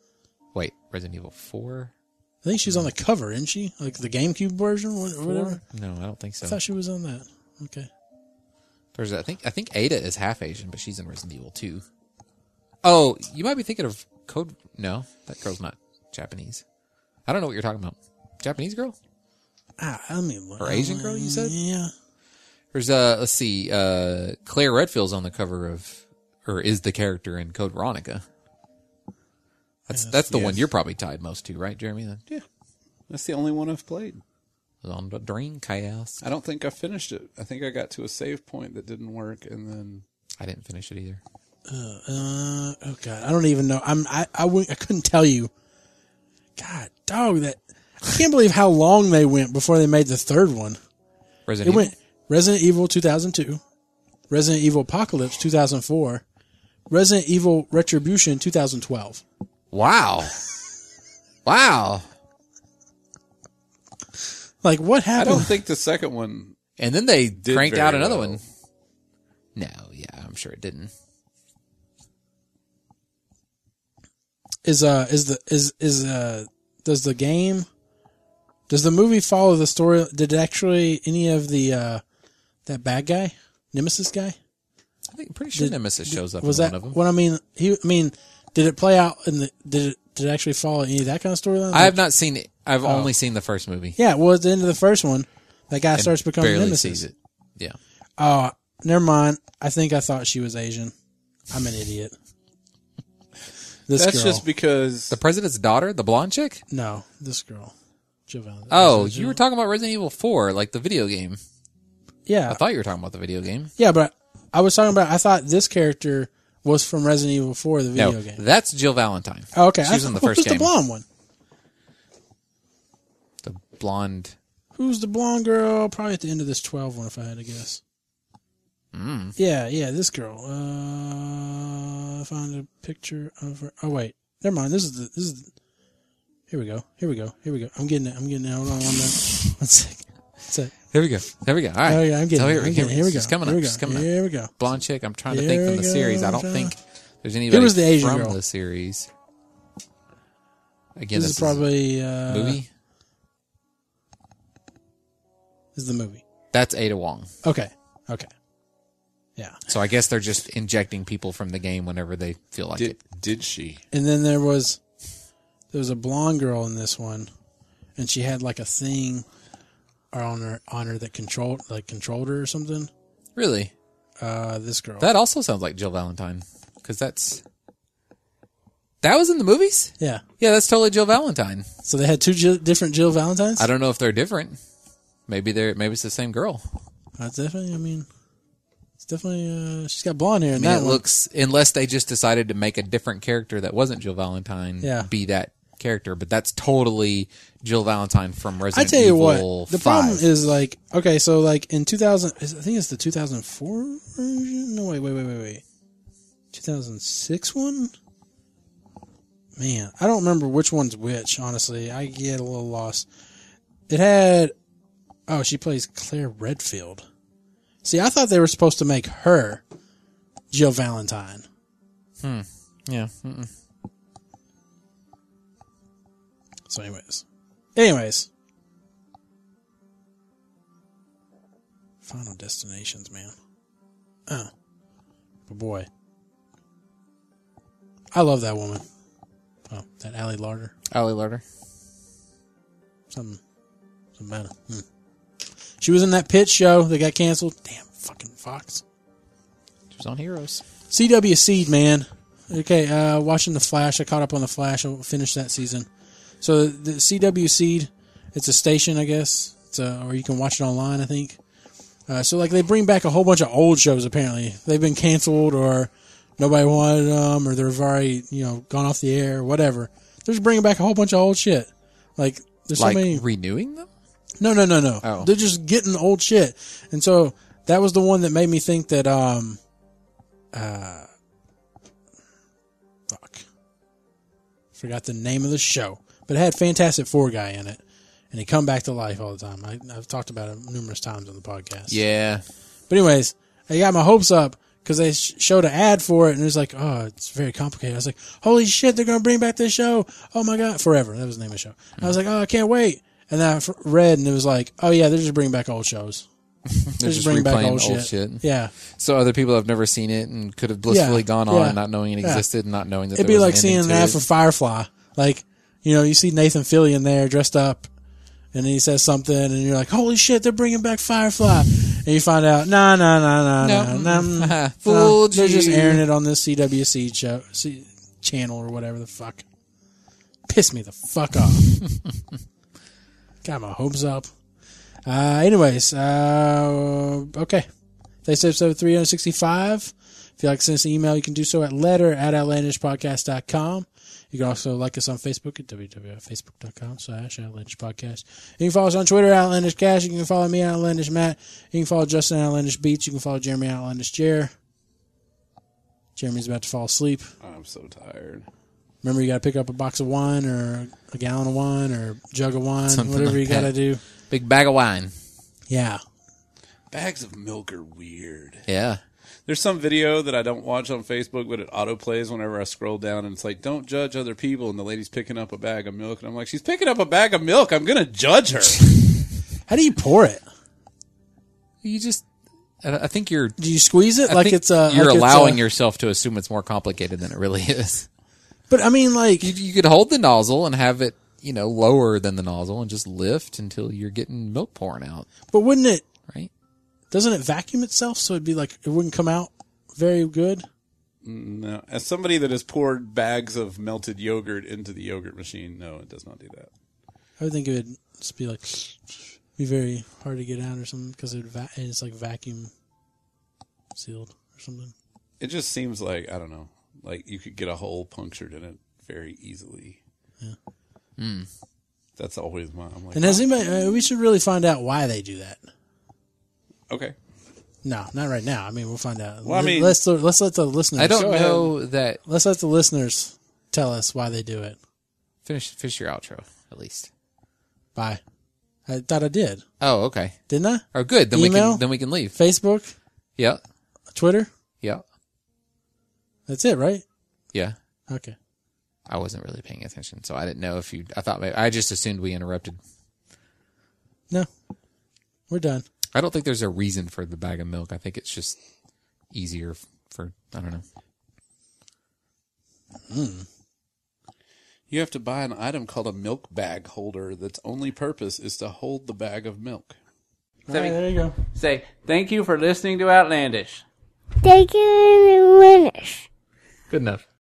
[SPEAKER 3] Wait, Resident Evil 4?
[SPEAKER 1] I think she's on the cover, isn't she? Like the GameCube version, wha- or whatever.
[SPEAKER 3] No, I don't think so.
[SPEAKER 1] I thought she was on that. Okay.
[SPEAKER 3] There's, I think I think Ada is half Asian, but she's in Resident Evil 2. Oh, you might be thinking of Code. No, that girl's not Japanese. I don't know what you're talking about. Japanese girl?
[SPEAKER 1] Ah, I mean, what-
[SPEAKER 3] Or Asian girl, you said?
[SPEAKER 1] Yeah.
[SPEAKER 3] There's uh let's see, uh Claire Redfield's on the cover of or is the character in Code Veronica. That's that's the one
[SPEAKER 2] Yes.
[SPEAKER 3] you're probably tied most to, right, Jeremy? That
[SPEAKER 2] Yeah. That's the only one I've played.
[SPEAKER 3] was on the Dream Chaos.
[SPEAKER 2] I don't think I finished it. I think I got to a save point that didn't work, and then
[SPEAKER 3] I didn't finish it either.
[SPEAKER 1] Uh, oh god, I don't even know. I'm I I, wouldn't- I couldn't tell you. God, dog, that I can't believe how long they went before they made the third one. It
[SPEAKER 3] Resident
[SPEAKER 1] went Resident Evil 2002, Resident Evil Apocalypse 2004, Resident Evil Retribution 2012.
[SPEAKER 3] Evil. Wow. wow.
[SPEAKER 1] Like what
[SPEAKER 2] I don't
[SPEAKER 1] happened?
[SPEAKER 2] think the second one.
[SPEAKER 3] And then they
[SPEAKER 2] Did
[SPEAKER 3] cranked
[SPEAKER 2] very
[SPEAKER 3] out another
[SPEAKER 2] well.
[SPEAKER 3] one. No, yeah, I'm sure it didn't.
[SPEAKER 1] Is uh is the is is uh does the game does the movie follow the story? Did actually any of the uh that bad guy, Nemesis guy?
[SPEAKER 3] I think I'm pretty sure Nemesis shows up
[SPEAKER 1] was
[SPEAKER 3] in
[SPEAKER 1] that
[SPEAKER 3] one of them.
[SPEAKER 1] what I mean? He, I mean, did it play out in the did it did it actually follow any of that kind of storyline?
[SPEAKER 3] I have not seen it. I've only seen the first movie.
[SPEAKER 1] yeah. Well, at the end of the first one, that guy
[SPEAKER 3] and
[SPEAKER 1] starts becoming
[SPEAKER 3] barely
[SPEAKER 1] nemesis.
[SPEAKER 3] sees it. Yeah.
[SPEAKER 1] Oh, never mind. I think I thought she was Asian. I'm an idiot. This
[SPEAKER 2] That's
[SPEAKER 1] girl.
[SPEAKER 2] just because
[SPEAKER 3] The president's daughter, the blonde chick?
[SPEAKER 1] no, this girl. Jill Valentine.
[SPEAKER 3] Oh,
[SPEAKER 1] Is it
[SPEAKER 3] you were
[SPEAKER 1] Jill?
[SPEAKER 3] talking about Resident Evil 4, like the video game.
[SPEAKER 1] Yeah,
[SPEAKER 3] I thought you were talking about the video game.
[SPEAKER 1] yeah, but I was talking about. I thought this character was from Resident Evil 4, the video
[SPEAKER 3] no,
[SPEAKER 1] game.
[SPEAKER 3] that's Jill Valentine.
[SPEAKER 1] Oh, okay,
[SPEAKER 3] She was
[SPEAKER 1] I-
[SPEAKER 3] in the first
[SPEAKER 1] Who's
[SPEAKER 3] game.
[SPEAKER 1] the blonde one?
[SPEAKER 3] The blonde.
[SPEAKER 1] Who's the blonde girl? Probably at the end of this 12 one, if I had to guess.
[SPEAKER 3] Mm.
[SPEAKER 1] Yeah, yeah, this girl. Uh, I found a picture of her. Oh wait, never mind. This is the this is. The, here we go. Here we go. Here we go. I'm getting it. I'm getting it. Hold on one minute. One second. One second.
[SPEAKER 3] Here we go. Here we go. All right.
[SPEAKER 1] Oh yeah, I'm getting
[SPEAKER 3] So
[SPEAKER 1] it.
[SPEAKER 3] here,
[SPEAKER 1] I'm
[SPEAKER 3] here,
[SPEAKER 1] getting it. Here we go.
[SPEAKER 3] She's coming
[SPEAKER 1] here
[SPEAKER 3] up.
[SPEAKER 1] We go.
[SPEAKER 3] She's coming up.
[SPEAKER 1] Here we go.
[SPEAKER 3] Blonde chick. I'm trying to
[SPEAKER 1] Here
[SPEAKER 3] think from
[SPEAKER 1] we
[SPEAKER 3] the
[SPEAKER 1] go,
[SPEAKER 3] series. I don't
[SPEAKER 1] John.
[SPEAKER 3] think there's anybody
[SPEAKER 1] was the Asian
[SPEAKER 3] from
[SPEAKER 1] girl?
[SPEAKER 3] the series. Again,
[SPEAKER 1] This
[SPEAKER 3] this,
[SPEAKER 1] is probably uh,
[SPEAKER 3] a movie.
[SPEAKER 1] This is the movie?
[SPEAKER 3] That's Ada Wong.
[SPEAKER 1] Okay. Okay. Yeah.
[SPEAKER 3] So I guess they're just injecting people from the game whenever they feel like
[SPEAKER 2] Did
[SPEAKER 3] it.
[SPEAKER 2] did she?
[SPEAKER 1] And then there was there was a blonde girl in this one, and she had like a thing on her on her that controlled like controlled her or something.
[SPEAKER 3] Really?
[SPEAKER 1] Uh, this girl.
[SPEAKER 3] That also sounds like Jill Valentine because that's that was in the movies.
[SPEAKER 1] yeah.
[SPEAKER 3] Yeah, that's totally Jill Valentine.
[SPEAKER 1] So they had two Jill, different Jill Valentines.
[SPEAKER 3] I don't know if they're different. Maybe they're maybe it's the same girl.
[SPEAKER 1] That's definitely. I mean, it's definitely. Uh, she's got blonde hair in
[SPEAKER 3] I mean,
[SPEAKER 1] that
[SPEAKER 3] it
[SPEAKER 1] one.
[SPEAKER 3] looks unless they just decided to make a different character that wasn't Jill Valentine
[SPEAKER 1] Yeah.
[SPEAKER 3] be that character, but that's totally Jill Valentine from
[SPEAKER 1] I
[SPEAKER 3] Resident
[SPEAKER 1] tell you
[SPEAKER 3] Evil
[SPEAKER 1] what, the
[SPEAKER 3] 5.
[SPEAKER 1] problem is like okay, so like in 2000, is- I think it's the 2004 version. No, wait, wait, wait, wait, wait, 2006 one. Man, I don't remember which one's which. Honestly, I get a little lost. It had oh, she plays Claire Redfield. See, I thought they were supposed to make her Jill Valentine.
[SPEAKER 3] yeah. Mm-mm.
[SPEAKER 1] So, anyways, anyways, Final Destinations, man. Oh, but boy, I love that woman. Oh, that Allie Larder,
[SPEAKER 3] Ally Larder.
[SPEAKER 1] something, something about her. Hmm. She was in that pitch show that got canceled. Damn, fucking Fox.
[SPEAKER 3] She was on Heroes.
[SPEAKER 1] CW Seed, man. Okay, uh, watching The Flash. I caught up on The Flash. I finished that season. So the CW Seed, it's a station, I guess, it's uh or you can watch it online, I think. Uh, so like they bring back a whole bunch of old shows. Apparently, they've been canceled or nobody wanted them, or they've already you know gone off the air, or whatever. They're just bringing back a whole bunch of old shit. Like there's
[SPEAKER 3] Like
[SPEAKER 1] so many
[SPEAKER 3] renewing them?
[SPEAKER 1] no, no, no, no.
[SPEAKER 3] Oh.
[SPEAKER 1] They're just getting old shit. And so that was the one that made me think that um uh fuck. Forgot the name of the show. But it had Fantastic Four guy in it. And he come back to life all the time. I, I've talked about it numerous times on the podcast.
[SPEAKER 3] Yeah.
[SPEAKER 1] But anyways, I got my hopes up because they sh- showed an ad for it, and it was like, oh, it's very complicated. I was like, holy shit, they're gonna bring back this show! Oh my god, forever. That was the name of the show. I was like, oh, I can't wait. And then I f- read, and it was like, oh yeah, they're just bringing back old shows.
[SPEAKER 3] They're just,
[SPEAKER 1] bringing
[SPEAKER 3] replaying
[SPEAKER 1] back
[SPEAKER 3] old, shit.
[SPEAKER 1] Yeah,
[SPEAKER 3] So other people have never seen it and could have blissfully
[SPEAKER 1] Yeah,
[SPEAKER 3] gone on
[SPEAKER 1] yeah,
[SPEAKER 3] not knowing it
[SPEAKER 1] yeah.
[SPEAKER 3] existed and not knowing that
[SPEAKER 1] it'd
[SPEAKER 3] there
[SPEAKER 1] be
[SPEAKER 3] was
[SPEAKER 1] like
[SPEAKER 3] an ending
[SPEAKER 1] seeing an
[SPEAKER 3] to
[SPEAKER 1] ad
[SPEAKER 3] it.
[SPEAKER 1] for Firefly. Like, you know, you see Nathan Fillion there dressed up, and he says something, and you're like, holy shit, they're bringing back Firefly. And you find out, nah, nah, nah, nah,
[SPEAKER 3] No.
[SPEAKER 1] nah, nah,
[SPEAKER 3] Fooled
[SPEAKER 1] uh, they're just
[SPEAKER 3] you.
[SPEAKER 1] airing it on this CWC show, C- channel or whatever the fuck. Piss me the fuck off. Got my hopes up. Uh, anyways, uh, okay. Thanks, episode 365. If you'd like to send us an email, you can do so at letter at outlandishpodcast.com. You can also like us on Facebook at www.facebook.com slash outlandish podcast. You can follow us on Twitter, outlandish cash. You can follow me, outlandish matt. You can follow Justin, outlandish beats. You can follow Jeremy, outlandish jer. Jeremy's about to fall asleep.
[SPEAKER 2] I'm so tired.
[SPEAKER 1] Remember, you got to pick up a box of wine or a gallon of wine or a jug of wine,
[SPEAKER 3] Something
[SPEAKER 1] whatever
[SPEAKER 3] like
[SPEAKER 1] you got to
[SPEAKER 3] that.
[SPEAKER 1] do.
[SPEAKER 3] Big bag of wine.
[SPEAKER 1] Yeah.
[SPEAKER 2] Bags of milk are weird.
[SPEAKER 3] Yeah.
[SPEAKER 2] There's some video that I don't watch on Facebook, but it autoplays whenever I scroll down, and it's like, "Don't judge other people." And the lady's picking up a bag of milk, and I'm like, "She's picking up a bag of milk. I'm gonna judge her."
[SPEAKER 1] How do you pour it?
[SPEAKER 3] You just I I think you're
[SPEAKER 1] Do you squeeze it
[SPEAKER 3] I
[SPEAKER 1] like
[SPEAKER 3] think
[SPEAKER 1] it's a?
[SPEAKER 3] you're
[SPEAKER 1] like it's uh,
[SPEAKER 3] allowing
[SPEAKER 1] a-
[SPEAKER 3] yourself to assume it's more complicated than it really is.
[SPEAKER 1] But I mean, like,
[SPEAKER 3] You, you could hold the nozzle and have it, you know, lower than the nozzle and just lift until you're getting milk pouring out,
[SPEAKER 1] but wouldn't it?
[SPEAKER 3] right?
[SPEAKER 1] Doesn't it vacuum itself so it'd be like it wouldn't come out very good?
[SPEAKER 2] no, as somebody that has poured bags of melted yogurt into the yogurt machine, no, it does not do that.
[SPEAKER 1] I would think it would just be like be very hard to get out or something because it would va- and it's like vacuum sealed or something.
[SPEAKER 2] It just seems like I don't know, like you could get a hole punctured in it very easily. That's always my. I'm like,
[SPEAKER 1] And has anybody? Uh, we should really find out why they do that.
[SPEAKER 2] okay,
[SPEAKER 1] No, not right now. I mean, we'll find out.
[SPEAKER 2] Well, I mean-
[SPEAKER 1] let's let's let the listeners.
[SPEAKER 3] I don't
[SPEAKER 2] Go ahead.
[SPEAKER 3] know that.
[SPEAKER 1] Let's let the listeners tell us why they do it.
[SPEAKER 3] Finish finish your outro at least.
[SPEAKER 1] Bye. I thought I did,
[SPEAKER 3] Oh, okay.
[SPEAKER 1] didn't I?
[SPEAKER 3] Oh, good. Then we
[SPEAKER 1] Email?
[SPEAKER 3] can then we can leave.
[SPEAKER 1] Facebook,
[SPEAKER 3] Yeah,
[SPEAKER 1] Twitter.
[SPEAKER 3] yeah,
[SPEAKER 1] That's it, right?
[SPEAKER 3] yeah.
[SPEAKER 1] Okay.
[SPEAKER 3] I wasn't really paying attention, so I didn't know if you. I thought maybe, I just assumed we interrupted.
[SPEAKER 1] No, we're done.
[SPEAKER 3] I don't think there's a reason for the bag of milk. I think it's just easier f- for I don't know.
[SPEAKER 2] you have to buy an item called a milk bag holder. That's only purpose is to hold the bag of milk.
[SPEAKER 1] All right, there you go.
[SPEAKER 4] Say, thank you for listening to Outlandish.
[SPEAKER 5] Take it in the winners.
[SPEAKER 3] Good enough.